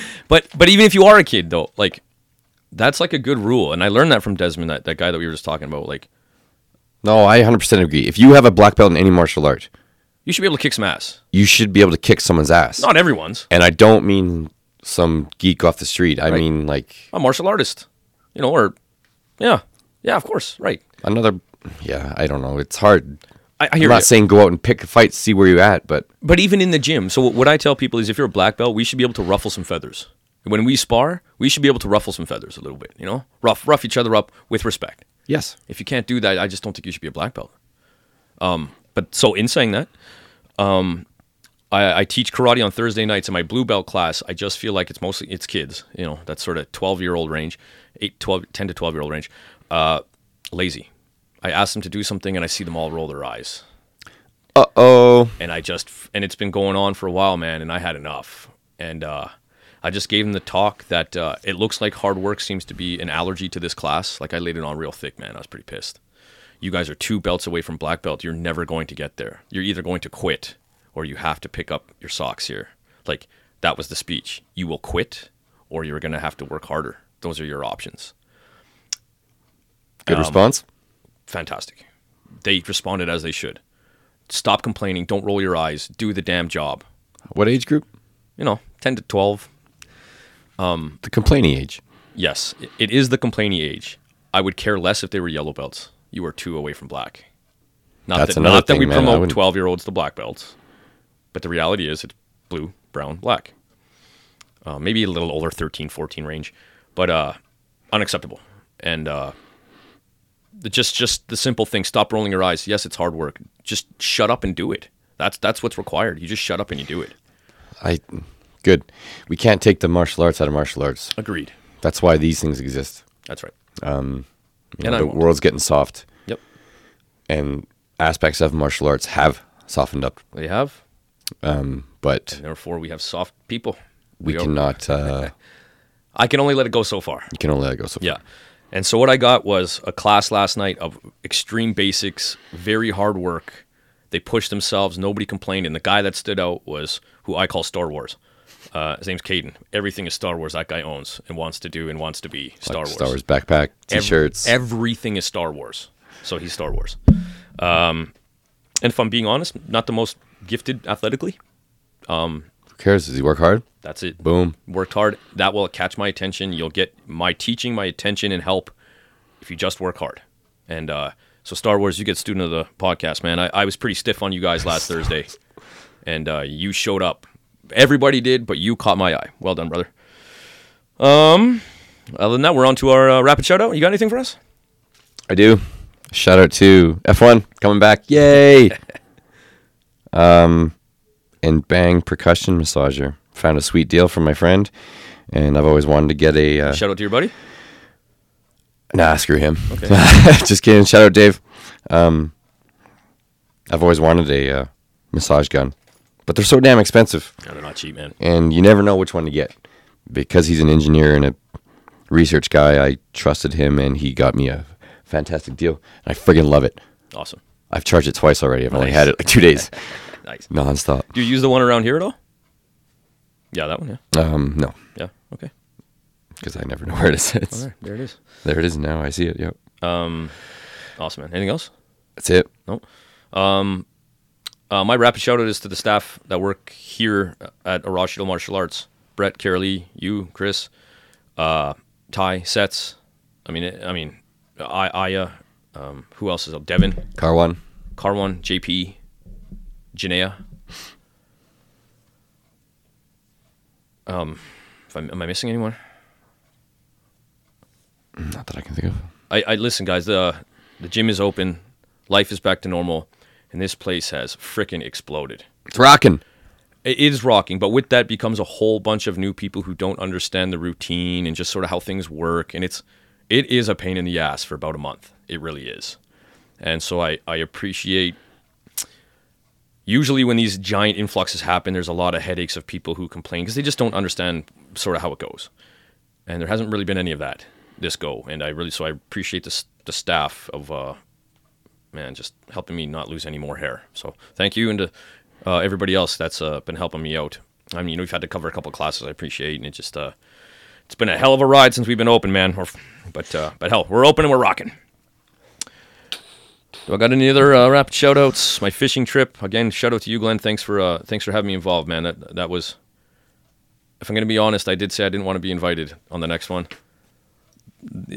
Speaker 3: but but even if you are a kid though, like that's like a good rule. And I learned that from Desmond, that, that guy that we were just talking about. Like,
Speaker 4: no, I 100% agree. If you have a black belt in any martial art,
Speaker 3: you should be able to kick some ass.
Speaker 4: you should be able to kick someone's ass.
Speaker 3: Not everyone's.
Speaker 4: and I don't mean some geek off the street. I mean like
Speaker 3: A martial artist. You know, or yeah. Yeah, of course. Right.
Speaker 4: another yeah, I don't know. It's hard.
Speaker 3: I, I
Speaker 4: I'm
Speaker 3: hear
Speaker 4: not
Speaker 3: you.
Speaker 4: saying go out and pick a fight, see where you're at, but
Speaker 3: but even in the gym. So what I tell people is, if you're a black belt, we should be able to ruffle some feathers. When we spar, we should be able to ruffle some feathers a little bit. You know, rough rough each other up with respect.
Speaker 4: yes,
Speaker 3: If you can't do that, I just don't think you should be a black belt. Um, but so in saying that, um, I, I teach karate on Thursday nights in my blue belt class. I just feel like it's mostly it's kids, you know, that sort of 12 year old range, 8, 12, 10 to 12 year old range, uh, lazy. I ask them to do something and I see them all roll their eyes.
Speaker 4: uh oh,
Speaker 3: And I just, and it's been going on for a while, man, and I had enough. And uh, I just gave them the talk that uh, it looks like hard work seems to be an allergy to this class. Like I laid it on real thick, man. I was pretty pissed. You guys are two belts away from black belt. You're never going to get there. You're either going to quit or you have to pick up your socks here. Like that was the speech. You will quit or you're going to have to work harder. Those are your options.
Speaker 4: good
Speaker 3: Um,
Speaker 4: response.
Speaker 3: fantastic. They responded as they should. Stop complaining. Don't roll your eyes. Do the damn job.
Speaker 4: What age group?
Speaker 3: You know, 10 to 12.
Speaker 4: The complaining age.
Speaker 3: Yes, i- it is the complaining age. I would care less if they were yellow belts. You are two away from black. Not
Speaker 4: That's
Speaker 3: that,
Speaker 4: another
Speaker 3: not that
Speaker 4: thing,
Speaker 3: we
Speaker 4: man. I
Speaker 3: promote
Speaker 4: wouldn't-
Speaker 3: 12 year olds to black belts, but the reality is it's blue, brown, black. Uh, maybe a little older, 13, 14 range, but uh, unacceptable. And uh, the- just just the simple thing stop rolling your eyes. Yes, it's hard work. Just shut up and do it. That's, that's what's required. You just shut up and you do it.
Speaker 4: I good. We can't take the martial arts out of martial arts.
Speaker 3: Agreed.
Speaker 4: That's why these things exist.
Speaker 3: That's right.
Speaker 4: Um, You
Speaker 3: And
Speaker 4: know,
Speaker 3: I
Speaker 4: the
Speaker 3: won't.
Speaker 4: world's getting soft,
Speaker 3: Yep.
Speaker 4: and aspects of martial arts have softened up.
Speaker 3: They have.
Speaker 4: But
Speaker 3: Therefore, we have soft people.
Speaker 4: we
Speaker 3: are-
Speaker 4: cannot. Uh,
Speaker 3: I can only let it go so far.
Speaker 4: you can only let it go so far.
Speaker 3: Yeah. And so what I got was a class last night of extreme basics, very hard work. They pushed themselves. Nobody complained. And the guy that stood out was who I call Star Wars. Uh, his name's Caden. Everything is Star Wars. That guy owns and wants to do and wants to be Star
Speaker 4: Like
Speaker 3: Wars.
Speaker 4: Star Wars backpack,
Speaker 3: Ev-
Speaker 4: t-shirts.
Speaker 3: everything is Star Wars. So he's Star Wars. Um, and if I'm being honest, not the most gifted athletically.
Speaker 4: Who cares? Does he work hard?
Speaker 3: That's it.
Speaker 4: Boom.
Speaker 3: Worked hard. That will catch my attention. You'll get my teaching, my attention, and help if you just work hard. And uh, so, Star Wars, you get student of the podcast, man. I, I was pretty stiff on you guys last Thursday, and uh, you showed up. Everybody did, but you caught my eye. Well done, brother. Um, other than that, we're on to our uh, rapid shout out. You got anything for us?
Speaker 4: I do. Shout out to F1 coming back. Yay! um, and Bang Percussion Massager. Found a sweet deal from my friend, and I've always wanted to get a. Uh,
Speaker 3: Shout out to your buddy.
Speaker 4: Nah, screw him. Just kidding. Shout out Dave. Um, I've always wanted a uh, massage gun, but they're so damn expensive,
Speaker 3: No, they're not cheap, man.
Speaker 4: and you never know which one to get. Because he's an engineer and a research guy, I trusted him, and he got me a fantastic deal. And I friggin' love it.
Speaker 3: Awesome.
Speaker 4: I've charged it twice already. I've only
Speaker 3: Nice.
Speaker 4: had it like two days,
Speaker 3: Nice.
Speaker 4: nonstop.
Speaker 3: Do you use the one around here at all? Yeah, that one. Yeah.
Speaker 4: Um, no,
Speaker 3: Yeah. Okay.
Speaker 4: because I never know where it is.
Speaker 3: There, there it is.
Speaker 4: there it is now. I see it. Yep,
Speaker 3: Awesome, man. Anything else?
Speaker 4: that's it.
Speaker 3: No. Um, uh, my rapid shout out is to the staff that work here at Arashidal Martial Arts Brett, Carolee, you, Chris, uh, Ty, Sets. I mean, I mean, I, Aya, um, who else is up? Devin,
Speaker 4: Car one.
Speaker 3: Carwan, JP, Janaea. Um, Um, if I'm, am I missing anyone?
Speaker 4: Not that I can think of.
Speaker 3: I, I listen, guys. The the gym is open, life is back to normal, and this place has frickin' exploded.
Speaker 4: It's rocking.
Speaker 3: it is rocking but with that becomes a whole bunch of new people who don't understand the routine and just sort of how things work and it's it is a pain in the ass for about a month it really is and so i i appreciate usually when these giant influxes happen there's a lot of headaches of people who complain because they just don't understand sort of how it goes and there hasn't really been any of that this go and i really so i appreciate the, s- the staff of uh man, just helping me not lose any more hair. So thank you and to uh, everybody else that's uh, been helping me out. I mean, we've had to cover a couple of classes. I appreciate, and it just uh, it's been a hell of a ride since we've been open, man. Or, but uh, but hell, we're open and we're rocking. Do I got any other uh, rapid shout outs? My fishing trip again. Shout out to you, Glenn. Thanks for uh, thanks for having me involved, man. That that was. If I'm gonna be honest, I did say I didn't want to be invited on the next one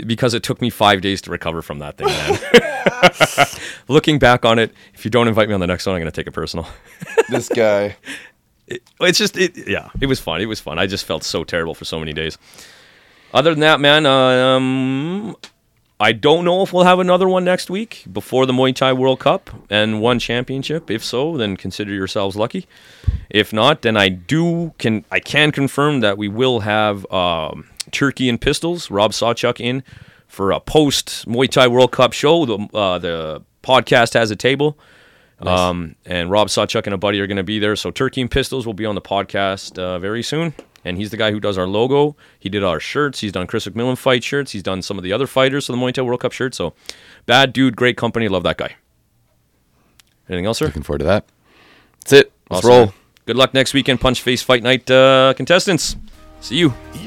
Speaker 3: because it took me five days to recover from that thing, man. Looking back on it, if you don't invite me on the next one, I'm going to take it personal.
Speaker 4: this guy.
Speaker 3: It's just, it, yeah, it was fun. It was fun. I just felt so terrible for so many days. Other than that, man, uh, um, I don't know if we'll have another one next week before the Muay Thai World Cup and one championship. If so, then consider yourselves lucky. If not, then I do can I can confirm that we will have um, Turkey and Pistols, Rob Sawchuk in for a post Muay Thai World Cup show. The uh, the podcast has a table. Um, and Rob Sawchuk and a buddy are going to be there. So Turkey and Pistols will be on the podcast uh, very soon. And he's the guy who does our logo. He did our shirts. He's done Chris McMillan fight shirts. He's done some of the other fighters, so the Muay Thai World Cup shirts. So bad dude, great company. Love that guy. Anything else, sir?
Speaker 4: Looking forward to that. That's it. Let's
Speaker 3: Awesome.
Speaker 4: roll.
Speaker 3: Good luck next weekend, Punch Face Fight Night uh, contestants. See you.
Speaker 1: Oh,